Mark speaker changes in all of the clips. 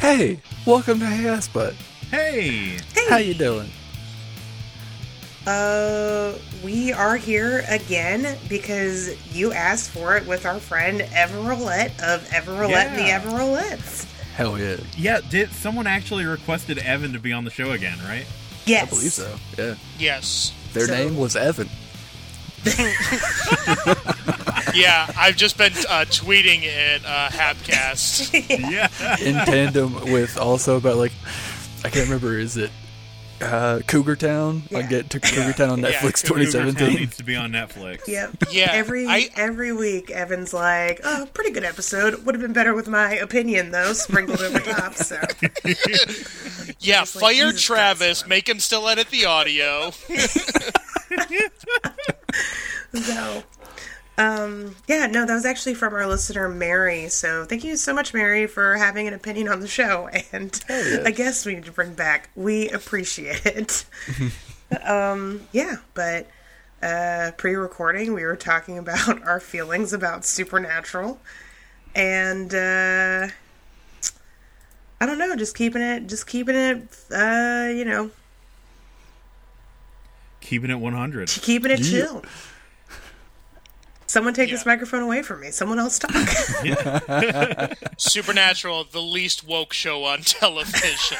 Speaker 1: Hey, welcome to Hey Ass Butt.
Speaker 2: Hey,
Speaker 1: How you doing?
Speaker 3: Uh, we are here again because you asked for it with our friend Everolette of Everolette and the
Speaker 2: Yeah.
Speaker 3: Everolettes.
Speaker 1: Hell yeah.
Speaker 2: yeah. Did someone actually requested Evan to be on the show again? Right?
Speaker 3: Yes,
Speaker 1: I believe so. Yeah.
Speaker 4: Yes.
Speaker 1: Their
Speaker 3: So-
Speaker 1: name was Evan.
Speaker 4: Yeah, I've just been uh, tweeting at uh, Hapcast.
Speaker 2: Yeah.
Speaker 1: In tandem with also about like I can't remember, is it uh Cougar Town? I
Speaker 3: Yeah.
Speaker 1: get to Cougar Town on
Speaker 4: Yeah,
Speaker 1: Netflix
Speaker 4: Cougar
Speaker 1: twenty
Speaker 2: Town
Speaker 1: seventeen.
Speaker 2: needs to be on Netflix.
Speaker 3: Yep.
Speaker 4: Yeah,
Speaker 3: Every
Speaker 4: I-
Speaker 3: every week, Evan's like, "Oh, pretty good episode. Would have been better with my opinion though, sprinkled over top." So
Speaker 4: Yeah,
Speaker 3: Just like
Speaker 4: fire
Speaker 3: Jesus
Speaker 4: Travis,
Speaker 3: Christ.
Speaker 4: make him still edit the audio.
Speaker 3: So, um, yeah, no, that was actually from our listener Mary. So, thank you so much, Mary, for having an opinion on the show and
Speaker 1: yeah.
Speaker 3: I guess we need to bring back. We appreciate it. um, yeah, but uh, pre-recording, we were talking about our feelings about Supernatural, and uh, I don't know, just keeping it, just keeping it, uh, you know,
Speaker 2: Keeping it 100.
Speaker 3: keeping it
Speaker 1: Yeah.
Speaker 3: chill. Someone take this
Speaker 4: Yeah.
Speaker 3: microphone away from me. Someone else talk.
Speaker 4: Supernatural, the least woke show on television.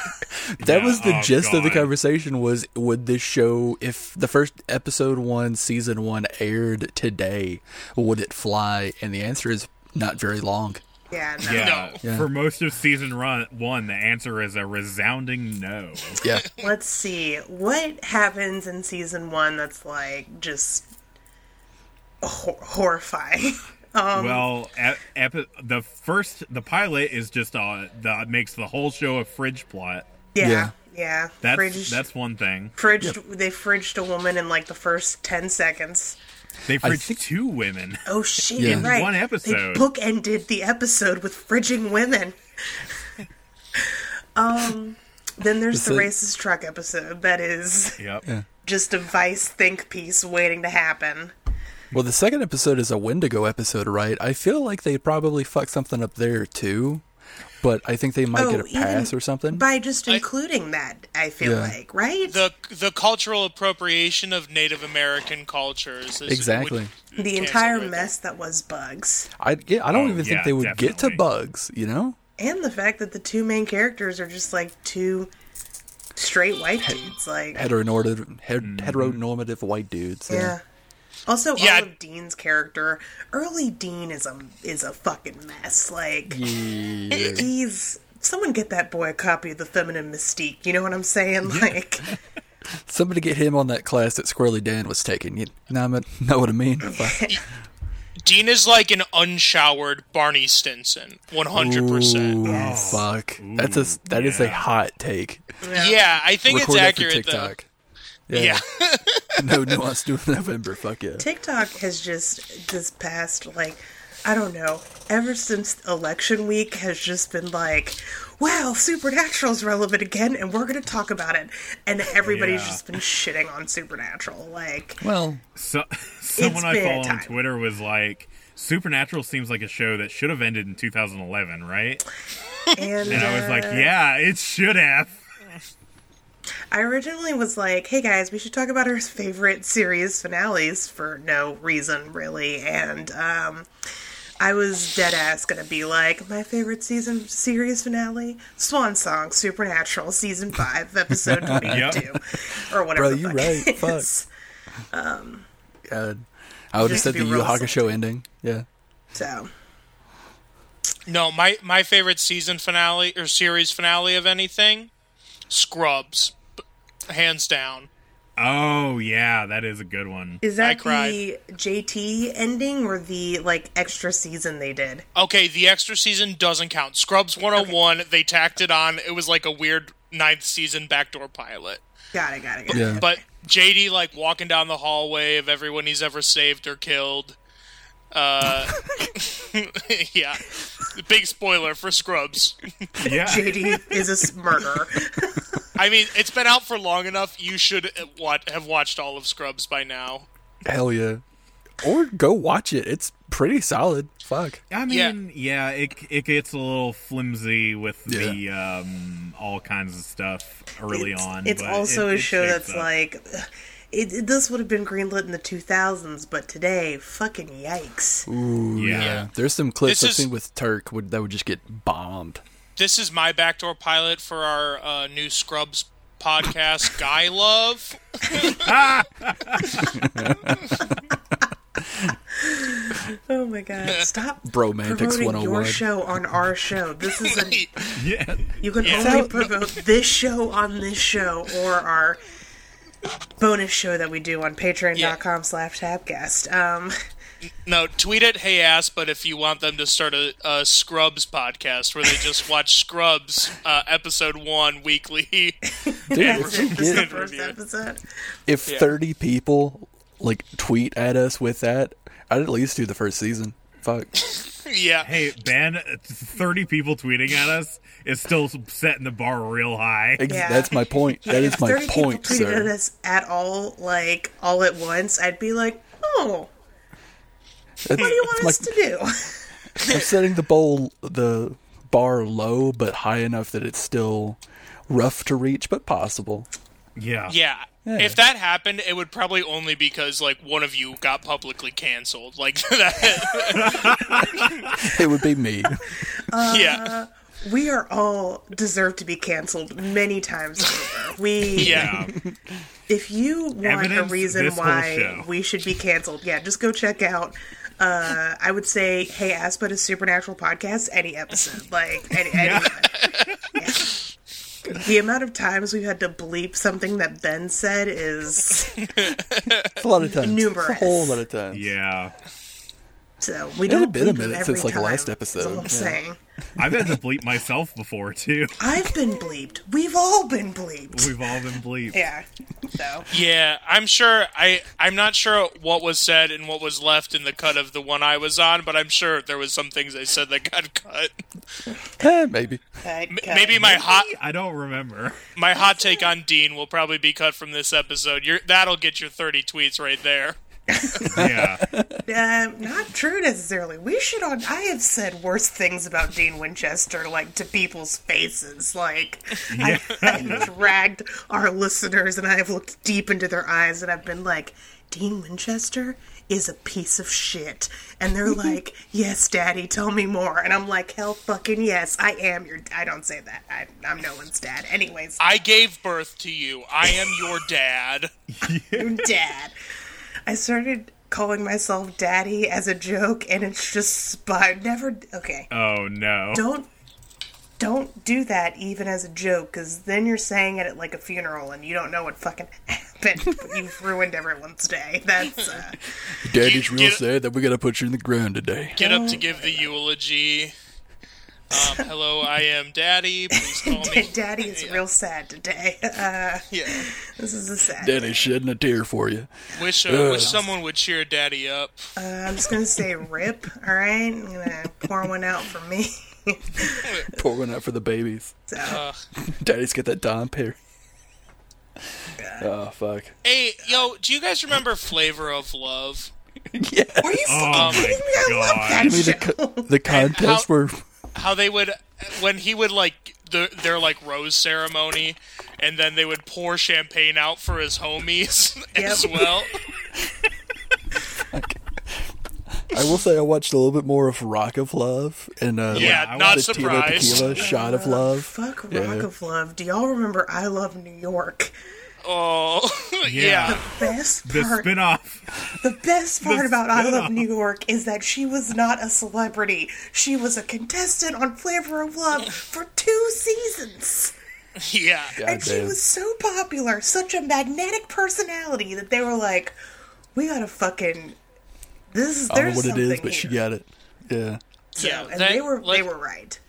Speaker 1: That
Speaker 2: Yeah,
Speaker 1: was the
Speaker 2: oh,
Speaker 1: gist of the
Speaker 2: God.
Speaker 1: conversation was would this show if the first episode one, season one aired today, would it fly? And the answer is not very long.
Speaker 3: yeah, no.
Speaker 2: Yeah.
Speaker 4: No.
Speaker 1: Yeah.
Speaker 2: For most of season run one, the answer is a resounding no.
Speaker 1: Yeah.
Speaker 3: Let's see what happens in season one. That's like just hor- horrifying. Um,
Speaker 2: well, e- epi- the first, the pilot is just uh, the makes the whole show a fridge plot.
Speaker 3: yeah,
Speaker 1: yeah.
Speaker 3: yeah.
Speaker 2: That's
Speaker 3: Fridged-
Speaker 2: that's one thing.
Speaker 3: fridged. They fridged a woman in like the first ten seconds.
Speaker 2: They fridged
Speaker 1: think-
Speaker 2: two women.
Speaker 3: Oh shit!
Speaker 1: Yeah.
Speaker 3: You're
Speaker 1: In
Speaker 3: right.
Speaker 2: one episode.
Speaker 3: They bookended the episode with fridging women. um, then there's the
Speaker 1: Listen.
Speaker 3: racist truck episode. That is
Speaker 2: Yep.
Speaker 3: just a Vice think piece waiting to happen.
Speaker 1: Well, the second episode is a Wendigo episode, right? I feel like they probably fucked something up there too, but I think they might get a
Speaker 3: Oh, even
Speaker 1: pass or something.
Speaker 3: by just including that. I feel
Speaker 1: Yeah.
Speaker 3: like right.
Speaker 4: the the cultural appropriation of Native American cultures. Is,
Speaker 1: Exactly.
Speaker 4: would-
Speaker 3: the
Speaker 4: cancel
Speaker 3: entire
Speaker 4: it.
Speaker 3: mess that was bugs
Speaker 1: I yeah, I don't
Speaker 2: Oh,
Speaker 1: even
Speaker 2: yeah,
Speaker 1: think they would get to
Speaker 2: definitely.
Speaker 1: bugs, you know?
Speaker 3: and the fact that the two main characters are just like two straight white dudes like
Speaker 1: Heteronormative, het-
Speaker 4: Mm-hmm.
Speaker 1: heteronormative white dudes.
Speaker 3: yeah also
Speaker 4: Yeah.
Speaker 3: all of dean's character early dean is a is a fucking mess like
Speaker 1: Yeah.
Speaker 3: he's someone get that boy a copy of the feminine mystique you know what i'm saying like
Speaker 1: Somebody get him on that class that Squirrely Dan was taking. You know, what I mean? know what I mean? But-
Speaker 4: Dean is like an unshowered Barney Stinson, one hundred percent.
Speaker 1: Ooh,
Speaker 3: Yes.
Speaker 1: fuck. That's a s- that is a
Speaker 2: yeah.
Speaker 1: hot take.
Speaker 4: Yeah, I think
Speaker 1: Record
Speaker 4: it's
Speaker 1: that for
Speaker 4: accurate though.
Speaker 1: TikTok. Yeah. no nuance to November. Fuck yeah.
Speaker 3: TikTok has just this past like I don't know. Ever since election week has just been like, wow, Supernatural's relevant again, and we're going to talk about it. And everybody's
Speaker 2: Yeah.
Speaker 3: just been shitting on Supernatural. Like,
Speaker 1: Well,
Speaker 2: So, someone I
Speaker 3: been a
Speaker 2: follow on
Speaker 3: time.
Speaker 2: Twitter was like, "Supernatural seems like a show that should have ended in 2011, right?"
Speaker 3: and,
Speaker 2: And I was
Speaker 3: uh,
Speaker 2: like, "Yeah, it should have."
Speaker 3: I originally was like, hey guys, we should talk about our favorite series finales for no reason, really. And um, I was dead ass gonna be like, my favorite season series finale Swan Song Supernatural Season 5, Episode 22. Or
Speaker 1: Bro,
Speaker 3: whatever. the
Speaker 1: you
Speaker 3: fuck
Speaker 1: right.
Speaker 3: it
Speaker 1: Fuck.
Speaker 3: is.
Speaker 1: God. I would have
Speaker 3: Just
Speaker 1: said
Speaker 3: be
Speaker 1: the Yu
Speaker 3: real
Speaker 1: Hakusho ending. Yeah.
Speaker 3: So,
Speaker 4: No, my my favorite season finale or series finale of anything, Scrubs, B- hands down.
Speaker 2: Oh yeah, that is a good one.
Speaker 3: is
Speaker 4: I
Speaker 3: that the
Speaker 4: cried.
Speaker 3: JT ending or the like extra season they did?
Speaker 4: Okay, the extra season doesn't count. Scrubs 101, they tacked it on. It was like a weird ninth season backdoor pilot.
Speaker 3: Got it, got it, got it.
Speaker 1: Yeah.
Speaker 4: But JD like walking down the hallway of everyone he's ever saved or killed. Uh, yeah, big spoiler for Scrubs.
Speaker 2: Yeah,
Speaker 3: JD is a s- murderer.
Speaker 4: I mean, it's been out for long enough. You should uh, wa- have watched all of Scrubs by now.
Speaker 1: Hell yeah. Or go watch it. It's pretty solid. Fuck.
Speaker 2: I
Speaker 4: Yeah.
Speaker 2: mean, yeah, it it gets a little flimsy with the um, all kinds of stuff early
Speaker 3: it's,
Speaker 2: on.
Speaker 3: It's
Speaker 2: but
Speaker 3: also
Speaker 2: it-
Speaker 3: a
Speaker 2: it
Speaker 3: show
Speaker 2: shapes
Speaker 3: that's
Speaker 2: up.
Speaker 3: like, ugh, it, it- this would have been greenlit in the 2000s, but today, fucking yikes.
Speaker 1: Ooh,
Speaker 2: Yeah.
Speaker 1: There's some clips
Speaker 4: This
Speaker 1: I've
Speaker 4: is-
Speaker 1: seen with Turk would, that would just get bombed.
Speaker 4: This is my backdoor pilot for our uh, new Scrubs podcast, Guy Love.
Speaker 3: Oh my god! Stop
Speaker 1: Bromantics
Speaker 3: promoting
Speaker 1: 101.
Speaker 3: your show on our show. This is a
Speaker 2: yeah,
Speaker 3: you can only promote this show on this show or our bonus show that we do on patreon.com slash tapcast um
Speaker 4: No, tweet at Hey Ass, but if you want them to start a, a Scrubs podcast where they just watch Scrubs uh, episode one weekly.
Speaker 1: Dude,
Speaker 3: that's
Speaker 1: if
Speaker 3: it.
Speaker 1: you
Speaker 3: This is the
Speaker 1: get,
Speaker 3: first episode
Speaker 1: if 30 people like tweet at us with that, I'd at least do the first season. Fuck.
Speaker 4: yeah.
Speaker 2: hey, ban thirty people tweeting at us is still setting the bar real high.
Speaker 1: Ex-
Speaker 3: Yeah.
Speaker 1: That's my point. That is
Speaker 3: if
Speaker 1: my
Speaker 3: 30
Speaker 1: point,
Speaker 3: people tweeted at
Speaker 1: sir.
Speaker 3: us at all like all at once i'd be like oh what do you want us
Speaker 1: It's
Speaker 3: to do
Speaker 1: I'm setting the bowl, the bar low, but high enough that it's still rough to reach, but possible.
Speaker 2: Yeah,
Speaker 4: Yeah.
Speaker 1: Yeah.
Speaker 4: If that happened, it would probably only because like one of you got publicly canceled. Like that.
Speaker 1: It would be me.
Speaker 4: yeah.
Speaker 3: we are all deserve to be canceled many times over we
Speaker 4: Yeah.
Speaker 3: if you want
Speaker 2: Evidence
Speaker 3: a reason
Speaker 2: this whole
Speaker 3: why
Speaker 2: show.
Speaker 3: we should be canceled, yeah, just go check out. Uh, I would say, hey, Aspa to Supernatural podcast, any episode, like any, any Yeah. The amount of times we've had to bleep something that Ben said is
Speaker 1: It's a lot of times.
Speaker 3: Numerous.
Speaker 1: It's a whole lot of times.
Speaker 2: yeah.
Speaker 3: so we
Speaker 1: had
Speaker 3: don't.
Speaker 1: been a
Speaker 3: bleep them
Speaker 1: minute
Speaker 3: every
Speaker 1: since, like,
Speaker 3: time,
Speaker 1: last
Speaker 3: is all
Speaker 1: episode,
Speaker 3: I'm
Speaker 1: yeah.
Speaker 3: saying
Speaker 2: I've had to bleep myself before too.
Speaker 3: I've been bleeped. We've all been bleeped.
Speaker 2: We've all been bleeped.
Speaker 3: Yeah. So
Speaker 4: Yeah, I'm sure I I'm not sure what was said and what was left in the cut of the one I was on, but I'm sure there was some things I said that got cut.
Speaker 1: Eh, maybe.
Speaker 3: I-
Speaker 4: Maybe my hot
Speaker 2: I don't remember.
Speaker 4: my hot take on Dean will probably be cut from this episode. You're, that'll get your 30 tweets right there.
Speaker 2: Yeah,
Speaker 3: Um, not true necessarily. We should on. I have said worse things about Dean Winchester, like to people's faces. Like I, I have dragged our listeners, and I have looked deep into their eyes, and I've been like, Dean Winchester is a piece of shit, and they're like, Yes, Daddy, tell me more, and I'm like, Hell, fucking yes, I am your. I don't say that. I, I'm no one's dad. Anyways,
Speaker 4: I gave birth to you. I am your dad.
Speaker 3: dad. I started calling myself daddy as a joke, and it's just spy. Never okay.
Speaker 2: Oh no.
Speaker 3: Don't don't do that even as a joke, because then you're saying it at like a funeral, and you don't know what fucking happened. but You've ruined everyone's day. That's uh,
Speaker 1: Daddy's
Speaker 4: You
Speaker 1: real
Speaker 4: get-
Speaker 1: sad that we gotta put you in the ground today.
Speaker 4: Get up to give the eulogy. Um, hello, I am daddy. Please call me.
Speaker 3: daddy is real sad today. Uh,
Speaker 4: Yeah.
Speaker 3: this is a sad.
Speaker 1: Daddy's shedding a tear for you.
Speaker 4: Wish, uh, wish someone would cheer daddy up.
Speaker 3: Uh, I'm just gonna say rip. All right, I'm gonna pour one out for me.
Speaker 1: Pour one out for the babies.
Speaker 3: So
Speaker 1: Daddy's got that Don Perry. Oh fuck!
Speaker 4: Hey, yo, do you guys remember Flavor of Love?
Speaker 1: Yeah,
Speaker 3: are you
Speaker 2: Oh my
Speaker 3: fucking kidding me? I love
Speaker 2: God.
Speaker 3: that
Speaker 1: I mean, the,
Speaker 3: show.
Speaker 1: co- the contest where
Speaker 4: how they would when he would like the, their like rose ceremony and then they would pour champagne out for his homies as
Speaker 3: Yep.
Speaker 4: well
Speaker 1: I will say I watched a little bit more of Rock of Love and uh, like,
Speaker 4: yeah,
Speaker 2: I
Speaker 4: not
Speaker 1: the Tito
Speaker 4: surprised
Speaker 1: Tequila Shot of Love.
Speaker 3: Fuck Rock
Speaker 1: Yeah.
Speaker 3: of Love. Do y'all remember I Love New York?
Speaker 4: oh yeah.
Speaker 2: Yeah.
Speaker 3: Best
Speaker 2: The
Speaker 3: part,
Speaker 2: spinoff.
Speaker 3: the best part
Speaker 2: the
Speaker 3: about I Love
Speaker 2: spin-off.
Speaker 3: New York is that she was not a celebrity. She was a contestant on Flavor of Love for two seasons.
Speaker 4: yeah
Speaker 1: God
Speaker 3: and she
Speaker 1: damn.
Speaker 3: was so popular, such a magnetic personality that they were like, we gotta fucking. This is
Speaker 1: I don't know
Speaker 3: there's
Speaker 1: what it
Speaker 3: something
Speaker 1: is, but she
Speaker 3: here.
Speaker 1: got it. Yeah,
Speaker 3: So,
Speaker 4: Yeah,
Speaker 3: and
Speaker 4: that-
Speaker 3: they were they
Speaker 4: like-
Speaker 3: were right.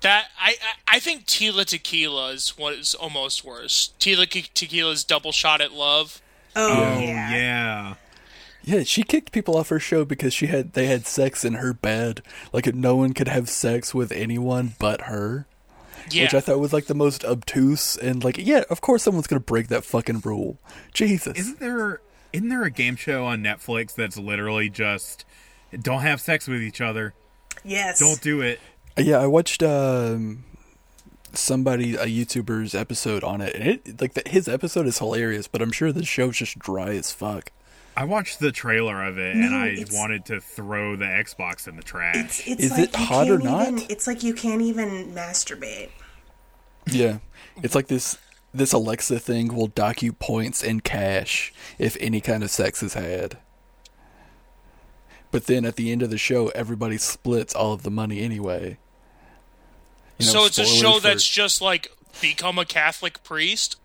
Speaker 4: that I, I i think tila tequila is what is almost worse tila Ke- tequila's double shot at love
Speaker 3: Oh,
Speaker 2: Oh
Speaker 3: yeah.
Speaker 2: yeah.
Speaker 1: yeah. She kicked people off her show because she had they had sex in her bed. Like no one could have sex with anyone but her.
Speaker 4: yeah
Speaker 1: which I thought was like the most obtuse and like, yeah, of course someone's gonna break that fucking rule. Jesus,
Speaker 2: Isn't there Isn't there a game show on Netflix that's literally just don't have sex with each other?
Speaker 3: Yes.
Speaker 2: Don't do it.
Speaker 1: Uh, Yeah, I watched um, somebody a YouTuber's episode on it, and it like the, his episode is hilarious. But I'm sure the show's just dry as fuck.
Speaker 2: I watched the trailer of it
Speaker 3: No,
Speaker 2: and I
Speaker 3: it's-
Speaker 2: wanted to throw the Xbox in the trash.
Speaker 3: It's, it's
Speaker 1: Is
Speaker 3: like
Speaker 1: it
Speaker 3: you
Speaker 1: hot or
Speaker 3: can't
Speaker 1: not?
Speaker 3: Even, it's like you can't even masturbate.
Speaker 1: Yeah, it's like this this Alexa thing will dock you points and cash if any kind of sex is had. But then at the end of the show, everybody splits all of the money anyway. You know,
Speaker 4: so it's a
Speaker 1: spoilers
Speaker 4: show
Speaker 1: for-
Speaker 4: that's just like become a Catholic priest.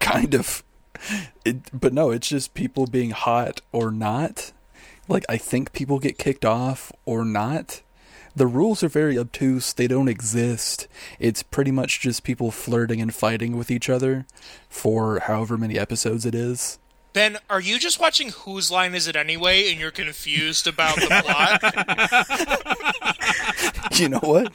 Speaker 1: kind of it, but no it's just people being hot or not like i think people get kicked off or not the rules are very obtuse they don't exist it's pretty much just people flirting and fighting with each other for however many episodes it is
Speaker 4: Ben, are you just watching Whose Line Is It Anyway and you're confused about the plot?
Speaker 1: you know what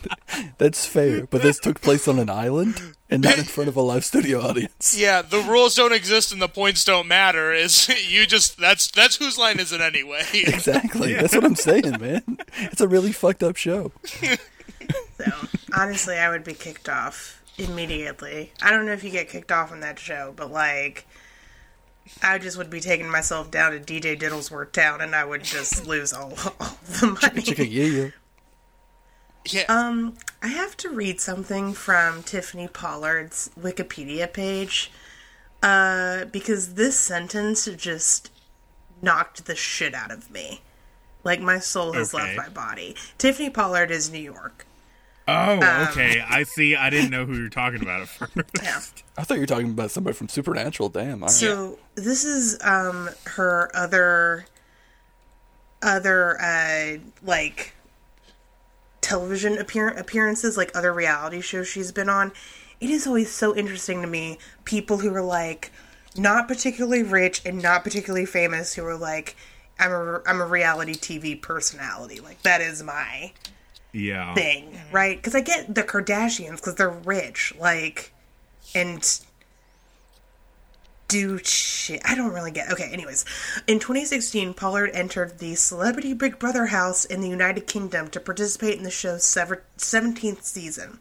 Speaker 1: that's fair but this took place on an island and not in front of a live studio audience
Speaker 4: yeah, the rules don't exist and the points don't matter. Is you just that's that's Whose Line Is It Anyway?
Speaker 1: exactly that's what i'm saying man it's a really fucked up show
Speaker 3: So honestly, I would be kicked off immediately. I don't know if you get kicked off on that show, but like, I just would be taking myself down to DJ Diddlesworth Town, and I would just lose all, all the money.
Speaker 1: Chicka yeah yeah
Speaker 4: yeah.
Speaker 3: Um, I have to read something from Tiffany Pollard's Wikipedia page uh, because this sentence just knocked the shit out of me. Like, my soul has
Speaker 2: Okay.
Speaker 3: left my body. Tiffany Pollard is New York. um,
Speaker 2: Oh, okay. I see. I didn't know who you were talking about at first.
Speaker 3: Yeah.
Speaker 1: I thought you were talking about somebody from Supernatural. Damn. All right.
Speaker 3: So this is um her other other uh like television appear- appearances like other reality shows she's been on. It is always so interesting to me people who are like not particularly rich and not particularly famous who are like I'm a I'm a reality TV personality. Like that is my
Speaker 2: Yeah.
Speaker 3: thing, right? Cuz I get the Kardashians cuz they're rich like and do shit. I don't really get. Okay, anyways. In 2016, Pollard entered the Celebrity Big Brother house in the United Kingdom to participate in the show's sever- 17th season.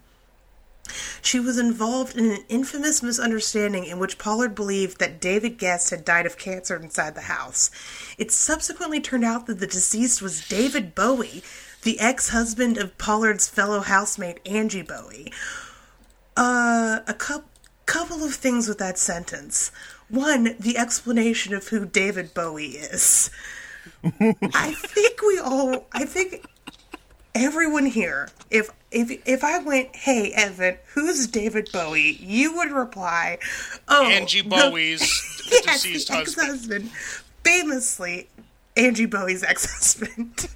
Speaker 3: She was involved in an infamous misunderstanding in which Pollard believed that David Guest had died of cancer inside the house. It subsequently turned out that the deceased was David Bowie, the ex husband of Pollard's fellow housemate Angie Bowie. Uh, a cou- couple of things with that sentence. One, the explanation of who David Bowie is. I think we all. I think everyone here. If if if I went, hey Evan, who's David Bowie? You would reply, oh,
Speaker 4: Angie
Speaker 3: the-
Speaker 4: Bowie's
Speaker 3: yes,
Speaker 4: deceased
Speaker 3: the
Speaker 4: husband.
Speaker 3: ex-husband, famously Angie Bowie's ex-husband,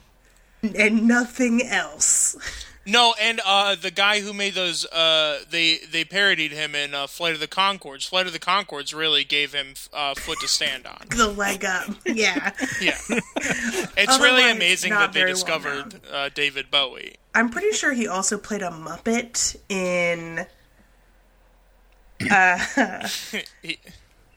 Speaker 3: and nothing else.
Speaker 4: No, and uh, the guy who made those, uh, they they parodied him in uh, Flight of the Concords. Flight of the Concords really gave him uh, foot to stand on.
Speaker 3: The leg up, yeah.
Speaker 4: Yeah, it's
Speaker 3: Otherwise,
Speaker 4: really amazing
Speaker 3: not
Speaker 4: that they
Speaker 3: very well
Speaker 4: discovered uh, David Bowie.
Speaker 3: I'm pretty sure he also played a Muppet in uh,
Speaker 4: He-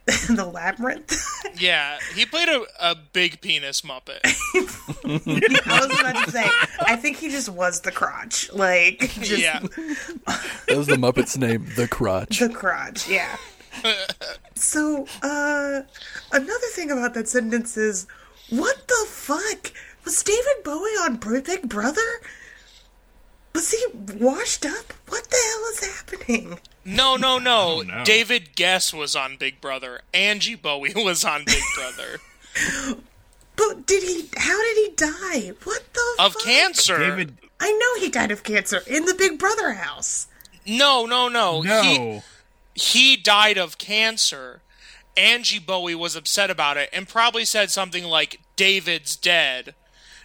Speaker 3: The Labyrinth.
Speaker 4: yeah, he played a, a big penis Muppet.
Speaker 3: I was about to say, I think he just was the crotch. Like, just
Speaker 4: Yeah,
Speaker 1: That was the Muppet's name, The Crotch.
Speaker 3: the crotch, yeah. So, uh, another thing about that sentence is what the fuck? Was David Bowie on Br- Big Brother? Was he washed up? What the hell is happening?
Speaker 4: no, no, no.
Speaker 2: don't know.
Speaker 4: David Guess was on Big Brother. Angie Bowie was on Big Brother
Speaker 3: But did he, how did he die? What the
Speaker 4: of
Speaker 3: fuck?
Speaker 4: cancer.
Speaker 2: David.
Speaker 3: I know he died of cancer in the Big Brother house.
Speaker 4: No, no, no.
Speaker 2: No.
Speaker 4: He, he died of cancer. Angie Bowie was upset about it and probably said something like, David's dead.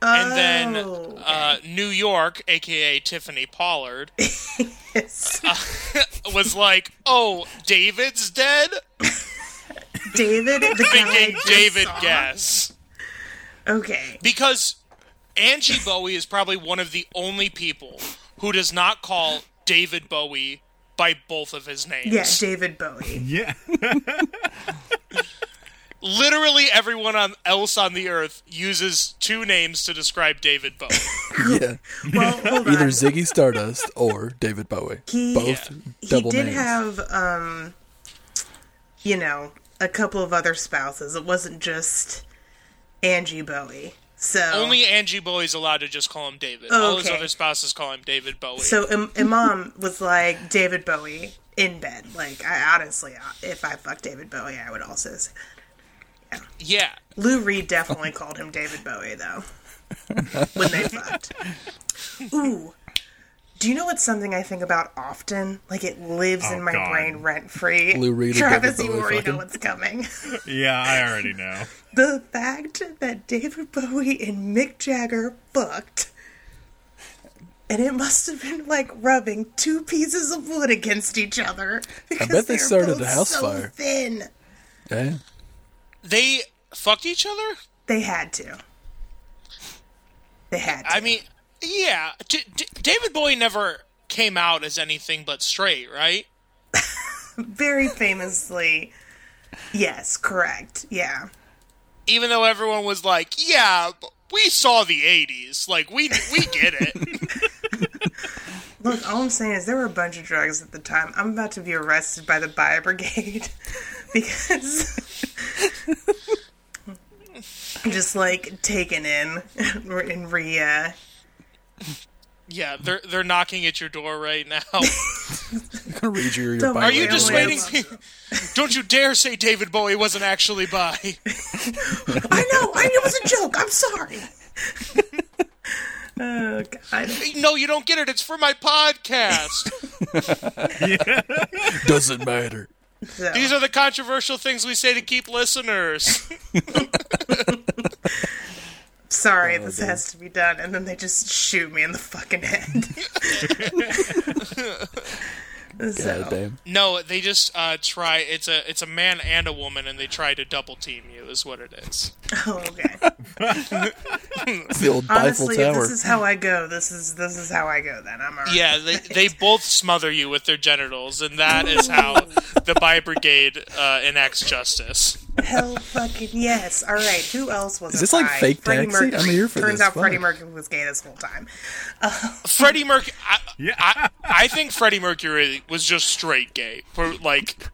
Speaker 4: And then
Speaker 3: Oh.
Speaker 4: uh, New York, aka Tiffany Pollard,
Speaker 3: Yes.
Speaker 4: was like, "Oh, David's dead."
Speaker 3: David, the guy I
Speaker 4: Thinking
Speaker 3: just
Speaker 4: David
Speaker 3: saw.
Speaker 4: guess
Speaker 3: Okay.
Speaker 4: because Angie Bowie is probably one of the only people who does not call David Bowie by both of his names.
Speaker 3: Yeah, David Bowie.
Speaker 2: Yeah.
Speaker 4: literally everyone on else on the earth uses two names to describe David Bowie.
Speaker 1: Yeah.
Speaker 3: Well, hold on.
Speaker 1: Either Ziggy Stardust or David Bowie.
Speaker 3: He- uh,
Speaker 1: Both
Speaker 3: he
Speaker 1: double
Speaker 3: did
Speaker 1: names.
Speaker 3: have um you know a couple of other spouses it wasn't just angie bowie so
Speaker 4: Only Angie Bowie's allowed to just call him David. All his
Speaker 3: Oh. Okay.
Speaker 4: other spouses call him David Bowie.
Speaker 3: so Im- imam was like david bowie in bed like i honestly if i fucked david bowie i would also say
Speaker 4: yeah.
Speaker 3: lou reed definitely called him david bowie though when they fucked ooh do you know what's something I think about often? Like it lives
Speaker 2: Oh,
Speaker 3: in my
Speaker 2: God.
Speaker 3: brain rent free.
Speaker 1: Lou Reed and
Speaker 3: Travis,
Speaker 1: David
Speaker 3: you
Speaker 1: Bowie
Speaker 3: already know
Speaker 1: fucking.
Speaker 3: what's coming.
Speaker 2: Yeah, I already know.
Speaker 3: the fact that David Bowie and Mick Jagger fucked, and it must have been like rubbing two pieces of wood against each other. Because
Speaker 1: bet they
Speaker 3: were
Speaker 1: started
Speaker 3: both
Speaker 1: the house
Speaker 3: so
Speaker 1: fire.
Speaker 3: Thin,
Speaker 1: Yeah.
Speaker 4: They fucked each other?
Speaker 3: they had to. They had. To.
Speaker 4: I mean, yeah. D- D- David Bowie never came out as anything but straight, right?
Speaker 3: very famously. Yes, correct. Yeah.
Speaker 4: Even though everyone was like, yeah, b- we saw the 80s. Like, we, we get it.
Speaker 3: Look, all I'm saying is there were a bunch of drugs at the time. I'm about to be arrested by the Bio Brigade because I'm just like taken in and re uh,
Speaker 4: yeah, they're, they're knocking at your door right now.
Speaker 1: Gonna read you your
Speaker 3: Don't
Speaker 1: bio
Speaker 4: Are you
Speaker 1: real
Speaker 4: just
Speaker 1: quick.
Speaker 3: Really?
Speaker 4: waiting? Don't you dare say David Bowie wasn't actually bi.
Speaker 3: I know, I it was a joke. I'm sorry. oh god.
Speaker 4: no, you don't get it. It's for my podcast.
Speaker 1: Doesn't matter.
Speaker 3: So,
Speaker 4: These are the controversial things we say to keep listeners.
Speaker 3: sorry, this
Speaker 1: Oh,
Speaker 3: has to be done, and then they just shoot me in the fucking head. so,
Speaker 1: God damn.
Speaker 4: No, they just uh, try. It's a it's a man and a woman, and they try to double team you. Is what it is.
Speaker 3: oh, okay.
Speaker 1: The old Eiffel
Speaker 3: Honestly, if
Speaker 1: Tower.
Speaker 3: this is how I go, this is this is how I go. Then I'm alright.
Speaker 4: Yeah, they they both smother you with their genitals, and that is how the Bi Brigade uh, enacts justice.
Speaker 3: Hell fucking yes. All right, who else was Is
Speaker 1: this like fake taxi? I'm here for
Speaker 3: Turns
Speaker 1: this.
Speaker 3: out Freddie
Speaker 1: Fuck.
Speaker 3: Mercury was gay this whole time.
Speaker 4: Freddie Mercury. I,
Speaker 2: Yeah.
Speaker 4: I, I think Freddie Mercury was just straight gay. For like,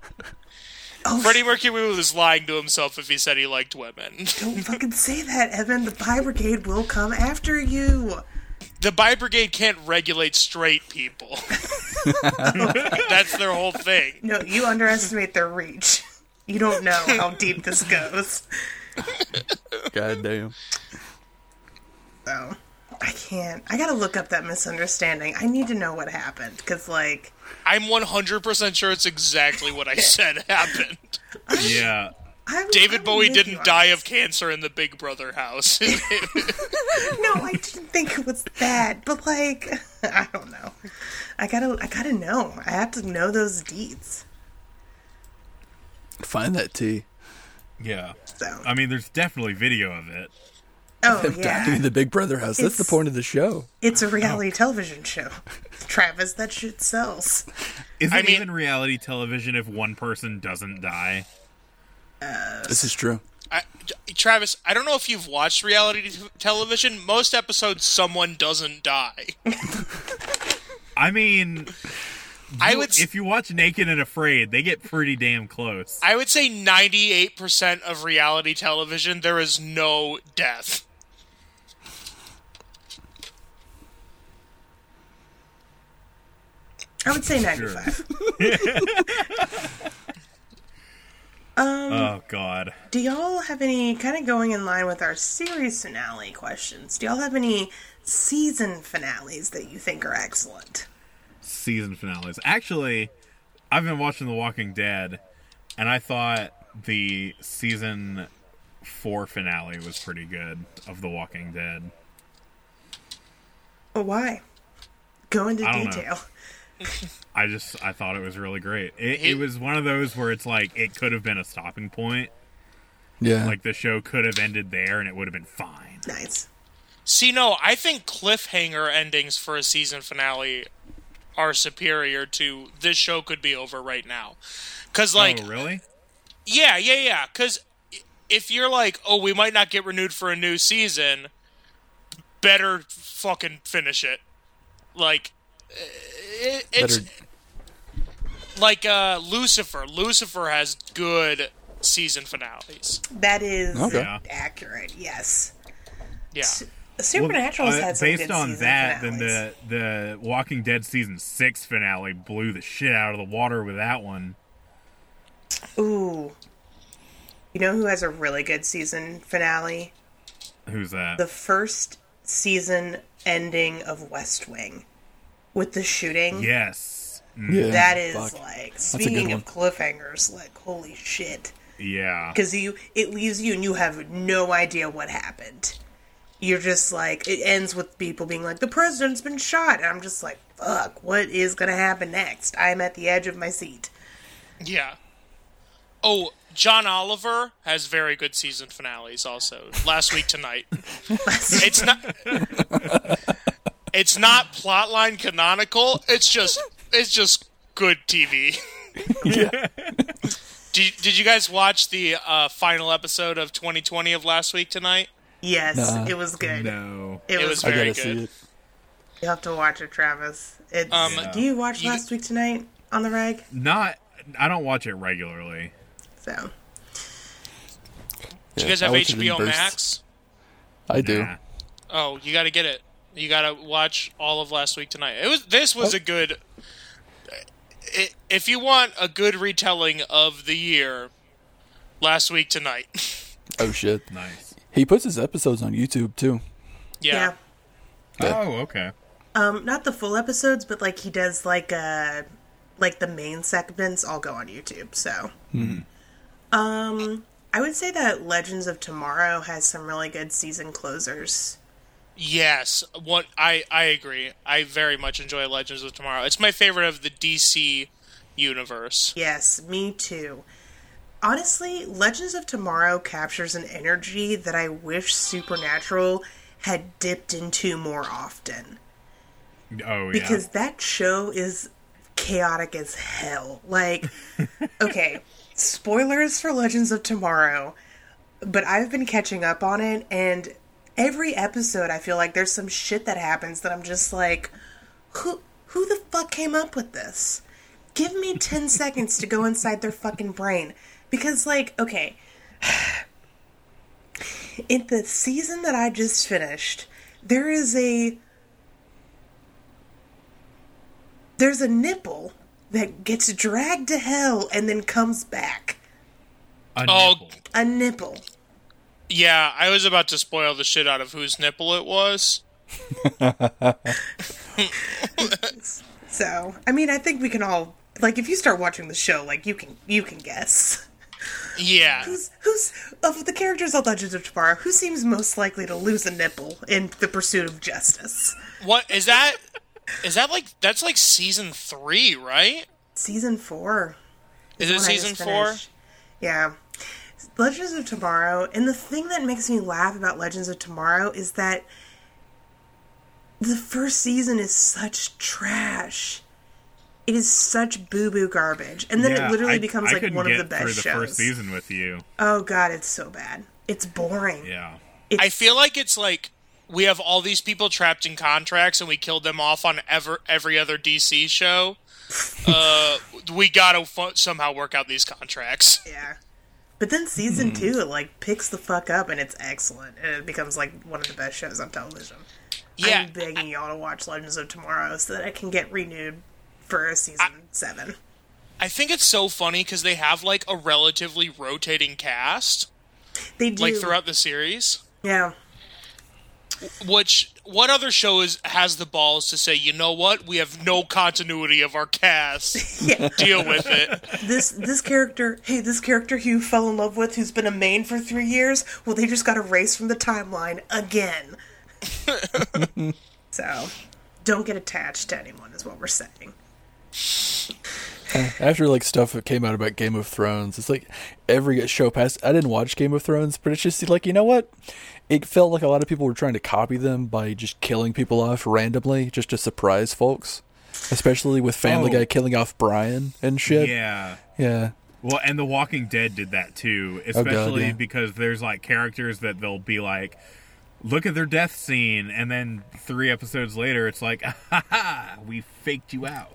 Speaker 3: Oh,
Speaker 4: Freddie Mercury was lying to himself if he said he liked women.
Speaker 3: Don't fucking say that, Evan. The Pie Brigade will come after you.
Speaker 4: The Bi Brigade can't regulate straight people. That's their whole thing.
Speaker 3: No, you underestimate their reach. You don't know how deep this goes.
Speaker 1: God damn.
Speaker 3: So I can't. I gotta look up that misunderstanding. I need to know what happened because, like,
Speaker 4: I'm 100% sure it's exactly what I said happened.
Speaker 2: Yeah.
Speaker 3: I'm,
Speaker 4: David
Speaker 3: I'm with
Speaker 4: Bowie
Speaker 3: you
Speaker 4: didn't
Speaker 3: on
Speaker 4: die
Speaker 3: this.
Speaker 4: of cancer in the Big Brother house.
Speaker 3: no, I didn't think it was that, but like, I don't know. I gotta, I gotta know. I have to know those deeds.
Speaker 1: Find that tea.
Speaker 2: Yeah.
Speaker 3: So,
Speaker 2: I mean, there's definitely video of it.
Speaker 3: oh
Speaker 1: Give me
Speaker 3: yeah,
Speaker 1: the Big Brother house. That's the
Speaker 3: It's-
Speaker 1: point of the show.
Speaker 3: it's
Speaker 2: Oh.
Speaker 3: a reality television show. Travis, that shit sells.
Speaker 2: Is it
Speaker 4: I mean-
Speaker 2: even reality television if one person doesn't die?
Speaker 1: This is true.
Speaker 4: I, Travis, I don't know if you've watched reality t- television. Most episodes, someone doesn't die.
Speaker 2: I mean,
Speaker 4: I would, s-
Speaker 2: if you watch Naked and Afraid, they get pretty damn close.
Speaker 4: I would say 98% of reality television, there is no death.
Speaker 3: I would say ninety-five.
Speaker 2: oh God.
Speaker 3: Do y'all have any kind of going in line with our series finale questions? Do y'all have any season finales that you think are excellent?
Speaker 2: season finales. Actually, I've been watching The Walking Dead, and I thought the season four finale was pretty good of The Walking Dead.
Speaker 3: Well, why? Go into
Speaker 2: I don't know.
Speaker 3: detail.
Speaker 2: I just I thought it was really great. It, it was one of those where it's like it could have been a stopping point.
Speaker 1: Yeah.
Speaker 2: Like the show could have ended there, and it would have been fine.
Speaker 3: Nice.
Speaker 4: See, no, I think cliffhanger endings for a season finale are superior to this show could be over right now. Cause like,
Speaker 2: oh really?
Speaker 4: yeah, yeah, yeah. Cause if you're like, oh, we might not get renewed for a new season, better fucking finish it. Like, it, it's
Speaker 1: Better,
Speaker 4: like uh, Lucifer. Lucifer has good season finales.
Speaker 3: That is
Speaker 1: Okay.
Speaker 2: Yeah.
Speaker 3: accurate. Yes.
Speaker 4: Yeah,
Speaker 3: Supernatural
Speaker 2: uh,
Speaker 3: had some
Speaker 2: based
Speaker 3: good
Speaker 2: on
Speaker 3: season
Speaker 2: that, then
Speaker 3: finales.
Speaker 2: the the Walking Dead season six finale blew the shit out of the water with that one.
Speaker 3: Ooh. You know who has a really good season finale?
Speaker 2: Who's that?
Speaker 3: The first season ending of West Wing with the shooting.
Speaker 2: yes. Mm,
Speaker 1: yeah,
Speaker 3: That is
Speaker 1: fuck.
Speaker 3: like
Speaker 1: a good
Speaker 3: speaking of
Speaker 1: one.
Speaker 3: cliffhangers, like holy shit.
Speaker 2: Yeah.
Speaker 3: Because you it leaves you and you have no idea what happened. You're just like it ends with people being like, The president's been shot and I'm just like, fuck, what is gonna happen next? I'm at the edge of my seat.
Speaker 4: yeah. Oh, John Oliver has very good season finales. Also, last week tonight. it's not. It's not plotline canonical. It's just. It's just good TV.
Speaker 1: Yeah.
Speaker 4: Did, did you guys watch the uh, final episode of 2020 of last week tonight?
Speaker 3: Yes,
Speaker 1: Nah.
Speaker 3: it was good.
Speaker 2: No.
Speaker 3: It,
Speaker 4: It
Speaker 3: was
Speaker 4: was
Speaker 1: I
Speaker 4: very
Speaker 1: gotta
Speaker 4: good.
Speaker 1: see it.
Speaker 3: You have to watch it, Travis. It's,
Speaker 4: Um,
Speaker 3: Do you watch
Speaker 4: you-
Speaker 3: last week tonight on the rag?
Speaker 2: Not. I don't watch it regularly.
Speaker 3: So
Speaker 4: Do you guys have HBO Max?
Speaker 1: I do.
Speaker 2: Nah.
Speaker 4: Oh, you got to get it. You got to watch all of last week tonight. It was this was
Speaker 3: Oh.
Speaker 4: a good. i if you want a good retelling of the year, last week tonight.
Speaker 1: Oh shit.
Speaker 2: Nice.
Speaker 1: He puts his episodes on YouTube too.
Speaker 4: yeah.
Speaker 3: yeah.
Speaker 1: Yeah.
Speaker 2: Oh, okay.
Speaker 3: Um, not the full episodes, but like he does like uh like the main segments all go on YouTube, so
Speaker 1: Mm-hmm.
Speaker 3: um I would say that Legends of Tomorrow has some really good season closers.
Speaker 4: Yes, what I I agree. I very much enjoy Legends of Tomorrow. It's my favorite of the DC universe.
Speaker 3: Yes, me too. Honestly, Legends of Tomorrow captures an energy that I wish Supernatural had dipped into more often.
Speaker 2: Oh, yeah.
Speaker 3: because that show is chaotic as hell. Like, okay, spoilers for Legends of Tomorrow, but I've been catching up on it, and every episode I feel like there's some shit that happens that I'm just like, who who the fuck came up with this? Give me 10 seconds to go inside their fucking brain because like, okay, in the season that I just finished, there is a there's a nipple that gets dragged to hell and then comes back.
Speaker 2: A
Speaker 4: Oh,
Speaker 2: nipple.
Speaker 3: A nipple.
Speaker 4: Yeah, I was about to spoil the shit out of whose nipple it was.
Speaker 3: So, I mean, I think we can all like if you start watching the show, like you can you can guess
Speaker 4: Yeah.
Speaker 3: who's who's of the characters on Legends of Tomorrow who seems most likely to lose a nipple in the pursuit of justice.
Speaker 4: What is that? Is that like that's like season three, right?
Speaker 3: Season four.
Speaker 4: Is it
Speaker 3: when I
Speaker 4: season
Speaker 3: just
Speaker 4: four?
Speaker 3: finished. Yeah. Legends of Tomorrow, and the thing that makes me laugh about Legends of Tomorrow is that the first season is such trash. It is such boo boo garbage, and then
Speaker 2: Yeah,
Speaker 3: it literally
Speaker 2: I-
Speaker 3: becomes
Speaker 2: I
Speaker 3: like
Speaker 2: couldn't
Speaker 3: one of
Speaker 2: get
Speaker 3: the best
Speaker 2: through the
Speaker 3: shows.
Speaker 2: first season with you.
Speaker 3: Oh god, it's so bad. It's boring.
Speaker 2: Yeah.
Speaker 3: It's,
Speaker 4: I feel like it's like we have all these people trapped in contracts and we killed them off on ever every other DC show. uh, we gotta fu- somehow work out these contracts.
Speaker 3: yeah. But then
Speaker 2: Hmm.
Speaker 3: season two, it like picks the fuck up, and it's excellent, and it becomes like one of the best shows on television.
Speaker 4: Yeah,
Speaker 3: I'm begging y'all to watch Legends of Tomorrow so that I can get renewed for season seven.
Speaker 4: I think it's so funny because they have like a relatively rotating cast
Speaker 3: They do.
Speaker 4: like throughout the series.
Speaker 3: yeah.
Speaker 4: Which what other show is has the balls to say? You know what? We have no continuity of our cast.
Speaker 3: Yeah.
Speaker 4: Deal with it.
Speaker 3: This this character, hey, this character who you fell in love with who's been a main for three years, well they just got erased from the timeline again. so don't get attached to anyone is what we're saying.
Speaker 1: After like stuff that came out about Game of Thrones, it's like every show past. I didn't watch Game of Thrones, but it's just like you know what? It felt like a lot of people were trying to copy them by just killing people off randomly, just to surprise folks. Especially with Family
Speaker 2: Oh.
Speaker 1: Guy killing off Brian and shit.
Speaker 2: Yeah.
Speaker 1: Yeah.
Speaker 2: Well, and The Walking Dead did that too,
Speaker 1: Oh, God,
Speaker 2: especially
Speaker 1: yeah.
Speaker 2: because there's like characters that they'll be like, look at their death scene, and then three episodes later, it's like, ha ha, we faked you out.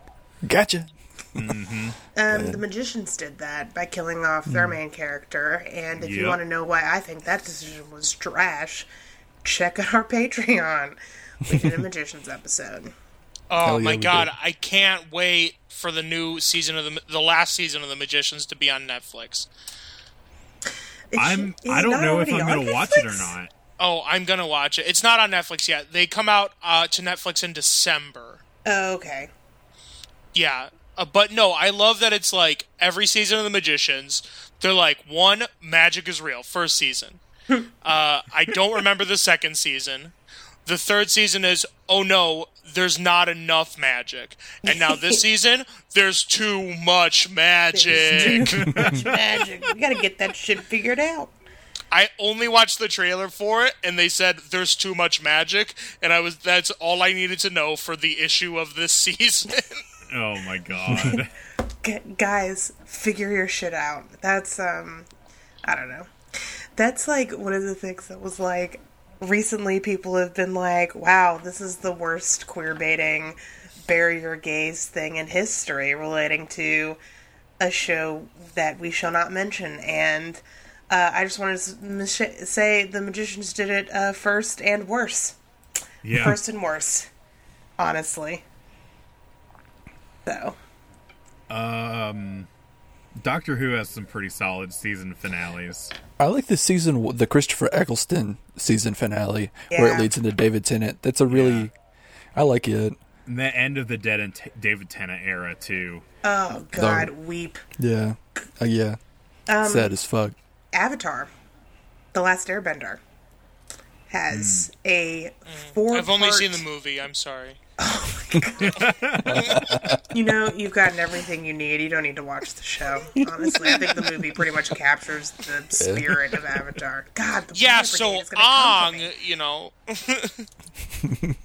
Speaker 1: Gotcha.
Speaker 3: Um, The Magicians did that by killing off their main character. And if you
Speaker 2: Hmm. Yep.
Speaker 3: want to know why I think that decision was trash, check out our Patreon. We did a Magicians episode.
Speaker 1: Hell
Speaker 4: Oh
Speaker 1: yeah,
Speaker 4: my
Speaker 1: we
Speaker 4: god,
Speaker 1: did.
Speaker 4: I can't wait for the new season of the the last season of the Magicians to be on Netflix.
Speaker 3: Is
Speaker 2: I'm.
Speaker 3: she- is
Speaker 2: I
Speaker 3: it
Speaker 2: don't
Speaker 3: not
Speaker 2: know if I'm
Speaker 3: already on
Speaker 2: going to watch it or
Speaker 3: Netflix?
Speaker 2: not.
Speaker 4: Oh, I'm gonna watch it. It's not on Netflix yet. They come out uh, to Netflix in December.
Speaker 3: Oh, okay.
Speaker 4: Yeah, uh, but no, I love that it's like every season of the Magicians. They're like one magic is real. First season. uh, I don't remember the second season. The third season is oh no, there's not enough magic. And now this season, there's too much magic.
Speaker 3: Magic. We gotta get that shit figured out.
Speaker 4: I only watched the trailer for it, and they said there's too much magic, and I was that's all I needed to know for the issue of this season.
Speaker 2: Oh my god.
Speaker 3: G- guys, figure your shit out. That's um, I don't know. That's like one of the things that was like recently. People have been like, "Wow, this is the worst queer baiting, bury your gaze thing in history," relating to a show that we shall not mention. And uh, I just wanted to mis- say the magicians did it uh, first and worse,
Speaker 2: yeah.
Speaker 3: first and worse, honestly. So.
Speaker 2: Doctor Who has some pretty solid season finales.
Speaker 1: I like the season, the Christopher Eccleston season finale, where
Speaker 3: Yeah.
Speaker 1: it leads into David Tennant. That's a really, I like it.
Speaker 2: And the end of the Dead and T- David Tennant era too.
Speaker 3: Oh God, weep.
Speaker 1: Yeah, uh, yeah. Sad as fuck.
Speaker 3: Avatar, The Last Airbender, has
Speaker 1: Hmm.
Speaker 3: a four.
Speaker 4: I've only seen the movie. I'm sorry.
Speaker 3: You know, you've gotten everything you need. You don't need to watch the show. Honestly, I think the movie pretty much captures the spirit of Avatar. God, the
Speaker 4: Yeah,
Speaker 3: Wonder
Speaker 4: so
Speaker 3: Brigade is gonna come for
Speaker 4: Ong,
Speaker 3: me.
Speaker 4: you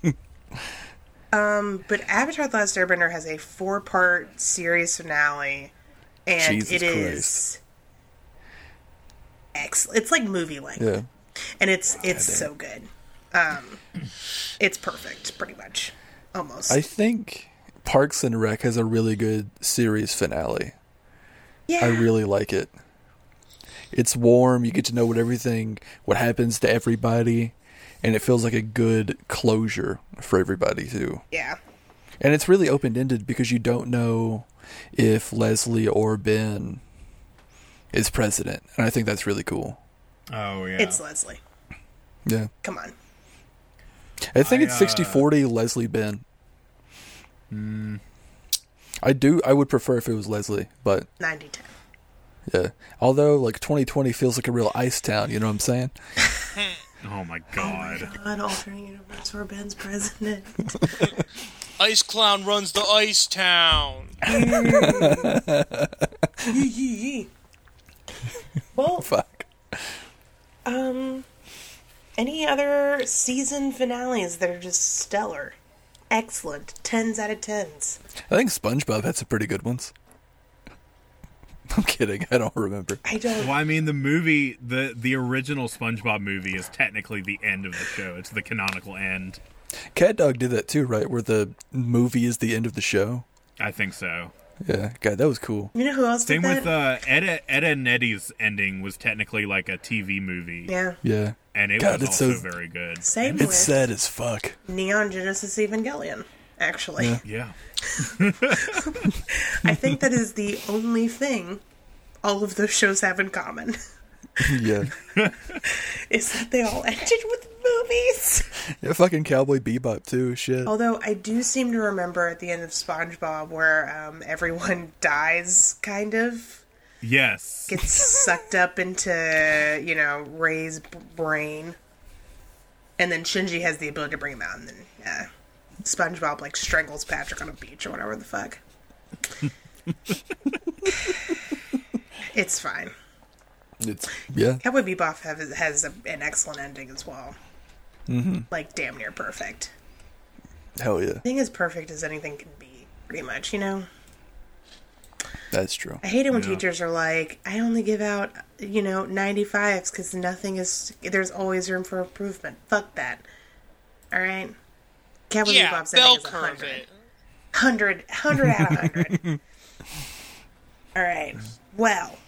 Speaker 4: know,
Speaker 3: But Avatar: The Last Airbender has a four-part series finale, and
Speaker 1: Jesus
Speaker 3: it is excellent. It's like movie length,
Speaker 1: Yeah.
Speaker 3: and it's it's so good. Um, it's perfect, pretty much, almost.
Speaker 1: I think Parks and Rec has a really good series finale.
Speaker 3: yeah.
Speaker 1: I really like it. It's warm. You get to know what everything, what happens to everybody, and it feels like a good closure for everybody too.
Speaker 3: Yeah.
Speaker 1: And it's really open ended because you don't know if Leslie or Ben is president, and I think that's really cool.
Speaker 2: Oh yeah.
Speaker 3: It's Leslie.
Speaker 1: Yeah,
Speaker 3: Come on.
Speaker 1: I think
Speaker 2: I,
Speaker 1: it's 60 40 Leslie Ben. I do. I would prefer if it was Leslie, but
Speaker 3: 90 10.
Speaker 1: yeah. Although, like 2020 feels like a real ice town. You know what I'm saying?
Speaker 2: oh my god.
Speaker 3: An alternate universe where Ben's president.
Speaker 4: Ice Clown runs the Ice Town.
Speaker 3: Yee, yee, yee. well,
Speaker 1: Fuck.
Speaker 3: any other season finales that are just stellar? Excellent. Tens out of tens.
Speaker 1: I think SpongeBob had some pretty good ones. I'm kidding. I don't remember.
Speaker 3: I don't.
Speaker 2: Well, I mean, the movie, the the original SpongeBob movie, is technically the end of the show. It's the canonical end.
Speaker 1: Cat Dog did that too, right? Where the movie is the end of the show.
Speaker 2: I think so.
Speaker 1: Yeah, God, that was cool.
Speaker 3: You know who else
Speaker 2: Same
Speaker 3: did
Speaker 2: with
Speaker 3: that?
Speaker 2: uh, Edda, Edda and Eddie's ending was technically like a TV movie,
Speaker 3: yeah.
Speaker 1: Yeah,
Speaker 2: and it
Speaker 1: God,
Speaker 2: was
Speaker 1: it's
Speaker 2: also
Speaker 1: so-
Speaker 2: very good.
Speaker 3: Same with
Speaker 1: it's sad as fuck.
Speaker 3: Neon Genesis Evangelion. Actually,
Speaker 2: Yeah,
Speaker 3: I think that is the only thing all of those shows have in common
Speaker 1: yeah.
Speaker 3: is that they all ended with movies.
Speaker 1: yeah, fucking Cowboy Bebop too. Shit.
Speaker 3: Although I do seem to remember at the end of SpongeBob where um, everyone dies, kind of
Speaker 2: yes,
Speaker 3: gets sucked up into you know Ray's b- brain, and then Shinji has the ability to bring him out, and then uh, SpongeBob like strangles Patrick on a beach or whatever the fuck. it's fine.
Speaker 1: It's yeah.
Speaker 3: Cowboy Bebop have, has a, an excellent ending as well, mm-hmm. like damn near perfect.
Speaker 1: Hell yeah.
Speaker 3: Being as perfect as anything can be, pretty much, you know.
Speaker 1: That's true.
Speaker 3: I hate it when
Speaker 2: Yeah.
Speaker 3: teachers are like, I only give out, you know, 95s because nothing is, there's always room for improvement. Fuck that. All right? Can't believe
Speaker 4: yeah,
Speaker 3: I'm saying
Speaker 4: bell
Speaker 3: is a
Speaker 4: curve
Speaker 3: 100.
Speaker 4: it.
Speaker 3: 100, 100 out of 100. All right. Well,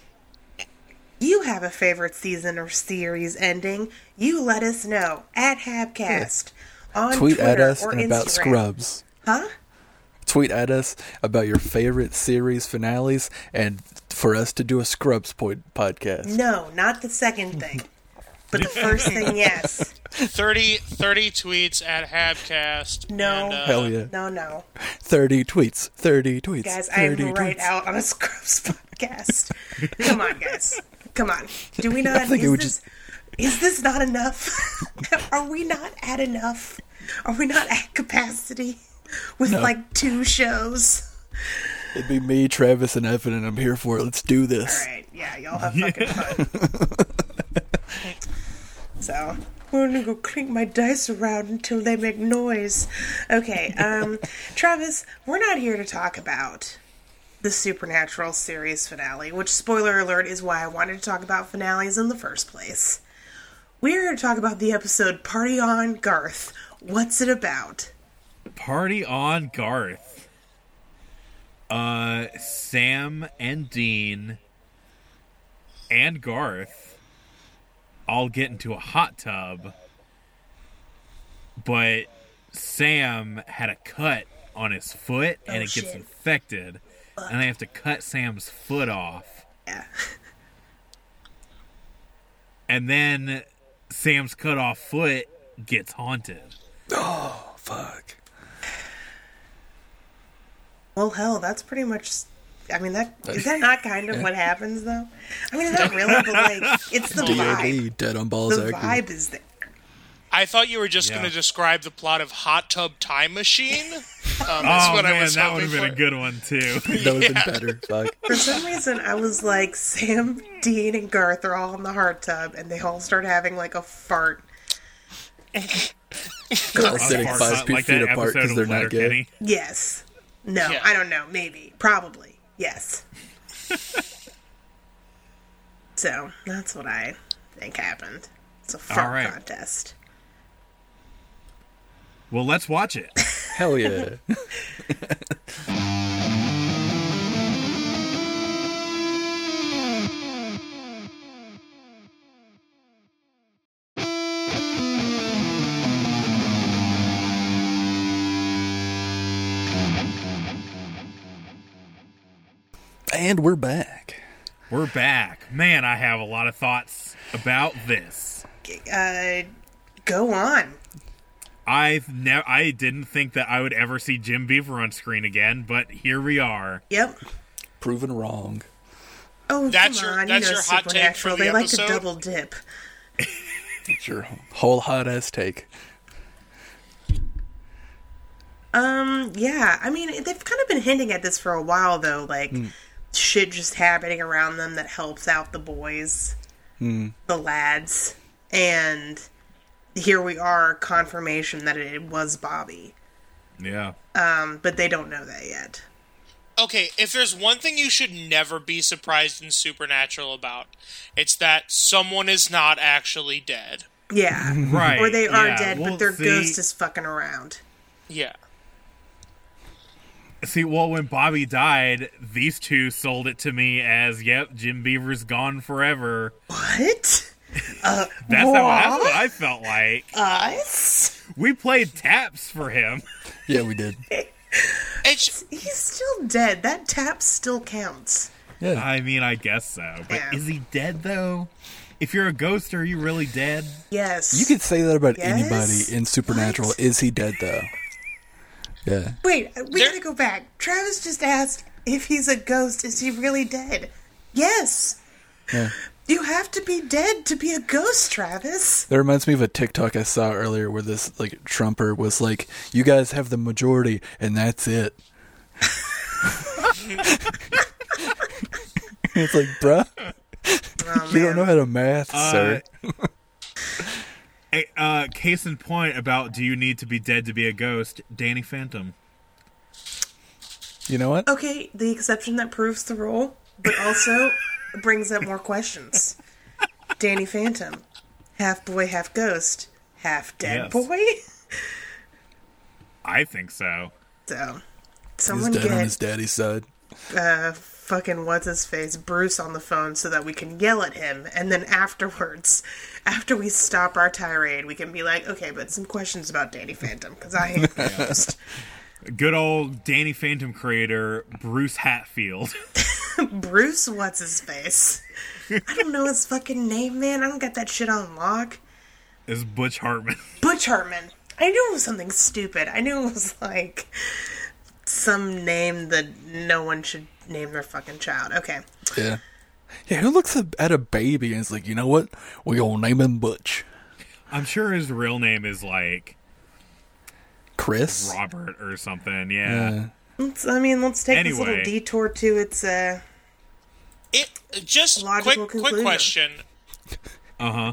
Speaker 3: you have a favorite season or series ending. You let us know at Habcast on
Speaker 1: Tweet
Speaker 3: Twitter
Speaker 1: at us
Speaker 3: or
Speaker 1: and
Speaker 3: Instagram.
Speaker 1: about Scrubs.
Speaker 3: Huh?
Speaker 1: Tweet at us about your favorite series finales and for us to do a Scrubs po- podcast.
Speaker 3: No, not the second thing. But the first thing, yes.
Speaker 4: 30, 30 tweets at Habcast.
Speaker 3: No.
Speaker 4: and, uh,
Speaker 1: Hell yeah.
Speaker 3: No, no.
Speaker 1: 30 tweets. 30 tweets.
Speaker 3: Guys, I'm
Speaker 1: 30
Speaker 3: right
Speaker 1: tweets.
Speaker 3: out on a Scrubs podcast. Come on, guys. Come on. Do we not?
Speaker 1: I think it
Speaker 3: is,
Speaker 1: would
Speaker 3: this, is this not enough? Are we not at enough? Are we not at capacity with like two shows?
Speaker 1: It'd be me, Travis, and Evan, and I'm here for it. Let's do
Speaker 3: All
Speaker 1: this.
Speaker 3: right. Yeah, y'all have fucking fun. so. I'm gonna go clink my dice around until they make noise. Okay, um, Travis, we're not here to talk about the Supernatural series finale, which, spoiler alert, is why I wanted to talk about finales in the first place. We're here to talk about the episode Party On Garth. What's it about?
Speaker 2: Party on Garth. Uh, Sam and Dean and Garth all get into a hot tub, but Sam had a cut on his foot and
Speaker 3: Oh,
Speaker 2: it gets
Speaker 3: shit.
Speaker 2: infected, and they have to cut Sam's foot off.
Speaker 3: Yeah.
Speaker 2: And then Sam's cut off foot gets haunted.
Speaker 1: Fuck.
Speaker 3: Well, hell, that's pretty much. I mean, that is that not kind of what happens, though? I mean, it's not really, but like, it's the vibe.
Speaker 1: DOD, dead on
Speaker 3: The
Speaker 1: Balzac.
Speaker 3: vibe is there.
Speaker 4: I thought you were just
Speaker 2: Yeah.
Speaker 4: going to describe the plot of Hot Tub Time Machine. Um, that's
Speaker 2: Oh
Speaker 4: what
Speaker 2: man,
Speaker 4: I was
Speaker 2: that would
Speaker 4: hoping
Speaker 2: have been a
Speaker 4: for.
Speaker 2: good one too.
Speaker 1: That would have been better. Fuck.
Speaker 3: For some reason, I was like, Sam, Dean, and Garth are all in the hot tub, and they all start having like a fart.
Speaker 1: They're sitting
Speaker 2: Apart,
Speaker 1: five
Speaker 2: like
Speaker 1: pe-
Speaker 2: that
Speaker 1: feet apart
Speaker 2: episode
Speaker 1: because
Speaker 2: of
Speaker 1: they're not gay.
Speaker 2: Letterkenny.
Speaker 3: Yes. No,
Speaker 4: Yeah.
Speaker 3: I don't know. Maybe. Probably. Yes. so that's what I think happened. It's a fart
Speaker 2: All right.
Speaker 3: contest.
Speaker 2: Well, let's watch it.
Speaker 1: Hell yeah. and we're back.
Speaker 2: We're back. Man, I have a lot of thoughts about this.
Speaker 3: Uh, go on.
Speaker 2: I've never I didn't think that I would ever see Jim Beaver on screen again, but here we are.
Speaker 3: Yep.
Speaker 1: Proven wrong.
Speaker 3: Oh,
Speaker 4: That's
Speaker 3: come
Speaker 4: your-
Speaker 3: on.
Speaker 4: that's
Speaker 3: you know,
Speaker 4: your hot take for
Speaker 3: Supernatural,
Speaker 4: the
Speaker 3: They like
Speaker 4: episode?
Speaker 3: to double dip.
Speaker 1: It's your whole hot ass take.
Speaker 3: Um, yeah. I mean, they've kind of been hinting at this for a while, though. Like,
Speaker 4: Hmm.
Speaker 3: shit just happening around them that helps out the boys,
Speaker 4: Hmm.
Speaker 3: the lads. And here we are, confirmation that it was Bobby.
Speaker 2: Yeah.
Speaker 3: Um, but they don't know that yet.
Speaker 4: Okay, if there's one thing you should never be surprised in Supernatural about, it's that someone is not actually dead.
Speaker 3: Yeah.
Speaker 2: Right.
Speaker 3: or they are
Speaker 2: yeah.
Speaker 3: dead,
Speaker 2: Well,
Speaker 3: but their
Speaker 2: see-
Speaker 3: ghost is fucking around.
Speaker 4: Yeah.
Speaker 2: See, well, when Bobby died, these two sold it to me as, "Yep, Jim Beaver's gone forever."
Speaker 3: What?
Speaker 2: That's how that's what I felt like.
Speaker 3: Us?
Speaker 2: We played taps for him.
Speaker 1: Yeah, we did.
Speaker 4: It's
Speaker 3: He's still dead. That tap still counts.
Speaker 1: Yeah.
Speaker 2: I mean, I guess so. But
Speaker 3: Yeah.
Speaker 2: is he dead though? If you're a ghost, are you really dead?
Speaker 3: Yes.
Speaker 1: You could say that about
Speaker 3: Yes?
Speaker 1: anybody in Supernatural.
Speaker 3: What?
Speaker 1: Is he dead though? Yeah.
Speaker 3: Wait, we
Speaker 4: There-
Speaker 3: gotta go back. Travis just asked if he's a ghost. Is he really dead? Yes.
Speaker 1: Yeah.
Speaker 3: You have to be dead to be a ghost, Travis.
Speaker 1: That reminds me of a TikTok I saw earlier where this like Trumper was like, "You guys have the majority, and that's it." it's like, bruh,
Speaker 3: Oh,
Speaker 1: you don't
Speaker 3: man.
Speaker 1: know how to math, sir.
Speaker 2: A- uh, case in point about do you need to be dead to be a ghost? Danny Phantom.
Speaker 1: You know what?
Speaker 3: Okay, the exception that proves the rule, but also brings up more questions. Danny Phantom, half boy, half ghost, half dead
Speaker 2: Yes.
Speaker 3: boy.
Speaker 2: I think so.
Speaker 3: So,
Speaker 1: He's
Speaker 3: someone
Speaker 1: dead on his
Speaker 3: get
Speaker 1: daddy's side.
Speaker 3: uh, fucking what's his face Bruce on the phone so that we can yell at him, and then afterwards, after we stop our tirade, we can be like, okay, but some questions about Danny Phantom because I hate ghost.
Speaker 2: Good old Danny Phantom creator Bruce Hatfield.
Speaker 3: Bruce, what's his face? I don't know his fucking name, man. I don't got that shit on lock.
Speaker 2: is Butch Hartman.
Speaker 3: Butch Hartman. I knew it was something stupid. I knew it was like some name that no one should name their fucking child. Okay.
Speaker 1: Yeah. Yeah, who looks at a baby and is like, you know what? We gonna name him Butch.
Speaker 2: I'm sure his real name is like
Speaker 1: Chris?
Speaker 2: Robert or something. Yeah.
Speaker 1: Yeah.
Speaker 3: Let's, I mean, let's take this little
Speaker 2: Anyway.
Speaker 3: detour to its uh
Speaker 4: It just
Speaker 3: Logical
Speaker 4: quick quick
Speaker 3: conclusion.
Speaker 4: question.
Speaker 2: Uh huh.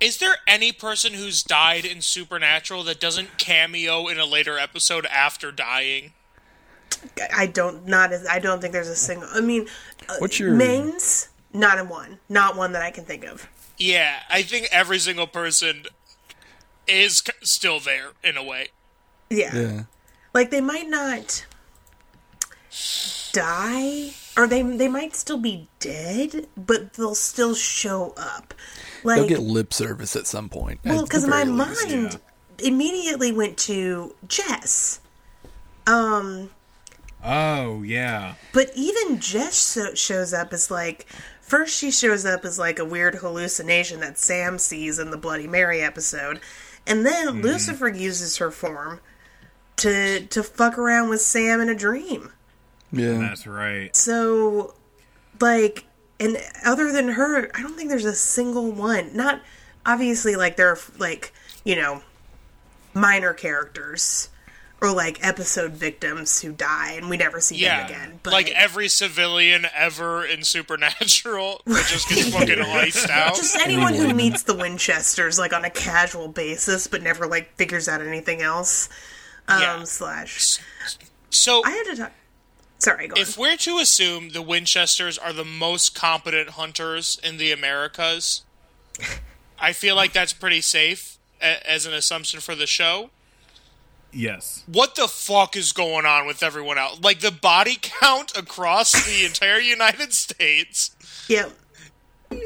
Speaker 4: Is there any person who's died in Supernatural that doesn't cameo in a later episode after dying?
Speaker 3: I don't not as I don't think there's a single I mean uh,
Speaker 1: What's your-
Speaker 3: mains not in one. Not one that I can think of.
Speaker 4: Yeah, I think every single person is c- still there in a way.
Speaker 1: Yeah.
Speaker 3: like they might not die or they they might still be dead but they'll still show up like
Speaker 1: They'll get lip service at some point.
Speaker 3: well
Speaker 1: at the
Speaker 3: because my
Speaker 1: very
Speaker 3: mind
Speaker 1: least.
Speaker 3: immediately went to jess Um,
Speaker 2: Oh yeah.
Speaker 3: but even jess so- shows up as like first she shows up as like a weird hallucination that sam sees in the bloody mary episode and then
Speaker 4: Mm-hmm.
Speaker 3: lucifer uses her form to to fuck around with sam in a dream
Speaker 1: Yeah.
Speaker 2: That's right.
Speaker 3: So, like, and other than her, I don't think there's a single one. Not obviously, like there are like you know minor characters or like episode victims who die and we never see them
Speaker 4: Yeah,
Speaker 3: again. But
Speaker 4: like every civilian ever in Supernatural that just gets fucking iced out.
Speaker 3: just anyone who meets the Winchesters like on a casual basis, but never like figures out anything else. Um,
Speaker 4: Yeah.
Speaker 3: slash,
Speaker 4: so
Speaker 3: I had to talk. Sorry, go
Speaker 4: if
Speaker 3: on.
Speaker 4: we're to assume the Winchesters are the most competent hunters in the Americas, I feel like that's pretty safe a- as an assumption for the show.
Speaker 2: Yes.
Speaker 4: What the fuck is going on with everyone else? Like the body count across the entire United States.
Speaker 3: Yep.
Speaker 4: It,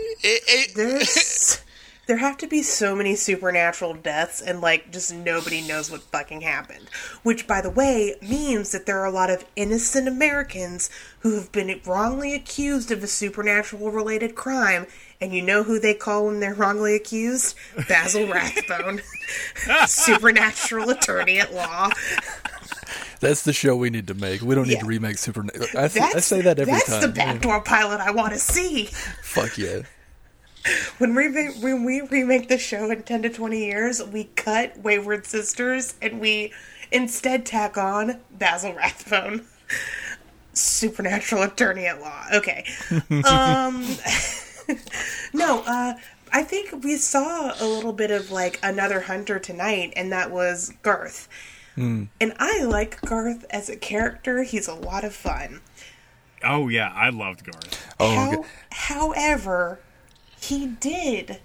Speaker 4: it,
Speaker 3: There's there have to be so many supernatural deaths and like just nobody knows what fucking happened. Which by the way means that there are a lot of innocent Americans who have been wrongly accused of a supernatural related crime and you know who they call when they're wrongly accused? Basil Rathbone, supernatural attorney at law.
Speaker 1: That's the show we need to make. We don't need
Speaker 3: Yeah.
Speaker 1: to remake Super. I, th-
Speaker 3: That's,
Speaker 1: I say that every
Speaker 3: that's
Speaker 1: time.
Speaker 3: the
Speaker 1: Yeah.
Speaker 3: backdoor pilot I want to see.
Speaker 1: Fuck yeah.
Speaker 3: When we re- when we remake the show in ten to twenty years, we cut Wayward Sisters and we instead tack on Basil Rathbone, supernatural attorney at law. Okay, um, no, uh, I think we saw a little bit of like another hunter tonight, and that was Garth. And I like Garth as a character; he's a lot of fun.
Speaker 2: Oh yeah. I loved Garth.
Speaker 1: Oh,
Speaker 3: How,
Speaker 1: okay.
Speaker 3: However, he did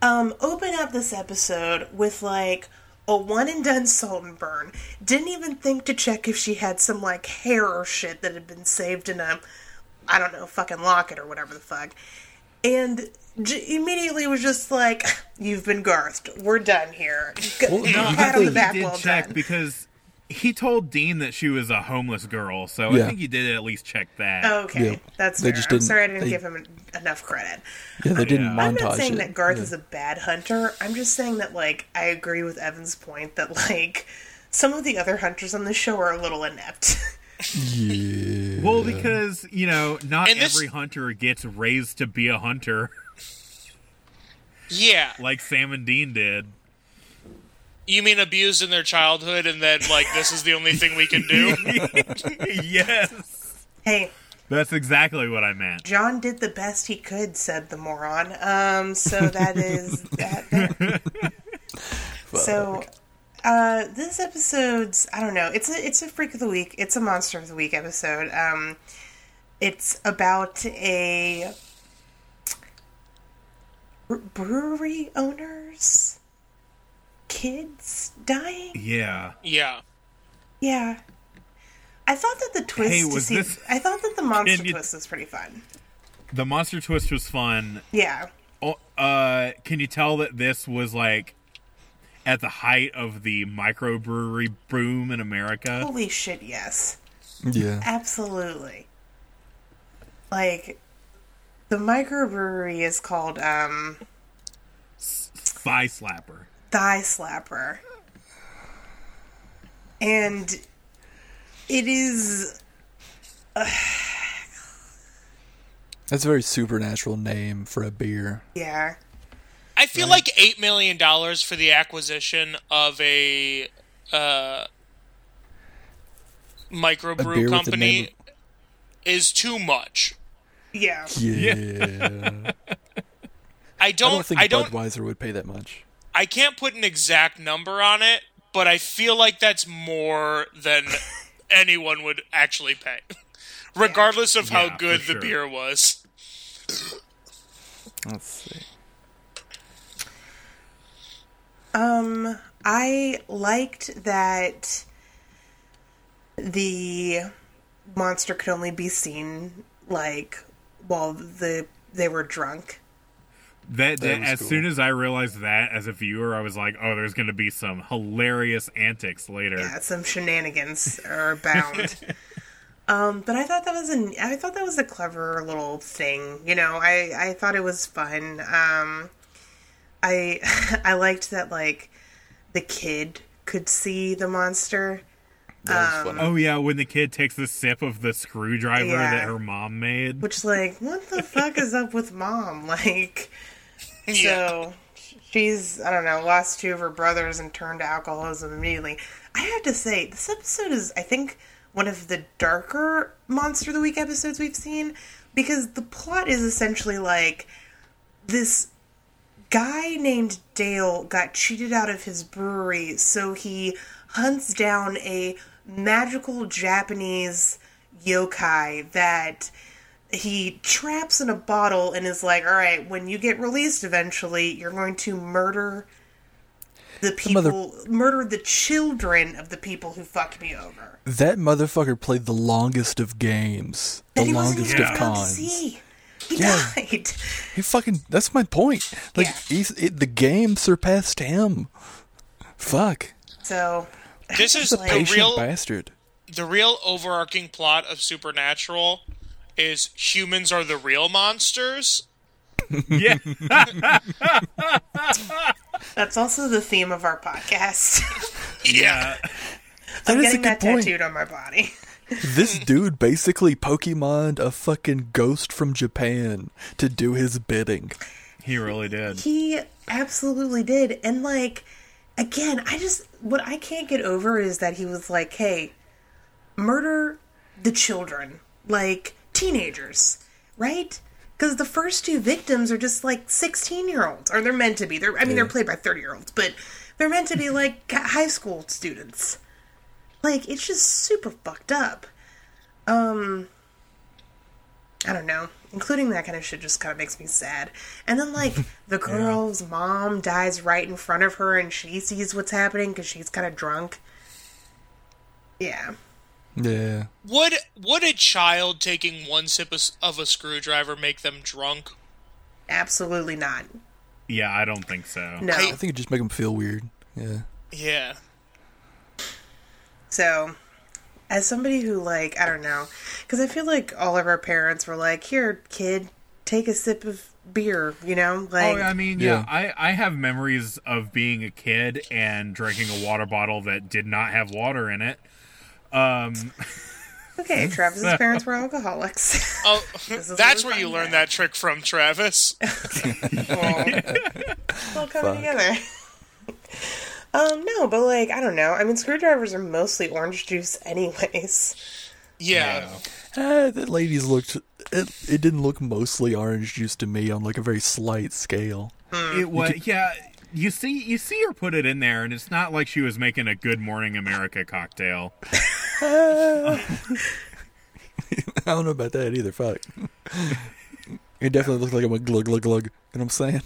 Speaker 3: um, open up this episode with like a one and done salt and burn. Didn't even think to check if she had some like hair or shit that had been saved in a, I don't know, fucking locket or whatever the fuck. And j- immediately was just like, "You've been garthed. We're done here." G-
Speaker 1: no,
Speaker 3: pat
Speaker 1: I
Speaker 3: on the
Speaker 1: think
Speaker 3: back.
Speaker 2: He did
Speaker 3: Well
Speaker 2: check
Speaker 3: done.
Speaker 2: because he told Dean that she was a homeless girl, so I
Speaker 1: Yeah.
Speaker 2: think he did at least check that.
Speaker 3: Okay,
Speaker 1: Yeah.
Speaker 3: that's
Speaker 1: They
Speaker 3: fair.
Speaker 1: just
Speaker 3: I'm
Speaker 1: didn't-
Speaker 3: sorry I didn't
Speaker 1: they-
Speaker 3: give him en- enough credit.
Speaker 1: Yeah, they didn't montage
Speaker 3: I'm not saying
Speaker 1: it.
Speaker 3: that Garth is a bad hunter. I'm just saying that, like, I agree with Evan's point that, like, some of the other hunters on the show are a little inept.
Speaker 1: Yeah.
Speaker 2: Well, because you know, not
Speaker 4: And this-
Speaker 2: every hunter gets raised to be a hunter
Speaker 4: yeah.
Speaker 2: like Sam and Dean did.
Speaker 4: You mean abused in their childhood and then, like, this is the only thing we can do?
Speaker 2: yes,
Speaker 3: hey,
Speaker 2: that's exactly what I meant.
Speaker 3: John did the best he could, said the moron. Um, so that is that. that. so Uh, this episode's I don't know. It's a it's a freak of the week. It's a monster of the week episode. Um, it's about a bre- brewery owners kids dying.
Speaker 2: Yeah.
Speaker 4: Yeah.
Speaker 3: Yeah. I thought that the twist
Speaker 2: Hey,
Speaker 3: to
Speaker 2: was
Speaker 3: see-
Speaker 2: this-
Speaker 3: I thought that the monster
Speaker 2: Can you-
Speaker 3: twist was pretty fun.
Speaker 2: The monster twist was fun.
Speaker 3: Yeah.
Speaker 2: Oh, Uh, can you tell that this was like at the height of the microbrewery boom in America?
Speaker 3: Holy shit, yes.
Speaker 1: Yeah.
Speaker 3: Absolutely. Like the microbrewery is called um
Speaker 2: Thigh slapper.
Speaker 3: Thigh Slapper. And it is
Speaker 1: That's a very supernatural name for a beer.
Speaker 3: yeah.
Speaker 4: I feel like eight million dollars for the acquisition of a uh,
Speaker 1: A beer
Speaker 4: microbrew
Speaker 1: with the
Speaker 4: company
Speaker 1: name
Speaker 4: is too much.
Speaker 3: Yeah.
Speaker 1: Yeah.
Speaker 4: I
Speaker 1: I
Speaker 4: don't. I
Speaker 1: don't
Speaker 4: don't.
Speaker 1: think
Speaker 4: I,
Speaker 1: Budweiser would pay that much.
Speaker 4: can't put an exact number on it, but I feel like that's more than anyone would actually pay, regardless of
Speaker 2: Yeah,
Speaker 4: how
Speaker 2: for
Speaker 4: good the
Speaker 2: sure.
Speaker 4: beer was.
Speaker 1: Let's see.
Speaker 3: Um, I liked that the monster could only be seen like while the they were drunk.
Speaker 2: That, that-
Speaker 1: was
Speaker 2: as
Speaker 1: cool.
Speaker 2: soon as I realized that as a viewer, I was like, "Oh, there's going to be some hilarious antics later."
Speaker 3: Yeah, some shenanigans are bound. um, but I thought that was an I thought that was a clever little thing. You know, I I thought it was fun. Um, I I liked that like the kid could see the monster.
Speaker 1: That was funny.
Speaker 2: Oh yeah, when the kid takes the sip of the screwdriver
Speaker 3: Yeah.
Speaker 2: that her mom made.
Speaker 3: Which, like, what the fuck is up with mom? Like, so she's, I don't know, lost two of her brothers and turned to alcoholism immediately. I have to say, this episode is, I think, one of the darker Monster of the Week episodes we've seen because the plot is essentially like this guy named Dale got cheated out of his brewery, so he hunts down a magical Japanese yokai that he traps in a bottle and is like, "All right, when you get released eventually, you're going to murder the people,
Speaker 1: mother-
Speaker 3: murder the children of the people who fucked me over."
Speaker 1: That motherfucker played the longest of games, the
Speaker 3: That he wasn't
Speaker 1: longest
Speaker 3: even
Speaker 1: of
Speaker 2: Yeah.
Speaker 3: allowed to
Speaker 1: cons.
Speaker 3: see. He
Speaker 1: Yeah.
Speaker 3: died.
Speaker 1: He fucking. That's my point. Like
Speaker 3: Yeah.
Speaker 1: he's, it, the game surpassed him. Fuck.
Speaker 3: So
Speaker 4: This is
Speaker 1: He's a
Speaker 4: the
Speaker 1: patient
Speaker 4: real
Speaker 1: bastard.
Speaker 4: the real overarching plot of Supernatural is humans are the real monsters.
Speaker 2: Yeah,
Speaker 3: that's also the theme of our podcast.
Speaker 4: Yeah.
Speaker 1: That
Speaker 3: I'm
Speaker 1: is a good
Speaker 3: getting that
Speaker 1: point.
Speaker 3: tattooed on my body.
Speaker 1: This dude basically Pokemon a fucking ghost from Japan to do his bidding.
Speaker 2: he really did.
Speaker 3: He absolutely did. And like again, I just what I can't get over is that he was like, "Hey, murder the children, like teenagers, right?" Because the first two victims are just like sixteen-year-olds, or they're meant to be. They're I mean, they're played by thirty-year-olds, but they're meant to be like g- high school students. Like it's just super fucked up. I don't know. Including that kind of shit just kind of makes me sad. And then, like, the girl's mom dies right in front of her and she sees what's happening because she's kind of drunk. Yeah.
Speaker 1: Yeah.
Speaker 4: Would would a child taking one sip of, of a screwdriver make them drunk?
Speaker 3: Absolutely not.
Speaker 2: Yeah, I don't think so.
Speaker 3: No.
Speaker 1: I think it just make him feel weird. Yeah.
Speaker 4: Yeah.
Speaker 3: So, as somebody who, like, I don't know, because I feel like all of our parents were like, here, kid, take a sip of beer, you know? Like,
Speaker 2: Oh, I mean, yeah, I, I have memories of being a kid and drinking a water bottle that did not have water in it. Um,
Speaker 3: okay, Travis's parents were alcoholics.
Speaker 4: Oh,
Speaker 3: is
Speaker 4: that's
Speaker 3: where
Speaker 4: where
Speaker 3: we
Speaker 4: you
Speaker 3: find
Speaker 4: learned
Speaker 3: that.
Speaker 4: that trick from, Travis.
Speaker 3: all all coming together. um, no, but like I don't know. I mean, screwdrivers are mostly orange juice, anyways.
Speaker 4: Yeah.
Speaker 1: Ah, that lady's looked. It,
Speaker 3: Mm.
Speaker 1: it didn't look mostly orange juice to me on like a very slight scale.
Speaker 2: it was yeah. you see you see her put it in there and it's not like she was making a good morning america cocktail
Speaker 1: Ah. I don't know about that either. Fuck. It definitely looks like I'm a glug glug glug. You know what I'm saying?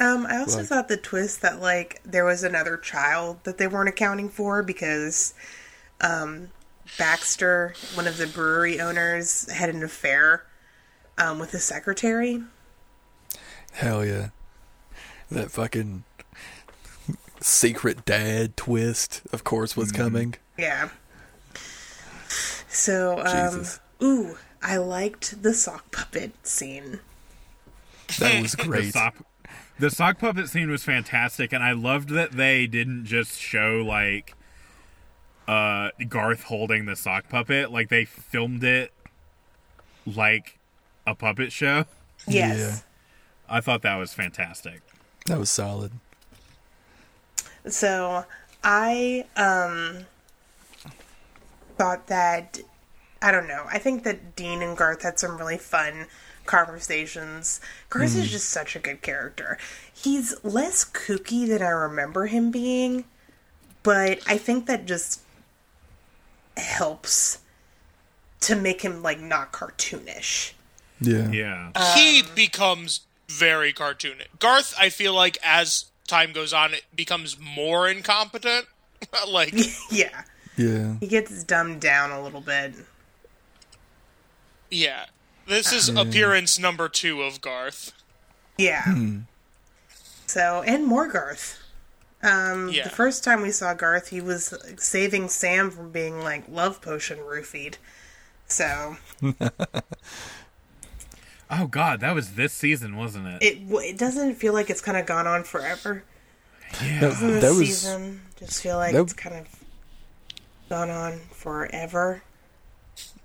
Speaker 3: Um, I also
Speaker 1: Right.
Speaker 3: thought the twist that like there was another child that they weren't accounting for because um, Baxter, one of the brewery owners, had an affair um, with his secretary.
Speaker 1: Hell yeah. That fucking secret dad twist, of course, was coming.
Speaker 3: Yeah. So, um,
Speaker 1: Jesus.
Speaker 3: ooh, I liked the sock puppet scene.
Speaker 1: That was
Speaker 2: the
Speaker 1: great.
Speaker 2: sock, the sock puppet scene was fantastic and i loved that they didn't just show like uh garth holding the sock puppet like they filmed it like a puppet show
Speaker 3: Yes.
Speaker 2: i thought that was fantastic
Speaker 1: That was solid.
Speaker 3: So I um thought that I don't know. I think that Dean and Garth had some really fun conversations. Garth is just such a good character. He's less kooky than I remember him being, but I think that just helps to make him like not cartoonish.
Speaker 1: Yeah.
Speaker 2: yeah
Speaker 4: he becomes very cartoon. Garth, I feel like as time goes on, it becomes more incompetent. like
Speaker 3: yeah.
Speaker 1: Yeah.
Speaker 3: He gets dumbed down a little bit.
Speaker 4: Yeah. This is appearance number two of Garth.
Speaker 3: Yeah.
Speaker 1: Hmm.
Speaker 3: So, and more Garth. Um,
Speaker 4: Yeah.
Speaker 3: The first time we saw Garth, he was saving Sam from being like love potion roofied. So
Speaker 2: oh god that was this season wasn't it
Speaker 3: it w- it doesn't feel like it's kind of gone on forever.
Speaker 1: That,
Speaker 3: This
Speaker 1: that was
Speaker 3: season just feel like
Speaker 1: that-
Speaker 3: it's kind of gone on forever.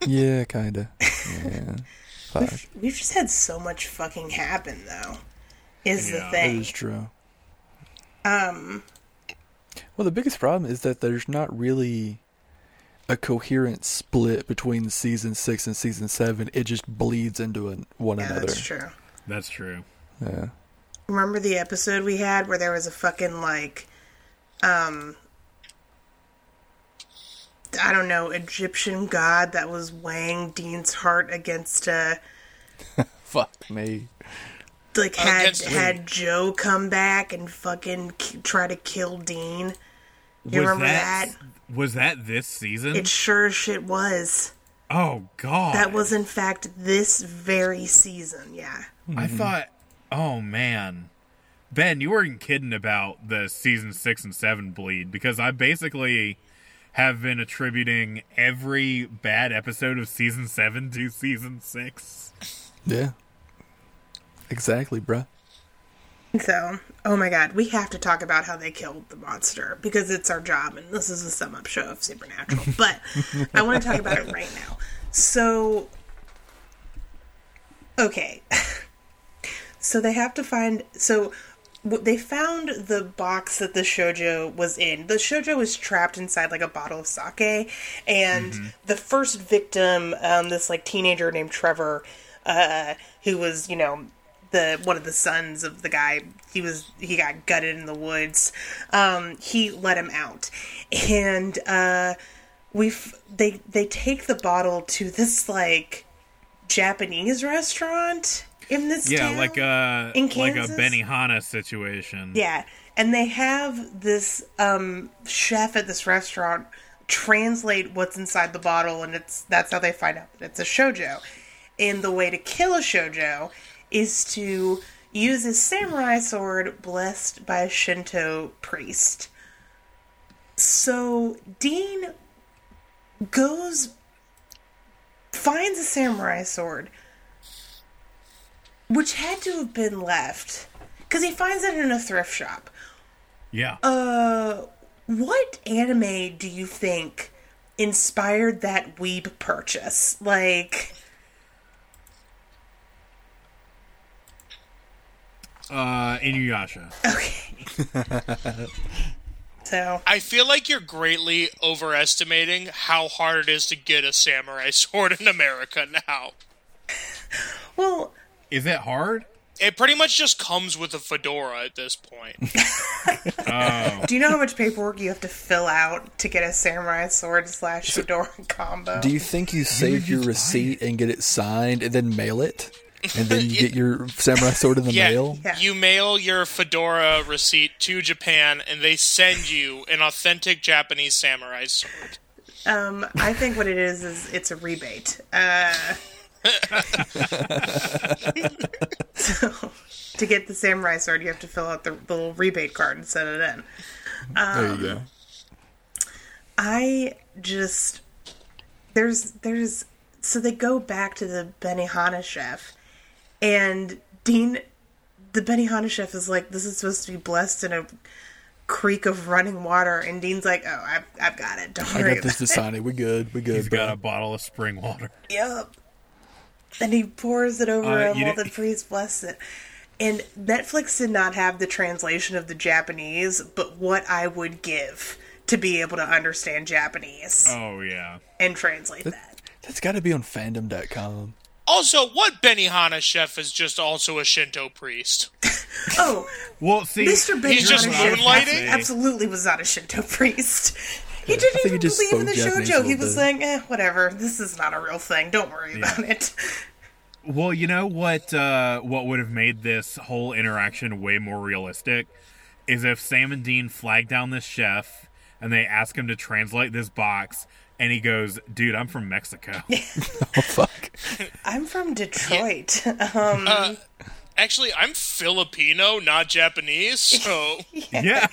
Speaker 1: yeah, kinda. Yeah,
Speaker 3: We've, we've just had so much fucking happen though. Is
Speaker 2: Yeah.
Speaker 3: the
Speaker 1: that
Speaker 3: thing?
Speaker 1: is true. Um. Well, the biggest problem is that there's not really a coherent split between season six and season seven. It just bleeds into an, one
Speaker 3: Yeah,
Speaker 1: another.
Speaker 3: that's true.
Speaker 2: that's true
Speaker 1: Yeah.
Speaker 3: Remember the episode we had where there was a fucking like um I don't know, Egyptian god that was weighing Dean's heart against a
Speaker 1: Fuck me.
Speaker 3: like had
Speaker 4: Against who?
Speaker 3: had Joe come back and fucking k- try to kill Dean. You remember that?
Speaker 2: was that this season
Speaker 3: It sure as shit was.
Speaker 2: oh god
Speaker 3: That was in fact this very season, yeah.
Speaker 2: I thought, oh man, Ben, you weren't kidding about the season six and seven bleed because I basically have been attributing every bad episode of season seven to season six.
Speaker 1: Yeah. Exactly, bruh.
Speaker 3: So, oh my god, we have to talk about how they killed the monster because it's our job and this is a sum up show of Supernatural. But I want to talk about it right now. So, okay. so they have to find. So w- they found the box that the shoujo was in. The shoujo was trapped inside like a bottle of sake, and
Speaker 2: Mm-hmm.
Speaker 3: the first victim, um, this like teenager named Trevor, uh, who was you know the one of the sons of the guy. He was he got gutted in the woods. Um, he let him out, and uh, we f- they they take the bottle to this like Japanese restaurant in this
Speaker 2: Yeah,
Speaker 3: town.
Speaker 2: like a
Speaker 3: In
Speaker 2: like a
Speaker 3: Kansas?
Speaker 2: Benihana situation.
Speaker 3: Yeah, and they have this um, chef at this restaurant translate what's inside the bottle, and it's that's how they find out that it's a shojo. And the way to kill a shojo is to use a samurai sword blessed by a Shinto priest. So Dean goes finds a samurai sword which had to have been left because he finds it in a thrift shop.
Speaker 2: yeah.
Speaker 3: What anime do you think inspired that weeb purchase? Like,
Speaker 2: Uh, Inuyasha.
Speaker 3: okay. so,
Speaker 4: I feel like you're greatly overestimating how hard it is to get a samurai sword in America now.
Speaker 3: well,
Speaker 2: Is it hard?
Speaker 4: it pretty much just comes with a fedora at this point.
Speaker 2: Oh,
Speaker 3: Do you know how much paperwork you have to fill out to get a samurai sword slash fedora combo?
Speaker 1: Do you think you save your receipt and get it signed and then mail it? And then you get your samurai sword in the
Speaker 4: Yeah,
Speaker 1: mail?
Speaker 3: Yeah.
Speaker 4: you mail your fedora receipt to Japan, and they send you an authentic Japanese samurai sword.
Speaker 3: um, I think what it is is it's a rebate. Uh, so to get the samurai sword, you have to fill out the, the little rebate card and send it in.
Speaker 1: There you go.
Speaker 3: I just there's there's so they go back to the Benihana chef, and Dean, the Benihana chef is like, this is supposed to be blessed in a creek of running water, and Dean's like, oh, I've I've got it. Don't
Speaker 1: I
Speaker 3: worry.
Speaker 1: got this to sign it. We good. We
Speaker 2: he's
Speaker 1: good.
Speaker 2: got a
Speaker 1: Bro.
Speaker 2: bottle of spring water.
Speaker 3: Yep. And he pours it over
Speaker 2: Uh,
Speaker 3: him
Speaker 2: you
Speaker 3: while
Speaker 2: di-
Speaker 3: the priest bless it. And Netflix did not have the translation of the Japanese, but what I would give to be able to understand Japanese
Speaker 2: Oh yeah.
Speaker 3: and translate that.
Speaker 1: That's got to be on fandom.com.
Speaker 4: Also, what Benihana chef is just also a Shinto priest.
Speaker 3: Oh,
Speaker 2: Well, see,
Speaker 3: Mr. Ben
Speaker 4: He's just
Speaker 3: Jonathan
Speaker 4: moonlighting?
Speaker 3: Absolutely was not a Shinto priest. He didn't
Speaker 1: think he
Speaker 3: even
Speaker 1: just
Speaker 3: believe in the
Speaker 1: spoke Japanese a
Speaker 3: shojo. He
Speaker 1: little
Speaker 3: was
Speaker 1: bit.
Speaker 3: like, eh, whatever. This is not a real thing. Don't worry about it.
Speaker 2: Well, you know what? Uh, what would have made this whole interaction way more realistic is if Sam and Dean flag down this chef and they ask him to translate this box, and he goes, "Dude, I'm from Mexico."
Speaker 1: Oh, fuck.
Speaker 3: I'm from Detroit. Uh-huh.
Speaker 4: Actually, I'm Filipino, not Japanese, so
Speaker 2: yeah.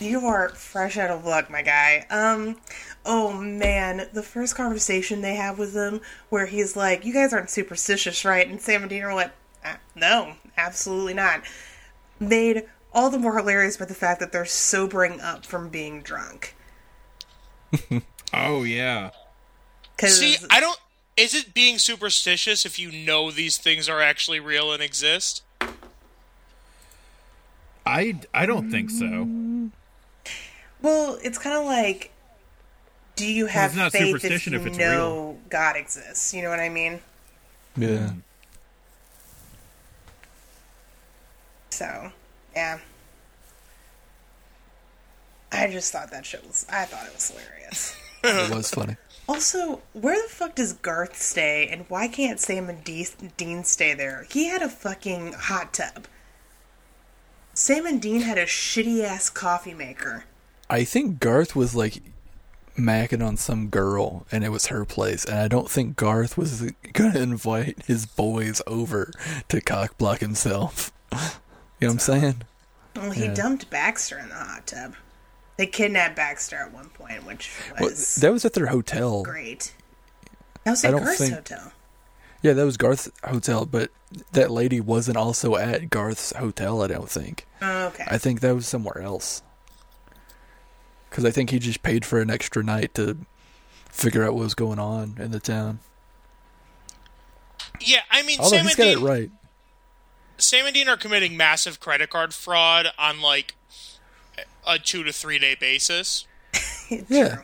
Speaker 3: You are fresh out of luck, my guy. Um, oh man, the first conversation they have with him, where he's like, "You guys aren't superstitious, right?" And Sam and Dean are like, "Uh, "No, absolutely not." Made all the more hilarious by the fact that they're sobering up from being drunk.
Speaker 2: oh yeah.
Speaker 3: Because
Speaker 4: see, I don't. Is it being superstitious if you know these things are actually real and exist?
Speaker 2: I I don't think so.
Speaker 3: well, it's kind of like, do you have
Speaker 2: it's not
Speaker 3: faith
Speaker 2: superstition
Speaker 3: if
Speaker 2: if
Speaker 3: you
Speaker 2: it's
Speaker 3: know God exists? You know what I mean?
Speaker 1: Yeah.
Speaker 3: So, yeah. I just thought that shit was. I thought it was hilarious.
Speaker 1: It was funny.
Speaker 3: Also, where the fuck does Garth stay, and why can't Sam and De- Dean stay there? He had a fucking hot tub. Sam and Dean had a shitty ass coffee maker.
Speaker 1: I think Garth was like macking on some girl and it was her place. And I don't think Garth was going to invite his boys over to cock block himself. You know what I'm saying?
Speaker 3: Well, he
Speaker 1: Yeah.
Speaker 3: dumped Baxter in the hot tub. They kidnapped Baxter at one point, which
Speaker 1: Well,
Speaker 3: was
Speaker 1: that was at their hotel.
Speaker 3: great. That was
Speaker 1: I
Speaker 3: at
Speaker 1: don't
Speaker 3: Garth's
Speaker 1: think-
Speaker 3: hotel.
Speaker 1: Yeah, that was Garth's hotel, but that lady wasn't also at Garth's hotel, I don't think.
Speaker 3: Oh, okay.
Speaker 1: I think that was somewhere else. Because I think he just paid for an extra night to figure out what was going on in the town.
Speaker 4: Yeah, I mean,
Speaker 1: Although
Speaker 4: Sam
Speaker 1: he's
Speaker 4: and
Speaker 1: got
Speaker 4: Dean,
Speaker 1: it right.
Speaker 4: Sam and Dean are committing massive credit card fraud on like a two to three day basis.
Speaker 1: Yeah.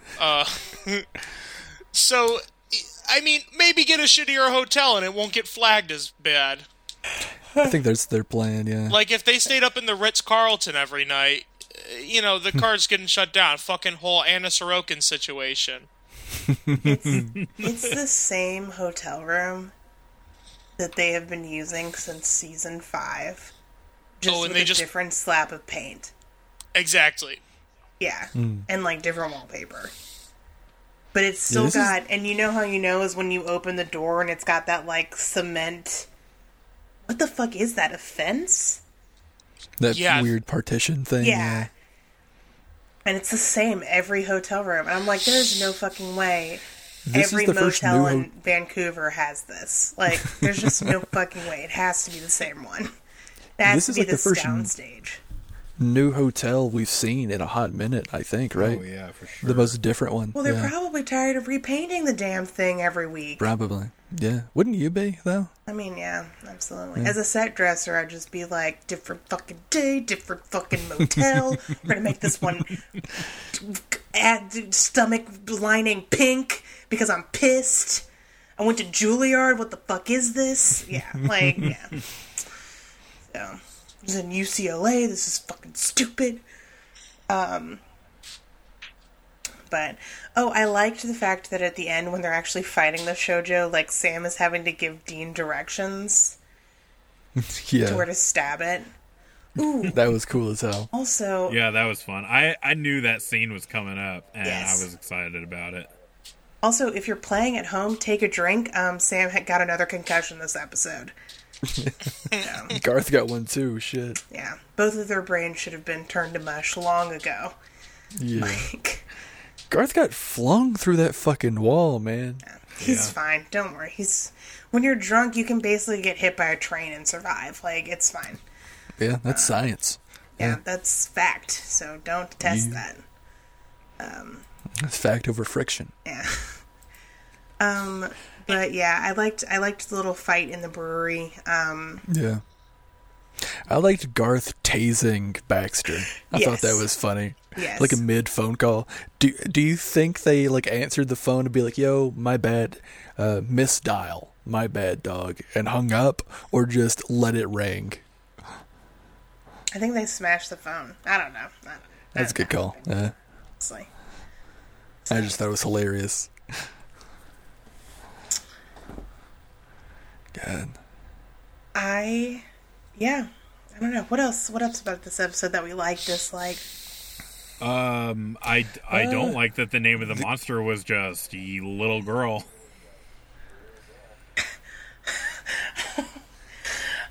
Speaker 4: So, I mean, maybe get a shittier hotel and it won't get flagged as bad.
Speaker 1: I think that's their plan, yeah.
Speaker 4: Like if they stayed up in the Ritz Carlton every night, uh, you know, the card's getting shut down. Fucking whole Anna Sorokin situation.
Speaker 3: It's the same hotel room that they have been using since season five. Just
Speaker 4: Oh, and
Speaker 3: with
Speaker 4: they
Speaker 3: a
Speaker 4: just-
Speaker 3: different slab of paint.
Speaker 4: Exactly.
Speaker 3: Yeah.
Speaker 1: Hmm.
Speaker 3: And like different wallpaper. But it's still
Speaker 1: this is-
Speaker 3: got and you know how you know is when you open the door and it's got that like cement what the fuck is that? A fence?
Speaker 1: that
Speaker 4: yeah.
Speaker 1: weird partition thing.
Speaker 3: Yeah.
Speaker 1: Yeah.
Speaker 3: And it's the same every hotel room. And I'm like, there's no fucking way
Speaker 1: This
Speaker 3: every
Speaker 1: is the first new
Speaker 3: motel in
Speaker 1: ho-
Speaker 3: Vancouver has this. Like, there's just no fucking way. It has to be the same one. It
Speaker 1: This
Speaker 3: has to
Speaker 1: is
Speaker 3: be
Speaker 1: like the
Speaker 3: this
Speaker 1: first-
Speaker 3: downstage.
Speaker 1: new hotel we've seen in a hot minute, I think, right?
Speaker 2: Oh yeah, for sure.
Speaker 1: The most different one.
Speaker 3: Well, they're
Speaker 1: yeah.
Speaker 3: probably tired of repainting the damn thing every week.
Speaker 1: Probably. Yeah. Wouldn't you be, though?
Speaker 3: I mean, yeah, absolutely. As a set dresser, I'd just be like, different fucking day, different fucking motel. We're gonna make this one add stomach lining pink because I'm pissed. I went to Juilliard. What the fuck is this? Yeah, like yeah. So, this is in UCLA. This is fucking stupid. But oh, I liked the fact that at the end, when they're actually fighting the shojo, like Sam is having to give Dean directions to where
Speaker 1: yeah,
Speaker 3: to stab it. Ooh,
Speaker 1: that was cool as hell.
Speaker 3: also,
Speaker 2: Yeah, that was fun. I I knew that scene was coming up, and
Speaker 3: Yes.
Speaker 2: I was excited about it.
Speaker 3: also, if you're playing at home, take a drink. Um, Sam had got another concussion this episode.
Speaker 1: Garth got one too. Shit.
Speaker 3: Yeah, both of their brains should have been turned to mush long ago.
Speaker 1: Yeah.
Speaker 3: Like,
Speaker 1: Garth got flung through that fucking wall, man.
Speaker 3: he's
Speaker 2: Yeah.
Speaker 3: fine. Don't worry. He's when you're drunk, you can basically get hit by a train and survive. Like, it's fine.
Speaker 1: Yeah, that's science.
Speaker 3: Yeah, that's fact. So don't test
Speaker 1: You-
Speaker 3: that.
Speaker 1: That's fact over friction.
Speaker 3: Yeah. Um, but yeah, I liked I liked the little fight in the brewery. Um,
Speaker 1: Yeah. I liked Garth tasing Baxter. I thought
Speaker 3: Yes.
Speaker 1: that was funny.
Speaker 3: Yes.
Speaker 1: Like a mid phone call. Do do you think they like answered the phone and be like, "Yo, my bad, uh, misdial, my bad, dog," and hung up, or just let it ring?
Speaker 3: I think they smashed the phone. I don't know. I don't,
Speaker 1: That's a good call. Yeah.
Speaker 3: honestly.
Speaker 1: I just thought it was hilarious.
Speaker 3: Mm.
Speaker 1: God.
Speaker 3: I, yeah, I don't know what else. What else about this episode that we like, dislike?
Speaker 2: Um, I I
Speaker 1: Uh,
Speaker 2: don't like that the name of the monster was just "Ye little girl.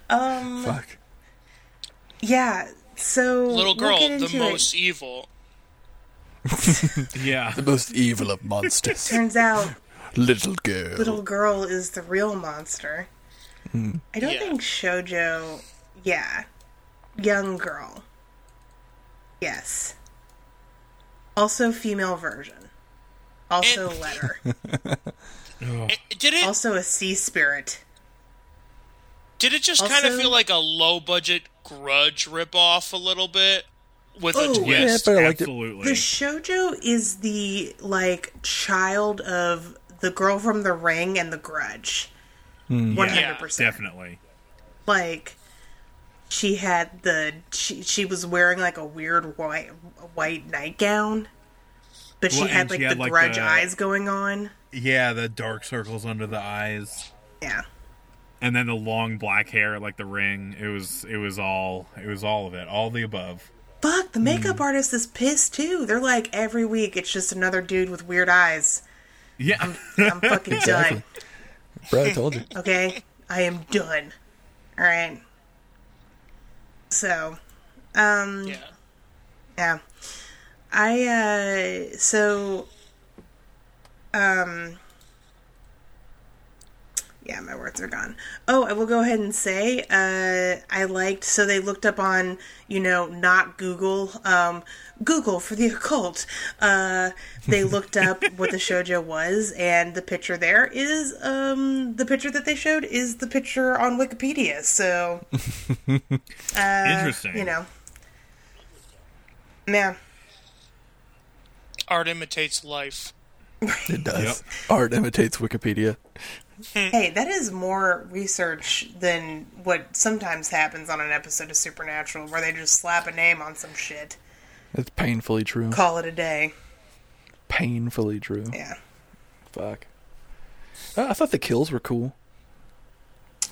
Speaker 1: Fuck.
Speaker 3: Yeah. So we'll
Speaker 4: Little girl,
Speaker 3: get
Speaker 4: the
Speaker 3: into it.
Speaker 4: most evil.
Speaker 2: Yeah,
Speaker 1: Most evil of monsters.
Speaker 3: Turns out,
Speaker 1: Little girl.
Speaker 3: little girl is the real monster. I don't
Speaker 4: Yeah.
Speaker 3: think shojo. Yeah, young girl. Yes. Also female version. Also letter.
Speaker 4: It- Eh, did it?
Speaker 3: also a sea spirit.
Speaker 4: Did it just kind of
Speaker 3: also-
Speaker 4: feel like a low budget Grudge ripoff a little bit with
Speaker 3: Oh,
Speaker 4: a twist?
Speaker 1: yeah,
Speaker 2: yes,
Speaker 1: but I liked it.
Speaker 2: absolutely.
Speaker 3: The shojo is the like child of the girl from the ring and the grudge. One
Speaker 2: Yeah,
Speaker 3: hundred percent.
Speaker 2: definitely.
Speaker 3: like she had the she, she was wearing like a weird white white nightgown but she
Speaker 2: Well,
Speaker 3: had
Speaker 2: and
Speaker 3: like
Speaker 2: she had,
Speaker 3: the
Speaker 2: like,
Speaker 3: grudge
Speaker 2: the-
Speaker 3: eyes going on
Speaker 2: Yeah, the dark circles under the eyes,
Speaker 3: yeah
Speaker 2: and then the long black hair, like the ring. It was it was all it was all of it, all the above.
Speaker 3: fuck the
Speaker 2: Hmm.
Speaker 3: makeup artist is pissed too they're like every week it's just another dude with weird eyes
Speaker 2: Yeah,
Speaker 3: i'm fucking
Speaker 1: Exactly. Bro, I told you.
Speaker 3: done okay i am done all right so um
Speaker 4: Yeah.
Speaker 3: Yeah. I uh so um yeah, my words are gone. Oh, I will go ahead and say uh I liked so they looked up on, you know, not Google, um Google for the occult. Uh they looked up what the shojo was and the picture there is um the picture that they showed is the picture on Wikipedia. So,
Speaker 2: interesting.
Speaker 3: you know. Yeah.
Speaker 4: Art imitates life.
Speaker 1: It does.
Speaker 2: Yep.
Speaker 1: Art imitates Wikipedia.
Speaker 3: Hey, that is more research than what sometimes happens on an episode of Supernatural, where they just slap a name on some shit,
Speaker 1: It's painfully true.
Speaker 3: call it a day.
Speaker 1: Painfully true.
Speaker 3: Yeah.
Speaker 1: Fuck. I-, I thought the kills were cool.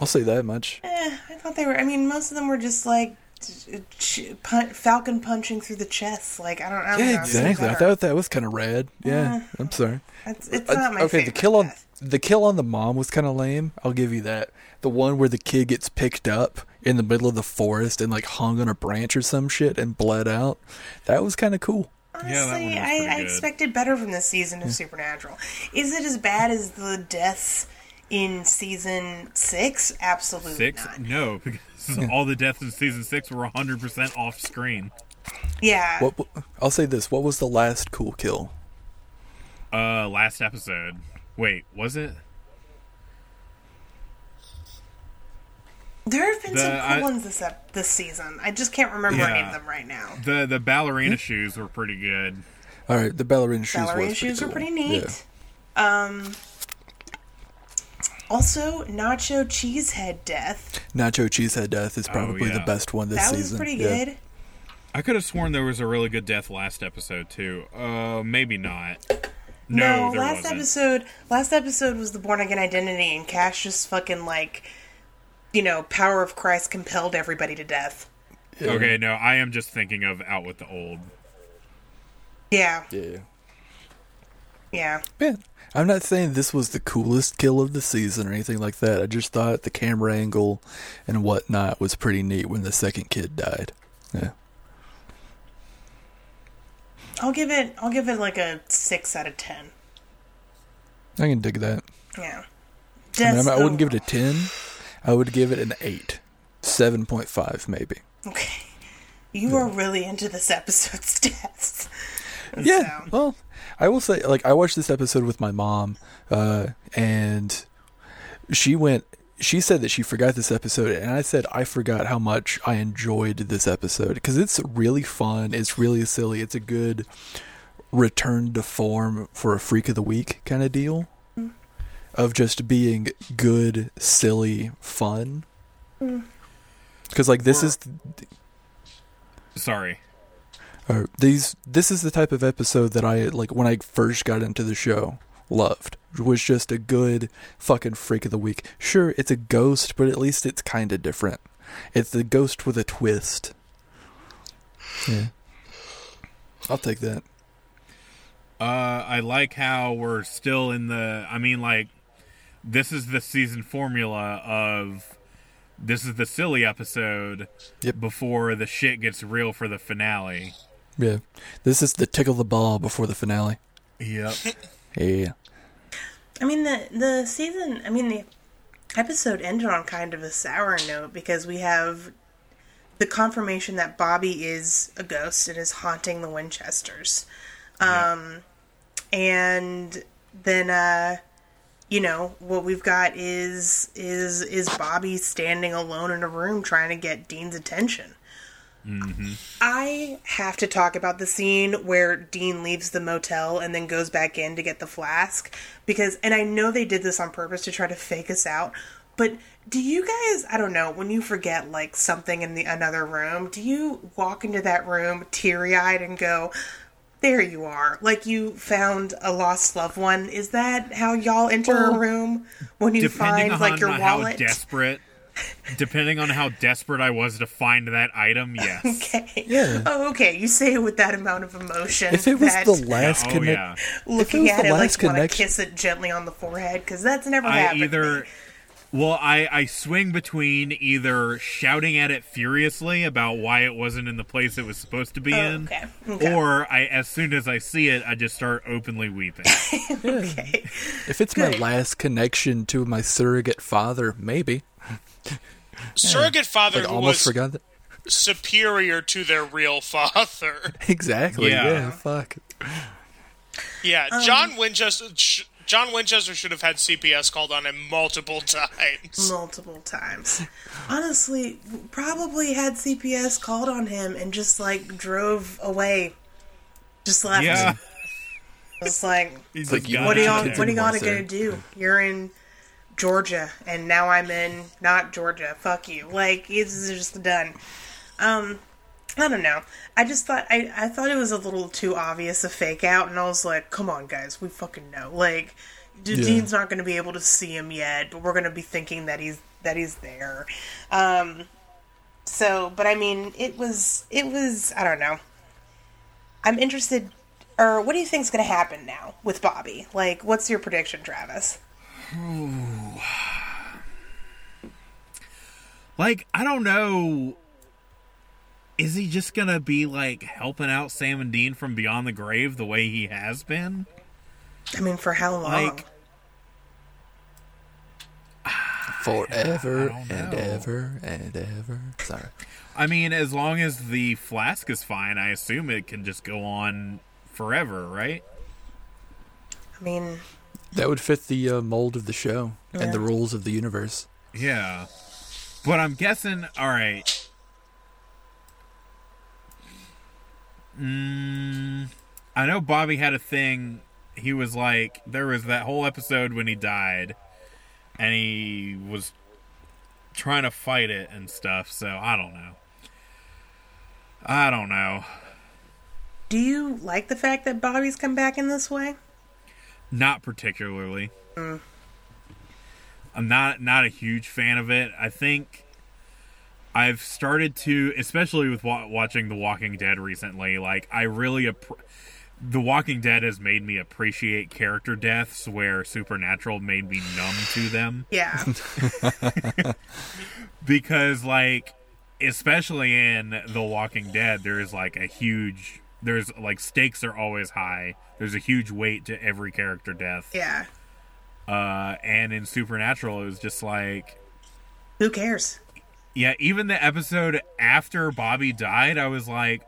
Speaker 1: I'll say that much.
Speaker 3: Eh, I thought they were. I mean, most of them were just like t- ch- pun- Falcon punching through the chest. Like I don't. I don't know.
Speaker 1: Yeah,
Speaker 3: it's not
Speaker 1: exactly. I
Speaker 3: better.
Speaker 1: thought that was kind of rad. Yeah, I'm sorry.
Speaker 3: it's, it's
Speaker 1: Uh,
Speaker 3: not my
Speaker 1: okay, the
Speaker 3: favorite
Speaker 1: kill on
Speaker 3: death.
Speaker 1: the kill on the mom was kind of lame. I'll give you that. The one where the kid gets picked up in the middle of the forest and like hung on a branch or some shit and bled out. That was kind of cool.
Speaker 2: Yeah, that one
Speaker 3: Honestly,
Speaker 2: was pretty
Speaker 3: I, I
Speaker 2: good.
Speaker 3: expected better from this season of Supernatural. Is it as bad as the deaths in season six? Absolutely
Speaker 2: six?
Speaker 3: not.
Speaker 2: No, because all the deaths in season six were 100 percent off screen.
Speaker 3: Yeah.
Speaker 1: What w- I'll say this: What was the last cool kill?
Speaker 2: Uh, last episode. Wait, was it?
Speaker 3: There have been
Speaker 2: The-
Speaker 3: some cool
Speaker 2: I-
Speaker 3: ones this ep- this season. I just can't remember any of
Speaker 2: Yeah.
Speaker 3: them right now.
Speaker 2: The the ballerina shoes were pretty good.
Speaker 1: All right, the ballerina shoes.
Speaker 3: Ballerina
Speaker 1: was
Speaker 3: shoes
Speaker 1: cool.
Speaker 3: are pretty neat.
Speaker 1: Yeah.
Speaker 3: Um, Also, Nacho Cheesehead death.
Speaker 1: Nacho Cheesehead Death is probably the
Speaker 2: yeah.
Speaker 1: best one this
Speaker 3: That
Speaker 1: season.
Speaker 3: was pretty
Speaker 1: Yeah.
Speaker 3: good.
Speaker 2: I could have sworn there was a really good death last episode too. Uh, maybe not.
Speaker 3: No,
Speaker 2: No, there
Speaker 3: last
Speaker 2: wasn't.
Speaker 3: episode. Last episode was the born again identity, and Cash just fucking like, you know, power of Christ compelled everybody to death.
Speaker 1: Yeah.
Speaker 2: Okay, no, I am just thinking of out with the old.
Speaker 3: Yeah,
Speaker 1: Yeah.
Speaker 3: yeah.
Speaker 1: Man, I'm not saying this was the coolest kill of the season or anything like that. I just thought the camera angle and whatnot was pretty neat when the second kid died. Yeah.
Speaker 3: I'll give it. I'll give it like a six out of ten.
Speaker 1: I can dig that.
Speaker 3: Yeah.
Speaker 1: I, mean,
Speaker 3: Death's
Speaker 1: I'm- I wouldn't
Speaker 3: the-
Speaker 1: give it a 10. I would give it an 8. 7.5, maybe.
Speaker 3: Okay. You are really into this episode's deaths.
Speaker 1: Yeah.
Speaker 3: So-
Speaker 1: Well, I will say, like, I watched this episode with my mom, uh, and she went. She said that she forgot this episode, and I said I forgot how much I enjoyed this episode because it's really fun. It's really silly. It's a good return to form for a freak of the week kind of deal of just being good, silly, fun. Because like this is
Speaker 2: Sorry.
Speaker 1: or these this is the type of episode that I like when I first got into the show loved It was just a good fucking freak of the week. Sure, it's a ghost, but at least it's kind of different. It's the ghost with a twist. Yeah. I'll take that.
Speaker 2: Uh, I like how we're still in the. I mean, like, this is the season formula of this is the silly episode
Speaker 1: Yep.
Speaker 2: before the shit gets real for the finale.
Speaker 1: Yeah. This is the tickle the ball before the finale.
Speaker 2: Yep.
Speaker 1: Yeah.
Speaker 3: I mean the the season. I mean the episode ended on kind of a sour note because we have the confirmation that Bobby is a ghost and is haunting the Winchesters, um, and then uh, you know what we've got is is is Bobby standing alone in a room trying to get Dean's attention. I have to talk about the scene where Dean leaves the motel and then goes back in to get the flask because and I know they did this on purpose to try to fake us out, but do you guys, I don't know, when you forget like something in the another room, do you walk into that room teary-eyed and go, "There you are." Like you found a lost loved one. Is that how y'all enter a
Speaker 1: Well,
Speaker 3: room when you
Speaker 2: depending
Speaker 3: find
Speaker 2: on
Speaker 3: like your
Speaker 2: how
Speaker 3: wallet?
Speaker 2: desperate. Depending on how desperate I was to find that item, yes.
Speaker 3: Okay.
Speaker 1: Yeah.
Speaker 3: Oh, okay. You say it with that amount of emotion.
Speaker 1: If it was
Speaker 3: that-
Speaker 1: the last
Speaker 2: oh
Speaker 1: connect
Speaker 2: yeah.
Speaker 3: looking
Speaker 1: was
Speaker 3: at
Speaker 1: the
Speaker 3: it like
Speaker 1: last
Speaker 3: you want to
Speaker 1: connection-
Speaker 3: kiss it gently on the forehead because that's never
Speaker 2: I
Speaker 3: happened. to
Speaker 2: either
Speaker 3: me.
Speaker 2: well, I, I swing between either shouting at it furiously about why it wasn't in the place it was supposed to be in,
Speaker 3: Oh, okay, okay.
Speaker 2: or I as soon as I see it, I just start openly weeping.
Speaker 3: Okay.
Speaker 1: if it's my last connection to my surrogate father, maybe.
Speaker 4: Surrogate father
Speaker 1: Like,
Speaker 4: who
Speaker 1: almost
Speaker 4: was
Speaker 1: forgot that.
Speaker 4: superior to their real father.
Speaker 1: Exactly.
Speaker 2: Yeah.
Speaker 1: yeah fuck.
Speaker 4: Yeah,
Speaker 3: Um,
Speaker 4: John Winchester. Sh- John Winchester should have had CPS called on him multiple times.
Speaker 3: multiple times. Honestly, probably had CPS called on him and just like drove away, just left.
Speaker 2: yeah.
Speaker 3: Just like,
Speaker 2: He's
Speaker 1: like,
Speaker 2: just
Speaker 1: you
Speaker 2: got
Speaker 3: what are
Speaker 1: Uh,
Speaker 3: y'all?
Speaker 1: kids
Speaker 3: What are
Speaker 1: anymore,
Speaker 3: y'all gonna
Speaker 1: sir.
Speaker 3: do? You're in Georgia, and now I'm in not Georgia. Fuck you. Like it's just done. Um, I don't know. I just thought I I thought it was a little too obvious a fake out, and I was like, come on, guys, we fucking know. Like, D-
Speaker 1: Yeah.
Speaker 3: Dean's not gonna be able to see him yet, but we're gonna be thinking that he's that he's there. Um, so, but I mean, it was it was I don't know. I'm interested. Or what do you think's going to happen now with Bobby? Like, what's your prediction, Travis?
Speaker 2: Like, I don't know. Is he just gonna be like helping out Sam and Dean from beyond the grave the way he has been?
Speaker 3: I mean, for how long?
Speaker 2: Like-
Speaker 1: Forever
Speaker 2: I don't
Speaker 1: and
Speaker 2: know.
Speaker 1: ever and ever. Sorry.
Speaker 2: I mean, as long as the flask is fine, I assume it can just go on forever, right?
Speaker 3: I mean,
Speaker 1: That would fit the uh, mold of the show and the rules of the universe.
Speaker 2: Yeah. But I'm guessing, all right. Mm, I know Bobby had a thing. He was like, there was that whole episode when he died, and he was trying to fight it and stuff. So I don't know. I don't know.
Speaker 3: Do you like the fact that Bobby's come back in this way?
Speaker 2: Not particularly. I'm not not a huge fan of it. I think I've started to, especially with wa- watching The Walking Dead recently. Like I really, appr The Walking Dead has made me appreciate character deaths where Supernatural made me numb to them
Speaker 3: Yeah.
Speaker 2: because like especially in The Walking Dead there is like a huge there's like stakes are always high. There's a huge weight to every character death.
Speaker 3: yeah.
Speaker 2: Uh and in Supernatural it was just like
Speaker 3: Who cares?
Speaker 2: yeah, even the episode after Bobby died I was like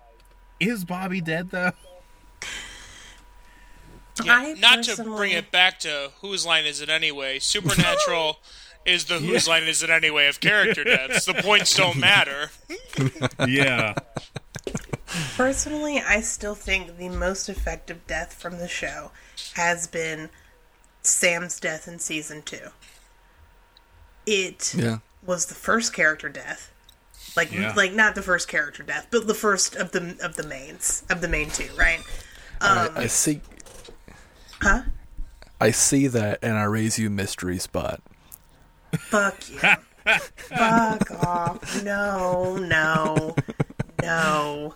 Speaker 2: is Bobby dead though?
Speaker 4: Yeah,
Speaker 3: I
Speaker 4: not to
Speaker 3: personally-
Speaker 4: bring it back to whose line is it anyway. Supernatural is the whose line is it anyway of character deaths. The points don't matter.
Speaker 2: Yeah.
Speaker 3: Personally, I still think the most effective death from the show has been Sam's death in season two. It
Speaker 1: Yeah.
Speaker 3: was the first character death. Like,
Speaker 2: Yeah.
Speaker 3: like not the first character death, but the first of the of the mains of the main two, right?
Speaker 1: I, I see.
Speaker 3: Um, Huh?
Speaker 1: I see that, and I raise you mystery spot.
Speaker 3: Fuck you. Fuck off. No, no, no.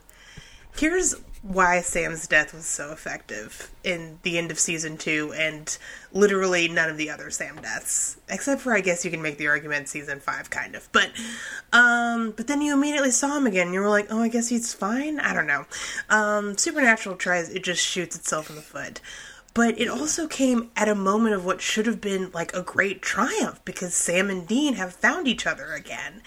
Speaker 3: Here's why Sam's death was so effective in the end of season two and literally none of the other Sam deaths. Except for I guess you can make the argument season five kind of. But um but then you immediately saw him again and you were like, Oh I guess he's fine? I don't know. Um Supernatural tries it just shoots itself in the foot. But it also came at a moment of what should have been like a great triumph because Sam and Dean have found each other again.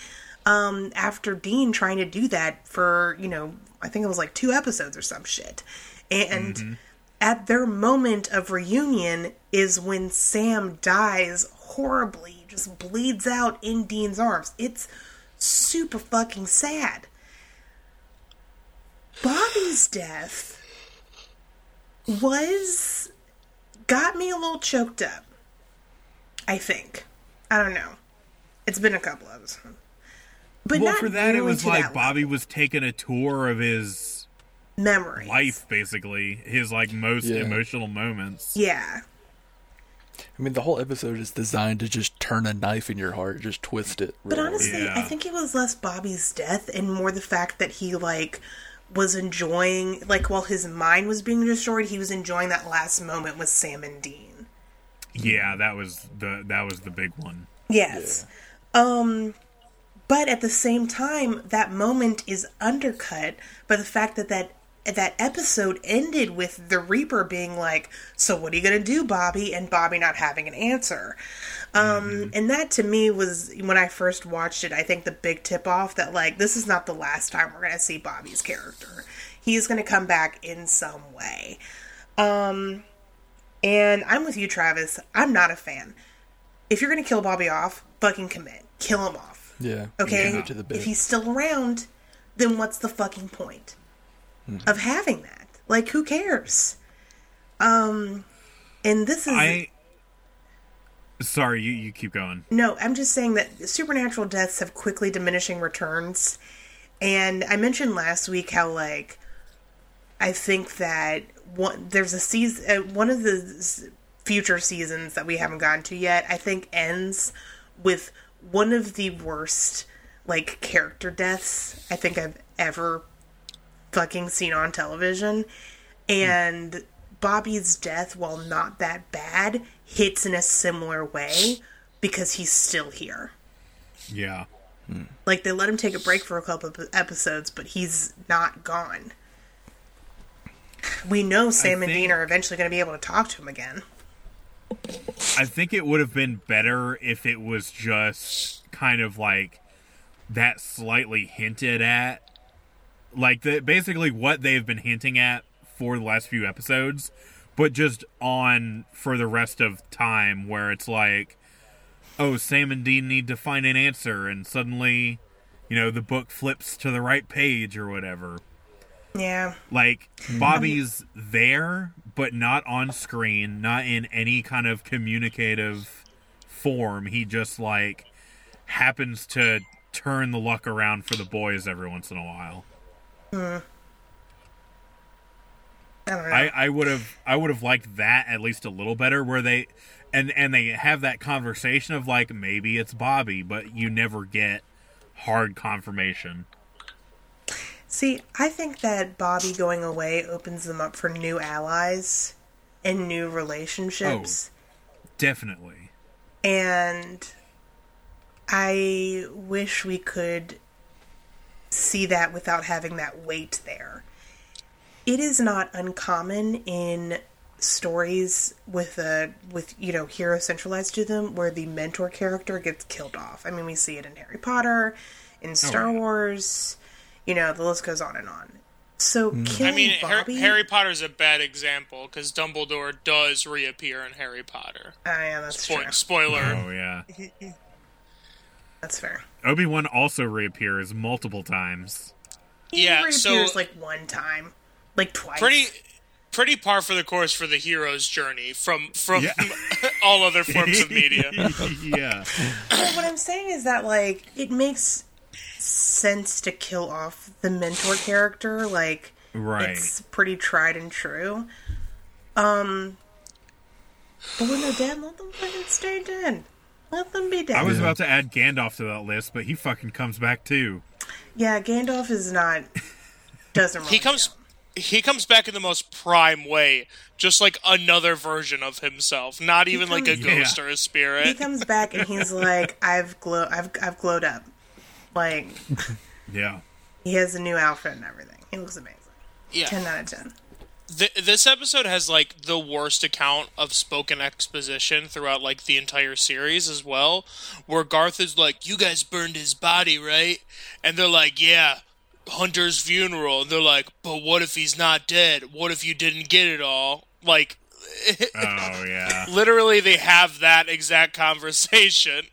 Speaker 3: Um, after Dean trying to do that for, you know, I think it was like two episodes or some shit. And at their moment of reunion is when Sam dies horribly, just bleeds out in Dean's arms. It's super fucking sad. Bobby's death was got me a little choked up. I think. I don't know. It's been a couple of them. But
Speaker 2: well
Speaker 3: not
Speaker 2: for that it
Speaker 3: really
Speaker 2: was
Speaker 3: to
Speaker 2: like
Speaker 3: that
Speaker 2: Bobby was taking a tour of his
Speaker 3: memory.
Speaker 2: life basically, his like most
Speaker 1: Yeah.
Speaker 2: emotional moments.
Speaker 3: Yeah.
Speaker 1: I mean, the whole episode is designed to just turn a knife in your heart, just twist it.
Speaker 3: But
Speaker 1: real
Speaker 3: honestly,
Speaker 2: Yeah.
Speaker 3: I think it was less Bobby's death and more the fact that he like was enjoying like while his mind was being destroyed, he was enjoying that last moment with Sam and Dean.
Speaker 2: Yeah, that was the that was the big one.
Speaker 3: Yes. Um but at the same time that moment is undercut by the fact that that that episode ended with the Reaper being like, "So what are you going to do, Bobby?" and Bobby not having an answer. Um and that to me was when I first watched it, I think the big tip off that like this is not the last time we're going to see Bobby's character. He's going to come back in some way. Um and I'm with you, Travis. I'm not a fan if you're gonna kill Bobby off, fucking commit. Kill him off.
Speaker 1: Yeah.
Speaker 3: Okay?
Speaker 1: Yeah, to the bit.
Speaker 3: if he's still around, then what's the fucking point
Speaker 1: Hmm.
Speaker 3: of having that? Like who cares? Um and this is
Speaker 2: I Sorry, you, you keep going.
Speaker 3: no, I'm just saying that supernatural deaths have quickly diminishing returns. And I mentioned last week how, like, I think that one, there's a season, uh, one of the s- future seasons that we haven't gotten to yet, I think ends with one of the worst, like, character deaths I think I've ever fucking seen on television. And Bobby's death, while not that bad, hits in a similar way because he's still here.
Speaker 2: Yeah.
Speaker 3: Like they let him take a break for a couple of episodes, but he's not gone. We know Sam and
Speaker 2: think-
Speaker 3: Dean are eventually going to be able to talk to him again.
Speaker 2: I think it would have been better if it was just kind of like that slightly hinted at like the basically what they've been hinting at for the last few episodes but just on for the rest of time where it's like oh sam and dean need to find an answer and suddenly you know the book flips to the right page or whatever
Speaker 3: Yeah,
Speaker 2: like
Speaker 3: Mm-hmm.
Speaker 2: Bobby's there, but not on screen, not in any kind of communicative form. He just like happens to turn the luck around for the boys every once in a while.
Speaker 3: Hmm. I don't know.
Speaker 2: I, I would have I would have liked that at least a little better where they and and they have that conversation of like maybe it's Bobby, but you never get hard confirmation.
Speaker 3: See, I think that Bobby going away opens them up for new allies and new relationships.
Speaker 2: Definitely.
Speaker 3: And I wish we could see that without having that weight there. It is not uncommon in stories with a with you know hero centralized to them where the mentor character gets killed off. I mean, we see it in Harry Potter,
Speaker 4: Oh,
Speaker 3: in Star
Speaker 2: yeah.
Speaker 3: Wars, you know, the list goes on and on. So
Speaker 4: Mm. I
Speaker 3: killing
Speaker 4: mean, Har-
Speaker 3: Bobby,
Speaker 4: Harry Potter's a bad example because Dumbledore does reappear in Harry Potter.
Speaker 3: Oh, yeah, that's
Speaker 4: Spoil
Speaker 3: true.
Speaker 4: Spoiler.
Speaker 2: Oh yeah.
Speaker 3: That's fair.
Speaker 2: Obi Wan also reappears multiple times.
Speaker 4: Yeah,
Speaker 3: he
Speaker 4: so-
Speaker 3: reappears like one time, like twice.
Speaker 4: Pretty, pretty par for the course for the hero's journey from from
Speaker 2: Yeah.
Speaker 4: all other forms of media.
Speaker 2: yeah.
Speaker 3: But what I'm saying is that like it makes sense to kill off the mentor character. Like
Speaker 2: Right.
Speaker 3: it's pretty tried and true. Um, but when they're dead, let them fucking stay dead. Let them be dead.
Speaker 2: I was about to add Gandalf to that list, but he fucking comes back too.
Speaker 3: Yeah, Gandalf is not. Doesn't really
Speaker 4: He comes. He comes back in the most prime way, just like another version of himself. Not even like a
Speaker 3: comes-
Speaker 2: Yeah.
Speaker 4: ghost or a spirit.
Speaker 3: He comes back and he's like, "I've glow, I've I've glowed up." Like
Speaker 2: Yeah.
Speaker 3: he has a new outfit and everything. He looks amazing.
Speaker 4: yeah.
Speaker 3: Ten out of ten.
Speaker 4: Th- this episode has like the worst account of spoken exposition throughout like the entire series as well where garth is like you guys burned his body right and they're like yeah hunter's funeral and they're like but what if he's not dead what if you didn't get it all like
Speaker 2: Oh yeah.
Speaker 4: literally they have that exact conversation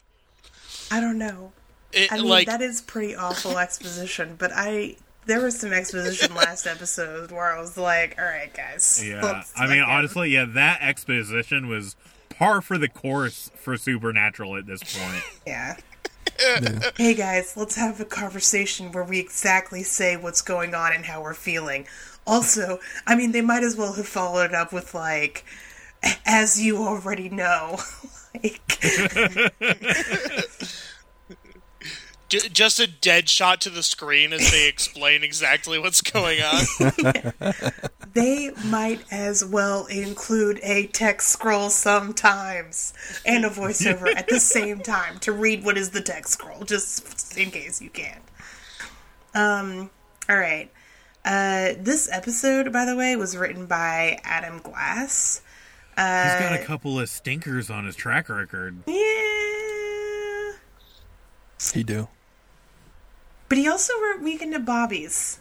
Speaker 3: I don't know.
Speaker 4: it,
Speaker 3: I mean,
Speaker 4: like
Speaker 3: that is pretty awful exposition, but I there was some exposition last episode where I was like, "All right, guys."
Speaker 2: Yeah.
Speaker 3: let's
Speaker 2: I mean,
Speaker 3: fucking-
Speaker 2: honestly, yeah, that exposition was par for the course for Supernatural at this point.
Speaker 3: yeah. Hey guys, let's have a conversation where we exactly say what's going on and how we're feeling. Also, I mean, they might as well have followed up with like, "As you already know." like,
Speaker 4: j- just a dead shot to the screen as they explain exactly what's going on
Speaker 3: they might as well include a text scroll sometimes and a voiceover at the same time to read what is the text scroll, just in case you can't. Um, all right. Uh, this episode, by the way, was written by Adam Glass.
Speaker 2: He's got a couple of stinkers on his track record.
Speaker 3: Yeah.
Speaker 1: He do.
Speaker 3: But he also wrote Weekend at Bobby's.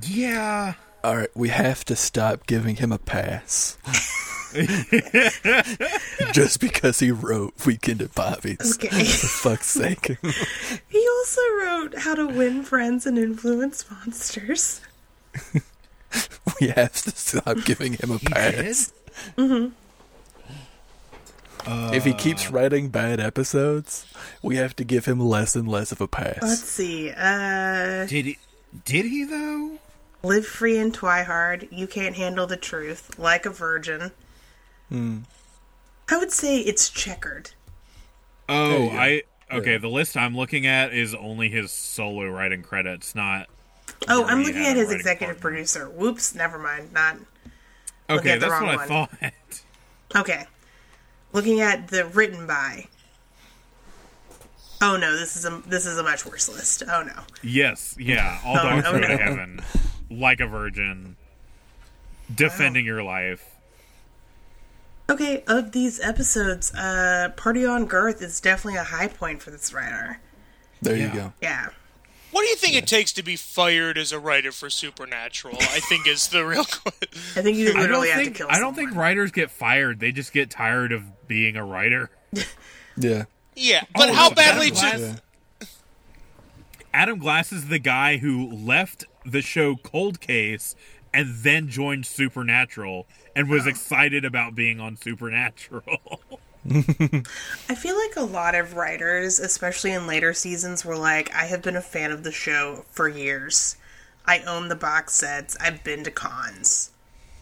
Speaker 2: Yeah.
Speaker 1: All right, we have to stop giving him a pass. Just because he wrote Weekend at Bobby's.
Speaker 3: Okay.
Speaker 1: For fuck's sake.
Speaker 3: He also wrote How to Win Friends and Influence Monsters.
Speaker 1: we have to stop giving him a pass. if he keeps writing bad episodes, we have to give him less and less of a
Speaker 3: Let's
Speaker 1: pass.
Speaker 3: see. Uh.
Speaker 2: Did he? Did he though?
Speaker 3: Live free and twihard. You can't handle the truth. Like a virgin.
Speaker 2: Hmm.
Speaker 3: I would say it's checkered.
Speaker 1: There
Speaker 2: Oh,
Speaker 1: you go.
Speaker 2: I okay. The list I'm looking at is only his solo writing credits, not
Speaker 3: Oh, I'm
Speaker 2: Already
Speaker 3: looking
Speaker 2: had a
Speaker 3: at his
Speaker 2: writing
Speaker 3: executive
Speaker 2: partner.
Speaker 3: producer. Whoops, never mind. Not
Speaker 2: okay.
Speaker 3: at the
Speaker 2: That's what
Speaker 3: wrong
Speaker 2: I
Speaker 3: one.
Speaker 2: thought.
Speaker 3: okay. Looking at the written by. Oh no, this is a this is a much worse list. Oh no.
Speaker 2: yes, yeah. All dogs go
Speaker 3: okay.
Speaker 2: to heaven, like a virgin, defending your life.
Speaker 3: Okay, of these episodes, uh Party on Girth is definitely a high point for this writer.
Speaker 1: There
Speaker 2: Yeah.
Speaker 1: you go.
Speaker 3: Yeah.
Speaker 4: What do you think it takes to be fired as a writer for Supernatural? I think is the real question.
Speaker 3: I think you
Speaker 2: I don't
Speaker 3: literally have to
Speaker 2: think.
Speaker 3: kill
Speaker 2: I don't
Speaker 3: someone.
Speaker 2: think writers get fired. They just get tired of being a writer.
Speaker 1: Yeah.
Speaker 4: Yeah, but
Speaker 2: Oh,
Speaker 4: how
Speaker 2: Adam
Speaker 4: badly?
Speaker 2: Glass-
Speaker 4: Do,
Speaker 1: Yeah.
Speaker 2: Adam Glass is the guy who left the show Cold Case and then joined Supernatural and was excited about being on Supernatural.
Speaker 3: I feel like a lot of writers, especially in later seasons, were like, I have been a fan of the show for years. I own the box sets. I've been to cons.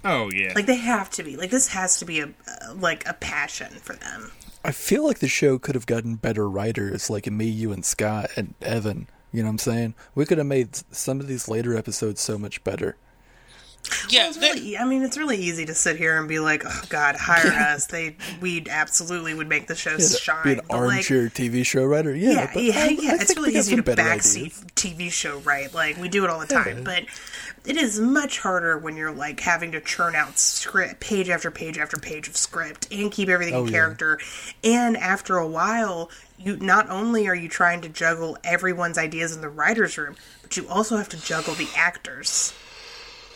Speaker 2: Oh yeah.
Speaker 3: Like they have to be. Like this has to be a uh, like a passion for them.
Speaker 1: I feel like the show could have gotten better writers like me, you, and Scott and Evan. You know what I'm saying? We could have made s- some of these later episodes so much better.
Speaker 4: Yeah,
Speaker 3: Well, it's
Speaker 4: they-
Speaker 3: really, e- I mean, it's really easy to sit here and be like, "Oh God, hire us." They, we absolutely would make the show shine.
Speaker 1: Be an
Speaker 3: But, like,
Speaker 1: armchair TV show writer. Yeah,
Speaker 3: yeah,
Speaker 1: but
Speaker 3: yeah,
Speaker 1: I- I
Speaker 3: yeah. it's
Speaker 1: think we
Speaker 3: really
Speaker 1: got
Speaker 3: easy
Speaker 1: some
Speaker 3: to
Speaker 1: better
Speaker 3: backseat
Speaker 1: ideas.
Speaker 3: TV show, right? Like we do it all the time, but it is much harder when you're like having to churn out script, page after page after page of script, and keep everything
Speaker 1: Oh,
Speaker 3: in
Speaker 1: yeah.
Speaker 3: character. And after a while, you not only are you trying to juggle everyone's ideas in the writers' room, but you also have to juggle the actors.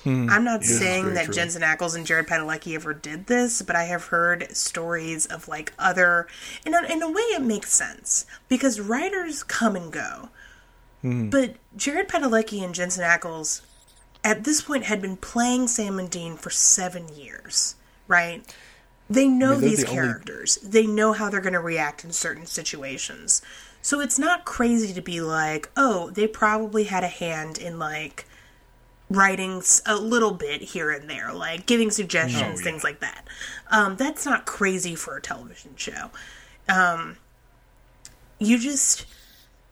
Speaker 3: I'm not saying
Speaker 1: very
Speaker 3: that
Speaker 1: true.
Speaker 3: Jensen Ackles and Jared Padalecki ever did this, but I have heard stories of like other. And in- in a way, it makes sense because writers come and go. But Jared Padalecki and Jensen Ackles, at this point, had been playing Sam and Dean for seven years, right? They know
Speaker 1: they're
Speaker 3: these
Speaker 1: the only-
Speaker 3: characters. They know how they're going to react in certain situations. So it's not crazy to be like, oh, they probably had a hand in like writing s- a little bit here and there, like giving suggestions,
Speaker 2: yeah.
Speaker 3: things like that. Um, that's not crazy for a television show. Um, you just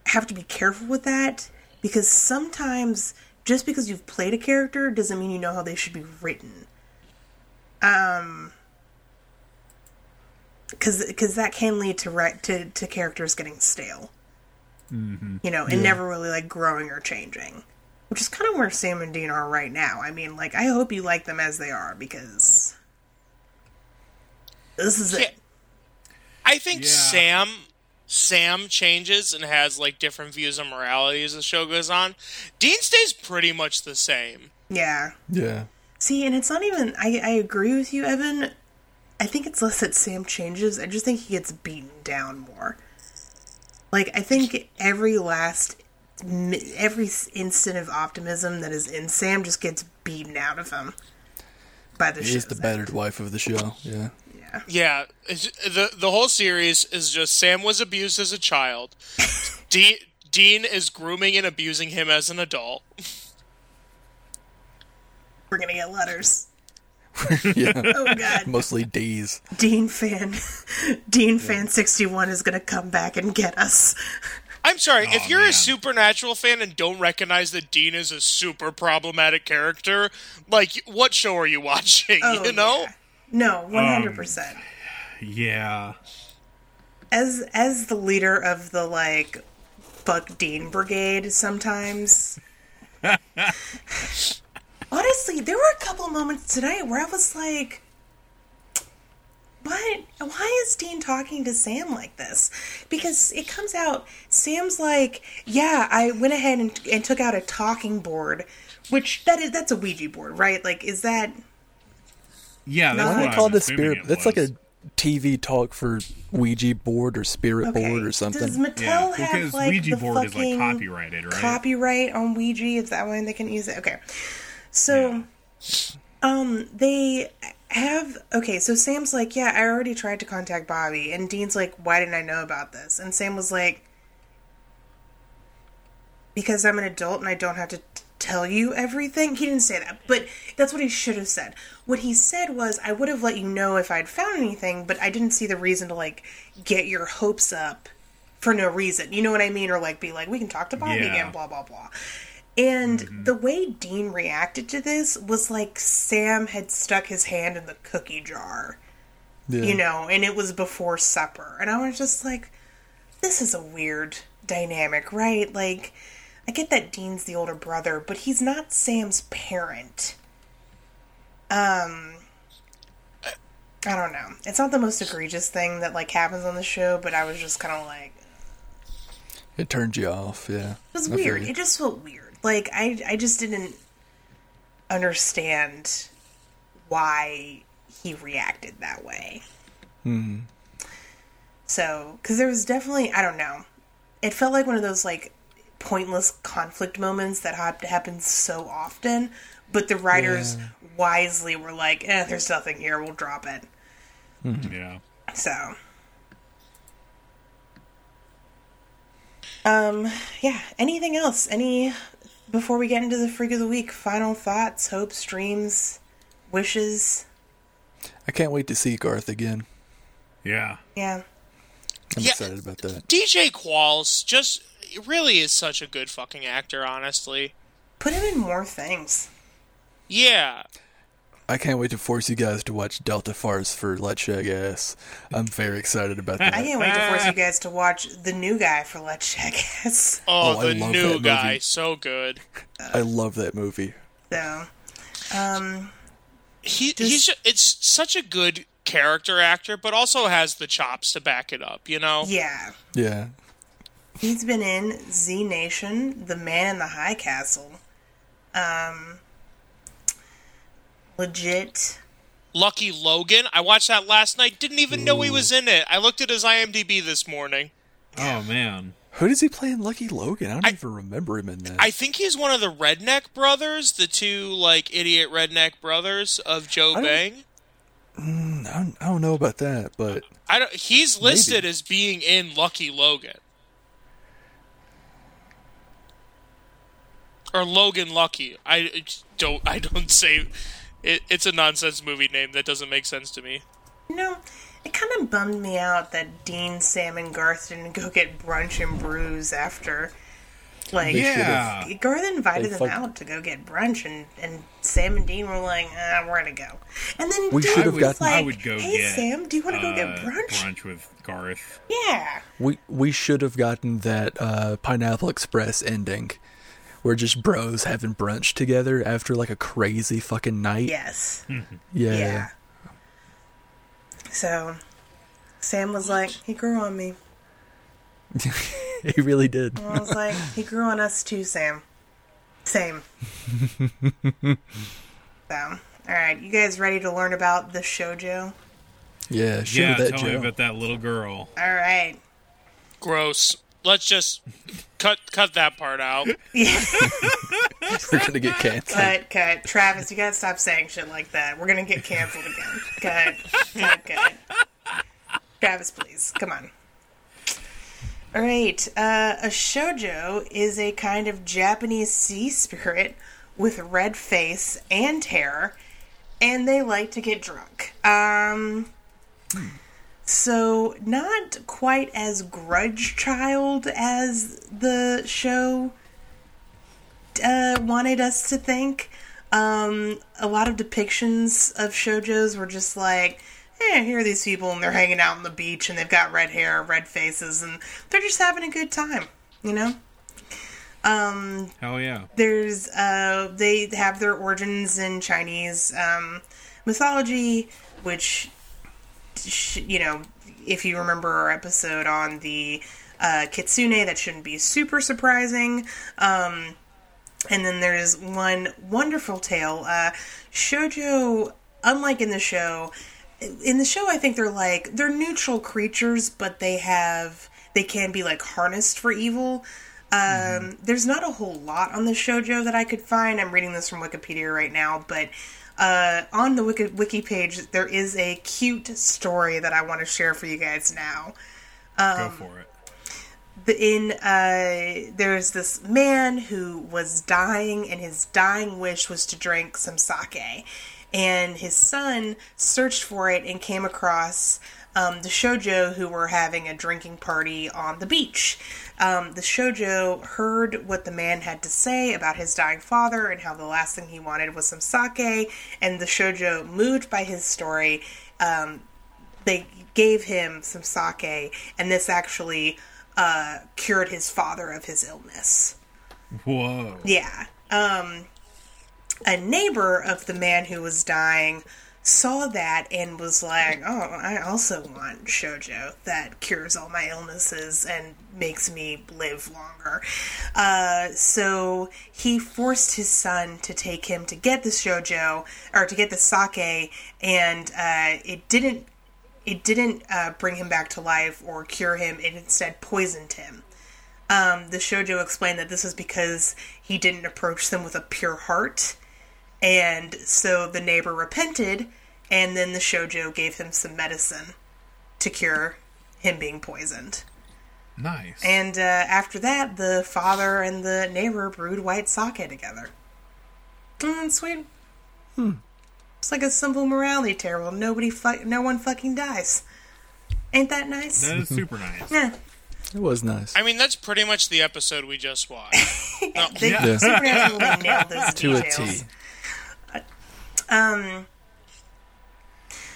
Speaker 3: have to be careful with that because sometimes just because you've played a character doesn't mean you know how they should be written. because because that can lead to right to, to characters getting stale you know and never really like growing or changing which is kind of where sam and dean are right now i mean like i hope you like them as they are because this is
Speaker 4: Yeah.
Speaker 3: it
Speaker 4: I think
Speaker 2: Yeah.
Speaker 4: Sam Sam changes and has like different views on morality as the show goes on. Dean stays pretty much the same.
Speaker 3: yeah
Speaker 1: Yeah.
Speaker 3: see and it's not even i i agree with you evan i think it's less that sam changes i just think he gets beaten down more like i think every last mi- every s- instant of optimism that is in sam just gets beaten out of him by the
Speaker 1: She's
Speaker 3: show's
Speaker 1: the
Speaker 3: end.
Speaker 1: battered wife of the show. Yeah.
Speaker 3: yeah
Speaker 4: Yeah, it's- the the whole series is just Sam was abused as a child. Dean Dean is grooming and abusing him as an adult.
Speaker 3: we're gonna get letters
Speaker 1: Yeah.
Speaker 3: oh god
Speaker 1: Mostly D's.
Speaker 3: dean fan dean fan 61 is gonna come back and get us
Speaker 4: I'm sorry,
Speaker 2: Aw,
Speaker 4: if
Speaker 1: Oh,
Speaker 4: you're
Speaker 2: man.
Speaker 4: a supernatural fan and don't recognize that Dean is a super problematic character, like what show are you watching,
Speaker 3: Oh,
Speaker 4: you know?
Speaker 3: yeah. no 100%
Speaker 2: yeah.
Speaker 3: as as the leader of the like fuck dean brigade sometimes honestly there were a couple of moments tonight where i was like what why is dean talking to sam like this because it comes out sam's like yeah i went ahead and, and took out a talking board which that is that's a ouija board right like is that
Speaker 2: Yeah. That's
Speaker 1: Why
Speaker 3: Why
Speaker 2: what
Speaker 1: do
Speaker 2: I
Speaker 1: they call
Speaker 2: was
Speaker 1: it a
Speaker 2: assuming
Speaker 1: spirit?
Speaker 2: it
Speaker 1: That's like
Speaker 2: was.
Speaker 1: a TV talk for Ouija board or spirit
Speaker 3: okay.
Speaker 1: board or something.
Speaker 3: does mattel
Speaker 2: Yeah,
Speaker 3: have
Speaker 2: because
Speaker 3: like
Speaker 2: Ouija
Speaker 3: the
Speaker 2: board is like
Speaker 3: fucking-
Speaker 2: copyrighted, right?
Speaker 3: copyright on Ouija. Is that why they can use it? Okay. So, um, they have okay. So Sam's like, yeah, I already tried to contact Bobby, and Dean's like, why didn't I know about this? And Sam was like, because I'm an adult and I don't have to t- tell you everything. He didn't say that, but that's what he should have said. What he said was, I would have let you know if I'd found anything, but I didn't see the reason to like get your hopes up for no reason. You know what I mean? Or like be like, we can talk to Bobby
Speaker 2: Yeah.
Speaker 3: again, blah blah blah. And the way Dean reacted to this was like Sam had stuck his hand in the cookie jar,
Speaker 1: yeah.
Speaker 3: you know, and it was before supper. And I was just like, this is a weird dynamic, right? Like, I get that Dean's the older brother, but he's not Sam's parent. Um, I don't know. It's not the most egregious thing that like happens on the show, but I was just kind of like,
Speaker 1: It turned you off. Yeah.
Speaker 3: it was
Speaker 1: I feel
Speaker 3: weird.
Speaker 1: you.
Speaker 3: It just felt weird. Like I, I just didn't understand why he reacted that way. Hmm. So, because there was definitely, I don't know. It felt like one of those like pointless conflict moments that hap- happens so often, but the writers wisely were like, "Eh, there's nothing here. We'll drop it."
Speaker 2: Yeah.
Speaker 3: So, Um, yeah. Anything else? Any before we get into the freak of the week? Final thoughts, hopes, dreams, wishes.
Speaker 1: I can't wait to see Garth again.
Speaker 2: Yeah.
Speaker 3: Yeah.
Speaker 1: I'm
Speaker 4: Yeah.
Speaker 1: excited about that.
Speaker 4: DJ Qualls just really is such a good fucking actor, honestly.
Speaker 3: Put him in more things.
Speaker 4: Yeah.
Speaker 1: I can't wait to force you guys to watch Delta Farce for Let Shag Ass. I'm very excited about
Speaker 3: I
Speaker 1: that.
Speaker 3: can't wait to force you guys to watch the new guy for Let's Check Ass.
Speaker 4: Oh,
Speaker 1: Oh, I love
Speaker 4: the
Speaker 1: that
Speaker 4: new
Speaker 1: movie.
Speaker 4: guy, so good.
Speaker 1: I love that movie.
Speaker 3: So, um,
Speaker 4: He he's ju- it's such a good character actor, but also has the chops to back it up. You know.
Speaker 3: yeah.
Speaker 1: Yeah.
Speaker 3: He's been in Z Nation, The Man in the High Castle, um, legit.
Speaker 4: Lucky Logan. I watched that last night. Didn't even know he was in it. I looked at his IMDb this morning.
Speaker 2: Oh man.
Speaker 1: Who does he play in Lucky Logan? I don't even remember him in that.
Speaker 4: I think he's one of the redneck brothers, the two like idiot redneck brothers of Joe
Speaker 1: don't-
Speaker 4: Bang.
Speaker 1: I don't, I don't know about that, but
Speaker 4: I don't. He's listed as being in Lucky Logan. Or Logan Lucky. I don't. I don't say. It, it's a nonsense movie name that doesn't make sense to me.
Speaker 3: You know, it kind of bummed me out that Dean, Sam, and Garth didn't go get brunch and brews after. Like,
Speaker 1: They uh,
Speaker 2: Yeah.
Speaker 3: Garth invited
Speaker 1: They
Speaker 3: them
Speaker 1: fuck-
Speaker 3: out to go get brunch, and, and Sam and Dean were like, ah, we're gonna go. And then
Speaker 1: We
Speaker 3: Dean
Speaker 1: should have
Speaker 3: was
Speaker 1: gotten-
Speaker 3: like,
Speaker 2: I would go
Speaker 3: hey,
Speaker 2: get,
Speaker 3: Sam, do you want to go get
Speaker 2: uh,
Speaker 3: brunch?
Speaker 2: Brunch with Garth.
Speaker 3: Yeah.
Speaker 1: we we should have gotten that uh, Pineapple Express ending, where just bros having brunch together after like a crazy fucking night.
Speaker 3: Yes.
Speaker 2: Mm-hmm.
Speaker 1: Yeah.
Speaker 3: Yeah. So, Sam was like, he grew on me.
Speaker 1: he really did.
Speaker 3: I was like, he grew on us too, Sam. Same. so, all right, you guys ready to learn about the shojo?
Speaker 1: Yeah, sure
Speaker 2: yeah,
Speaker 1: that
Speaker 2: tell me
Speaker 1: Joe.
Speaker 2: about that little girl.
Speaker 3: All right.
Speaker 4: Gross. Let's just cut cut that part out.
Speaker 3: Yeah,
Speaker 1: We're gonna get canceled.
Speaker 3: cut, cut. Travis, you gotta stop saying shit like that. We're gonna get canceled again. Cut, cut, cut. Travis, please, come on. All right, uh, a shojo is a kind of Japanese sea spirit with a red face and hair, and they like to get drunk. Um, so not quite as grudge child as the show uh, wanted us to think. Um, a lot of depictions of shoujos were just like, eh, here are these people and they're hanging out on the beach and they've got red hair, red faces, and they're just having a good time, you know?
Speaker 2: Hell yeah.
Speaker 3: there's uh they have their origins in Chinese um mythology which sh- you know if you remember our episode on the uh kitsune that shouldn't be super surprising um and then there's one wonderful tale uh shojo unlike in the show in the show i think they're like they're neutral creatures but they have they can be like harnessed for evil um, there's not a whole lot on the shojo that i could find i'm reading this from wikipedia right now but uh, on the wiki, wiki page there is a cute story that i want to share for you guys now
Speaker 2: go for it.
Speaker 3: the, in uh, there's this man who was dying, and his dying wish was to drink some sake. And his son searched for it and came across um, the shojo who were having a drinking party on the beach. Um, the shojo heard what the man had to say about his dying father and how the last thing he wanted was some sake. And the shojo, moved by his story, um, they gave him some sake, and this actually uh, cured his father of his illness.
Speaker 2: Whoa.
Speaker 3: Yeah. Um, a neighbor of the man who was dying saw that and was like, "Oh, I also want shojo that cures all my illnesses and makes me live longer." Uh, so he forced his son to take him to get the shojo or to get the sake, and uh, it didn't. It didn't uh, bring him back to life or cure him. It instead poisoned him. Um, the shojo explained that this was because he didn't approach them with a pure heart, and so the neighbor repented, and then the shojo gave him some medicine to cure him being poisoned.
Speaker 2: Nice.
Speaker 3: And uh, after that, the father and the neighbor brewed white sake together. Mm, sweet. Hmm. It's like a simple morality terrible. Nobody, fu- no one fucking dies. Ain't that nice?
Speaker 2: that is super nice.
Speaker 3: Yeah.
Speaker 1: It was nice.
Speaker 4: I mean, that's pretty much the episode we just watched.
Speaker 3: They
Speaker 2: Yeah.
Speaker 3: supernatural really nailed those
Speaker 1: to a
Speaker 3: details.
Speaker 1: T.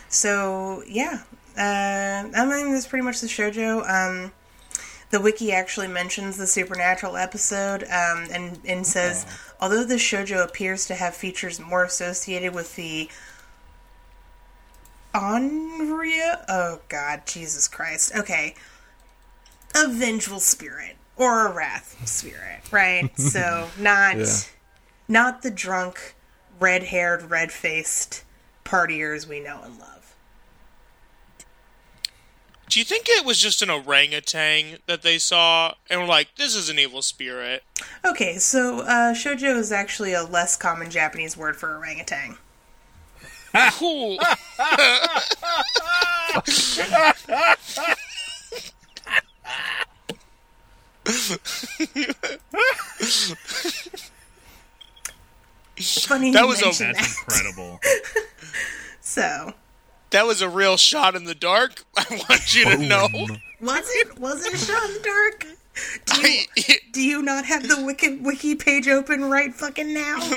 Speaker 3: So yeah, uh, I mean that's pretty much the shojo. Um, the wiki actually mentions the supernatural episode um, and and says although the shojo appears to have features more associated with the Onria, oh God, Jesus Christ, okay, a vengeful spirit or a wrath spirit, right? so not
Speaker 1: Yeah.
Speaker 3: not the drunk, red haired, red faced partiers we know and love.
Speaker 4: Do you think it was just an orangutan that they saw and were like, "This is an evil spirit"?
Speaker 3: Okay, so uh, shojo is actually a less common Japanese word for orangutan.
Speaker 4: Cool.
Speaker 3: Funny
Speaker 4: That
Speaker 3: you
Speaker 4: was a-
Speaker 3: mention
Speaker 2: That's
Speaker 3: that.
Speaker 2: incredible.
Speaker 3: So
Speaker 4: that was a real shot in the dark. I want you to know.
Speaker 3: was it was it a shot in the dark? Do you,
Speaker 4: I- it-
Speaker 3: do you not have the wiki wiki page open right fucking now?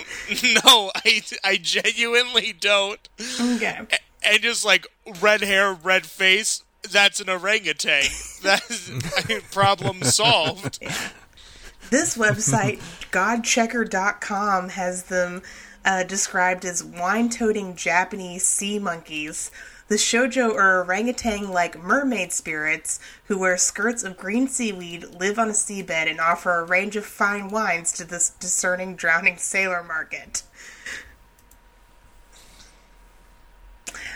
Speaker 4: no, I, I genuinely don't.
Speaker 3: Okay.
Speaker 4: And just like red hair, red face. That's an orangutan. That's I mean, problem solved.
Speaker 3: This website, godchecker.com, has them uh, described as wine toting Japanese sea monkeys. The shojo are orangutan like mermaid spirits who wear skirts of green seaweed, live on a seabed, and offer a range of fine wines to this discerning, drowning sailor market.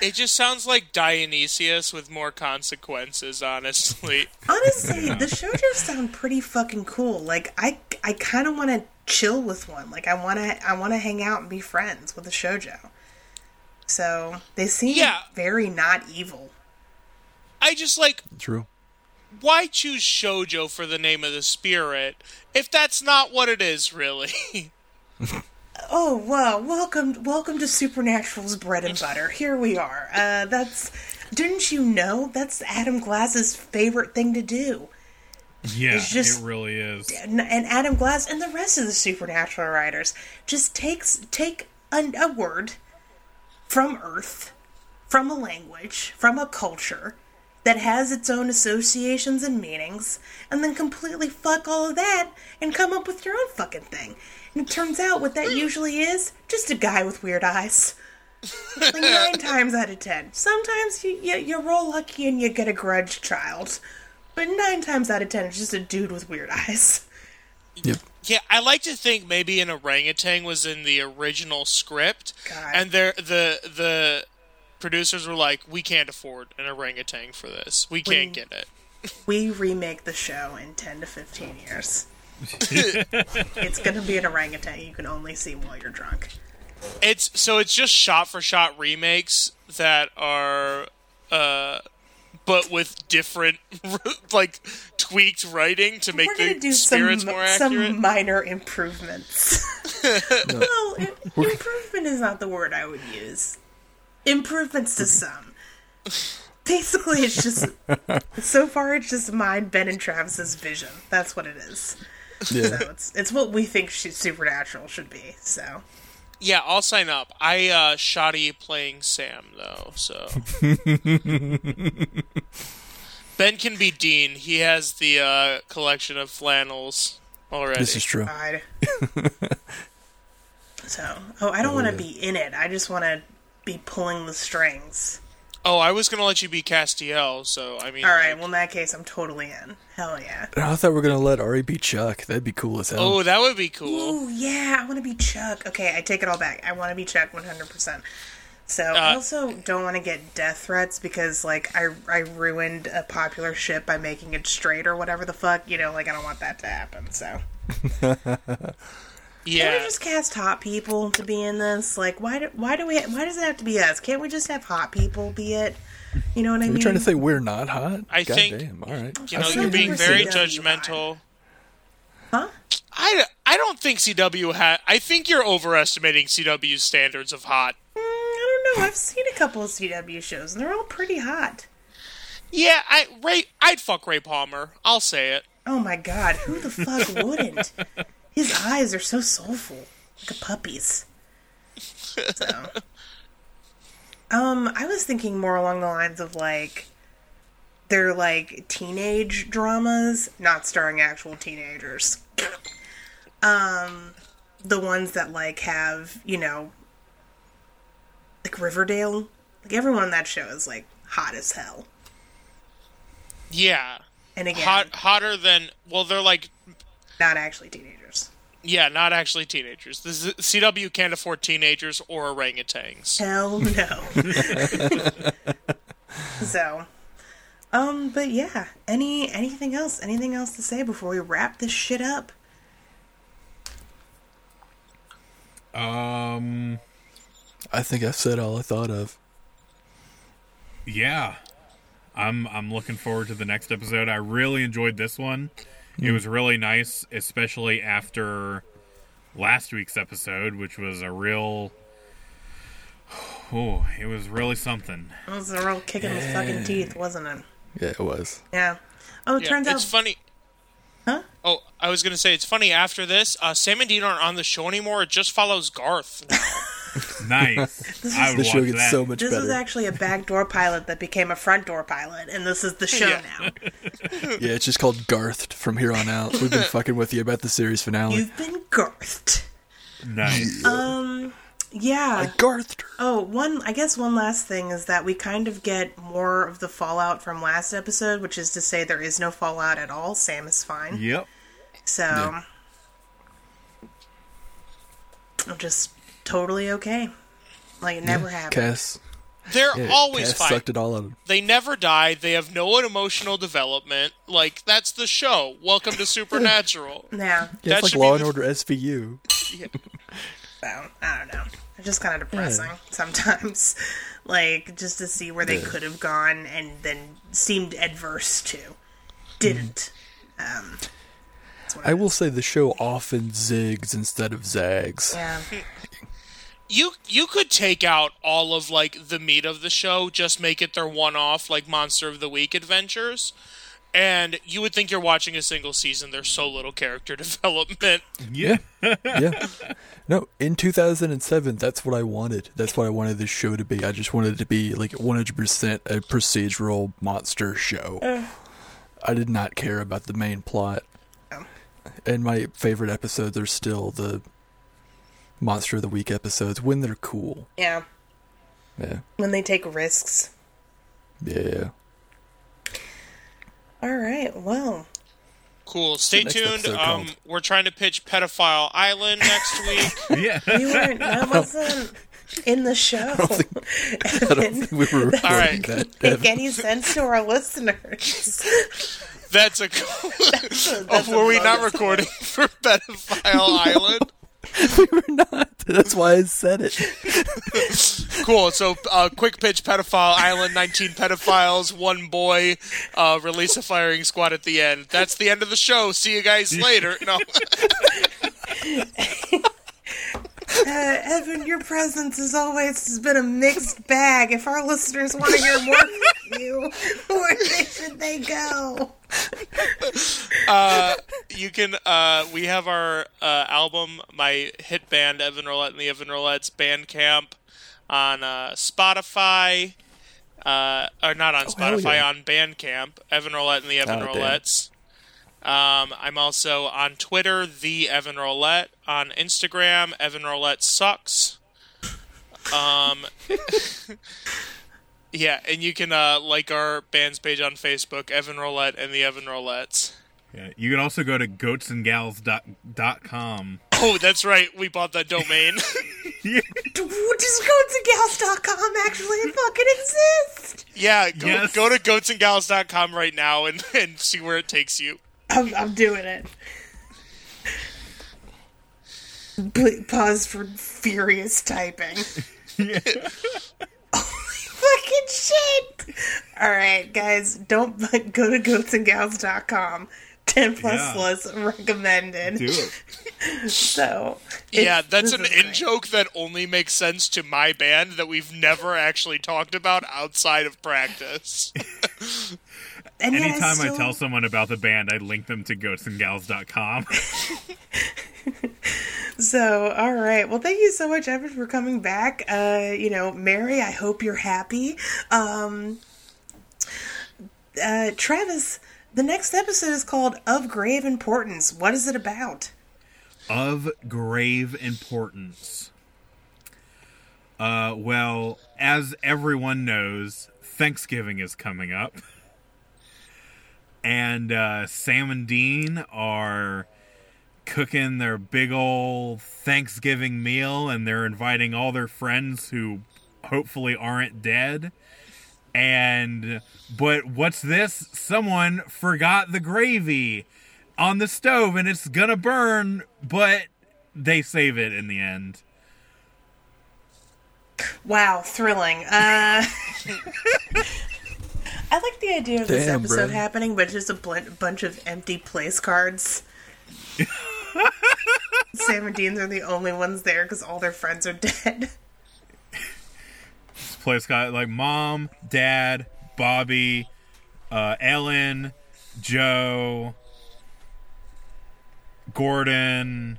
Speaker 4: It just sounds like Dionysius with more consequences. Honestly,
Speaker 3: Honestly, the shojo sound pretty fucking cool. Like, I, I kind of want to chill with one. Like, I want to I want to hang out and be friends with a shojo. So, they seem
Speaker 4: Yeah.
Speaker 3: very not evil.
Speaker 4: I just like
Speaker 1: True.
Speaker 4: why choose shojo for the name of the spirit if that's not what it is really
Speaker 3: Oh wow! Welcome, welcome to Supernatural's bread and butter. Here we are. Uh, that's didn't you know? That's Adam Glass's favorite thing to do,
Speaker 2: Yeah,
Speaker 3: It's just-
Speaker 2: it really is.
Speaker 3: and, and Adam Glass and the rest of the Supernatural writers just takes take an, a word from Earth, from a language, from a culture that has its own associations and meanings, and then completely fuck all of that and come up with your own fucking thing. And it turns out what that usually is just a guy with weird eyes. Like nine times out of ten. Sometimes you, you you roll lucky and you get a grudge child, but nine times out of ten, it's just a dude with weird eyes.
Speaker 1: Yep.
Speaker 4: yeah i like to think maybe an orangutan was in the original script
Speaker 3: God.
Speaker 4: and there the the producers were like we can't afford an orangutan for this we can't get it
Speaker 3: We remake the show in ten to fifteen years. it's gonna be an orangutan you can only see while you're drunk.
Speaker 4: it's so it's just shot for shot remakes that are uh but with different like tweaked writing to make
Speaker 3: We're gonna
Speaker 4: the
Speaker 3: do
Speaker 4: spirits
Speaker 3: some
Speaker 4: more accurate
Speaker 3: some minor improvements. well, i- improvement is not the word I would use. Improvements to some. Basically, it's just so far it's just mine, Ben, and Travis's vision. That's what it is.
Speaker 1: Yeah.
Speaker 3: So it's it's what we think sh- supernatural should be. So
Speaker 4: Yeah, I'll sign up. I uh shoddy playing Sam though, so Ben can be Dean. He has the uh collection of flannels already.
Speaker 1: This is true.
Speaker 3: God. so oh, I don't want to be in it. I just want to be pulling the strings.
Speaker 4: oh, I was gonna let you be Castiel, so I mean
Speaker 3: All right.
Speaker 4: like-
Speaker 3: Well, in that case, I'm totally in. Hell yeah.
Speaker 1: I thought we were gonna let Ari be Chuck. That'd be cool as hell.
Speaker 4: Oh, that would be cool.
Speaker 3: Oh yeah, I want to be Chuck. Okay, I take it all back. I want to be Chuck 100%. So I also don't want to get death threats because like I I ruined a popular ship by making it straight or whatever the fuck, you know, like I don't want that to happen. So
Speaker 4: Yeah.
Speaker 3: Can we just cast hot people to be in this? Like, why? Do, why do we? Why does it have to be us? Can't we just have hot people be it? You know what I
Speaker 1: You're
Speaker 3: mean?
Speaker 1: trying to say we're not hot?
Speaker 4: I
Speaker 1: God
Speaker 4: think-
Speaker 1: damn, all right.
Speaker 4: You
Speaker 1: I
Speaker 4: know,
Speaker 1: see
Speaker 4: you're
Speaker 1: what
Speaker 4: being
Speaker 1: you're
Speaker 4: very
Speaker 1: saying.
Speaker 3: CW line.
Speaker 4: judgmental.
Speaker 3: huh?
Speaker 4: I, I don't think CW had. I think you're overestimating CW's standards of hot.
Speaker 3: Mm, I don't know. I've seen a couple of CW shows, and they're all pretty hot.
Speaker 4: Yeah, I Ray. I'd fuck Ray Palmer. I'll say it.
Speaker 3: Oh my god, who the fuck wouldn't? His eyes are so soulful, like a puppy's. So, um, I was thinking more along the lines of like they're like teenage dramas, not starring actual teenagers. um, the ones that like have you know, like Riverdale, like everyone on that show is like hot as hell.
Speaker 4: Yeah,
Speaker 3: And again,
Speaker 4: hot hotter than. Well, they're like.
Speaker 3: not actually teenagers.
Speaker 4: Yeah, not actually teenagers. This is, CW can't afford teenagers or orangutans.
Speaker 3: Hell no. so, um, but yeah. Any anything else? Anything else to say before we wrap this shit up?
Speaker 2: Um.
Speaker 1: I think I said all I thought of.
Speaker 2: Yeah. I'm I'm looking forward to the next episode. I really enjoyed this one.
Speaker 3: Hmm.
Speaker 2: It was really nice, especially after last week's episode, which was a real Oh, it was really something.
Speaker 3: That was a real kick in the fucking teeth, wasn't it?
Speaker 1: Yeah, it was.
Speaker 3: Yeah. Oh, it
Speaker 4: Yeah,
Speaker 3: turns out.
Speaker 4: it's funny.
Speaker 3: Huh?
Speaker 4: Oh, I was gonna say it's funny. After this, uh, Sam and Dean aren't on the show anymore. It just follows Garth. now.
Speaker 2: Nice. I would
Speaker 1: This show
Speaker 2: watch
Speaker 1: gets
Speaker 2: that.
Speaker 1: so much
Speaker 3: this
Speaker 1: better.
Speaker 3: was actually a backdoor pilot that became a front door pilot, and this is the show
Speaker 4: Yeah.
Speaker 3: now.
Speaker 1: yeah, it's just called Garth from here on out. We've been fucking with you about the series finale.
Speaker 3: You've been girthed.
Speaker 2: nice.
Speaker 3: Yeah.
Speaker 1: Garthed.
Speaker 3: Oh, one. I guess one last thing is that we kind of get more of the fallout from last episode, which is to say there is no fallout at all. Sam is fine.
Speaker 2: Yep.
Speaker 3: So
Speaker 1: Yeah.
Speaker 3: I'm just totally okay. Like it never happened.
Speaker 1: Cass.
Speaker 4: They're
Speaker 1: yeah,
Speaker 4: always
Speaker 1: Cass
Speaker 4: fighting.
Speaker 1: sucked it all out. of-
Speaker 4: They never die. They have no emotional development. Like that's the show. Welcome to Supernatural.
Speaker 3: Yeah.
Speaker 1: Yeah,
Speaker 4: That
Speaker 1: it's
Speaker 4: should
Speaker 1: like Law
Speaker 4: be
Speaker 1: and
Speaker 4: the-
Speaker 1: Order SVU.
Speaker 3: So I don't know. It's just kind of depressing sometimes. Like just to see where they
Speaker 1: Yeah.
Speaker 3: could have gone and then seemed adverse to, didn't. Um, that's what
Speaker 1: I will say the show often zigs instead of zags.
Speaker 3: Yeah.
Speaker 4: you you could take out all of like the meat of the show, just make it their one-off like Monster of the Week adventures, and you would think you're watching a single season. There's so little character development.
Speaker 2: Yeah.
Speaker 1: yeah. No, in 2007, that's what I wanted. That's what I wanted this show to be. I just wanted it to be like 100% a procedural monster show. I did not care about the main plot.
Speaker 3: Oh.
Speaker 1: And my favorite episodes are still the Monster of the Week episodes when they're cool.
Speaker 3: Yeah.
Speaker 1: Mm-hmm. Yeah.
Speaker 3: When they take risks.
Speaker 1: Yeah.
Speaker 3: All right. Well.
Speaker 4: Cool. Stay
Speaker 1: Next
Speaker 4: tuned.
Speaker 1: episode
Speaker 4: Um,
Speaker 1: called-
Speaker 4: we're trying to pitch Pedophile Island next week.
Speaker 2: Yeah.
Speaker 3: You weren't. That wasn't in the show.
Speaker 1: I don't think we were recording
Speaker 4: right.
Speaker 1: that.
Speaker 3: Make any sense to our listeners?
Speaker 4: That's a.
Speaker 3: That's
Speaker 4: oh, were we
Speaker 3: a
Speaker 4: not
Speaker 3: bonus.
Speaker 4: recording for Pedophile Island?
Speaker 1: we were not. That's why I said it.
Speaker 4: Cool. So, uh, quick pitch: pedophile island, nineteen pedophiles, one boy, uh, release a firing squad at the end. That's the end of the show. See you guys later. No,
Speaker 3: Uh, Evan, your presence as always has been a mixed bag. If our listeners want to hear more from you, where should they go?
Speaker 4: you can. Uh, we have our uh, album, my hit band, Evan Roulette and the Evan Roulette's Bandcamp, on uh, Spotify. Uh, or not on
Speaker 1: Oh, hell
Speaker 4: Spotify,
Speaker 1: yeah.
Speaker 4: on Bandcamp. Evan Roulette and the Evan
Speaker 1: Oh, damn.
Speaker 4: Roulettes. Um, I'm also on Twitter, the Evan Roulette. On Instagram, Evan Roulette sucks. Um, yeah, and you can uh, like our band's page on Facebook, Evan Roulette and the Evan Roulettes.
Speaker 2: Yeah. You can also go to goatsandgals.com.
Speaker 4: Oh, that's right, we bought that domain.
Speaker 3: Does goatsandgals.com actually fucking exist?
Speaker 4: yeah, go,
Speaker 2: Yes.
Speaker 4: go to goatsandgals.com right now and, and see where it takes you.
Speaker 3: I'm, I'm doing it. P- pause for furious typing. Fucking shit! All right, guys, don't but go to goatsandgals.com. 10 plus
Speaker 2: Yeah.
Speaker 3: was recommended.
Speaker 2: Do it.
Speaker 3: So,
Speaker 4: Yeah,
Speaker 3: it's-
Speaker 4: that's
Speaker 3: this
Speaker 4: an
Speaker 3: is great.
Speaker 4: in joke that only makes sense to my band that we've never actually talked about outside of practice.
Speaker 3: And yet
Speaker 2: Anytime I
Speaker 3: still-
Speaker 2: tell someone about the band, I link them to goatsandgals.com.
Speaker 3: So, all right. Well, thank you so much, Evan, for coming back. Uh, you know, Mary, I hope you're happy. Um, uh, Travis, the next episode is called Of Grave Importance. What is it about?
Speaker 2: of grave importance. Uh, well, as everyone knows, Thanksgiving is coming up. And uh, Sam and Dean are cooking their big old Thanksgiving meal, and they're inviting all their friends who hopefully aren't dead. And, but what's this? Someone forgot the gravy on the stove and it's gonna burn, but they save it in the end.
Speaker 3: Wow, thrilling. Uh, I like the idea of this
Speaker 1: Damn, bro.
Speaker 3: episode happening, but just a bl- bunch of empty place cards. Sam and Dean's are the only ones there because all their friends are dead.
Speaker 2: This place got like mom, dad, Bobby, uh, Ellen, Joe, Gordon,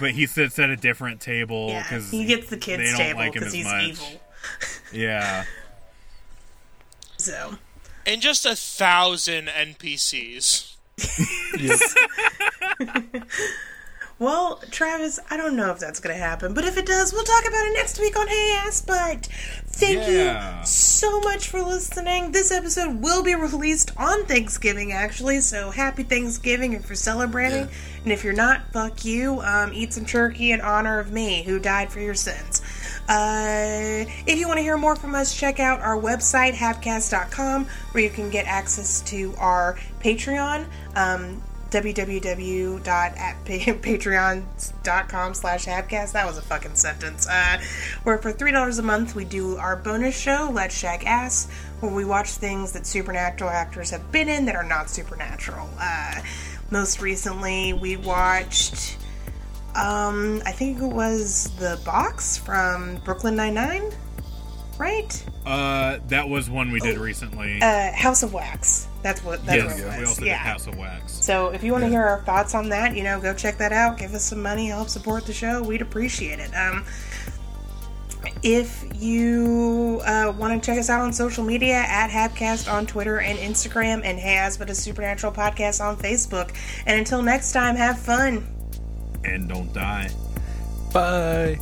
Speaker 2: but he sits at a different table
Speaker 3: Yeah,
Speaker 2: because
Speaker 3: he gets the kids'
Speaker 2: they don't
Speaker 3: table
Speaker 2: like him
Speaker 3: because
Speaker 2: as
Speaker 3: he's
Speaker 2: much.
Speaker 3: evil.
Speaker 2: Yeah,
Speaker 3: So,
Speaker 4: and just a thousand NPCs.
Speaker 1: Yes.
Speaker 3: well, Travis, I don't know if that's going to happen, but if it does, we'll talk about it next week on Hey Ass Butt. Thank
Speaker 2: Yeah.
Speaker 3: you so much for listening. This episode will be released on Thanksgiving, actually, so happy Thanksgiving if you're celebrating. And if you're not, fuck you. Um, eat some turkey in honor of me, who died for your sins. Uh, if you want to hear more from us, check out our website, hapcast.com, where you can get access to our Patreon. Um, www.patreon.com slash habcast. That was a fucking sentence. Uh, where for $3 a month, we do our bonus show, Let's Shag Ass, where we watch things that supernatural actors have been in that are not supernatural. Uh, most recently, we watched, um, I think it was The Box from Brooklyn Nine-Nine, right?
Speaker 2: uh, that was one we did recently.
Speaker 3: Uh, House of Wax. That's what, that's
Speaker 2: yes,
Speaker 3: what it was.
Speaker 2: we also
Speaker 3: yeah.
Speaker 2: did House of Wax.
Speaker 3: So if you want to hear our thoughts on that, you know, go check that out. Give us some money, help support the show. We'd appreciate it. Um, if you uh, want to check us out on social media at Habcast on Twitter and Instagram, and Hey As But a Supernatural Podcast on Facebook. And until next time, have fun.
Speaker 2: And don't die.
Speaker 1: Bye.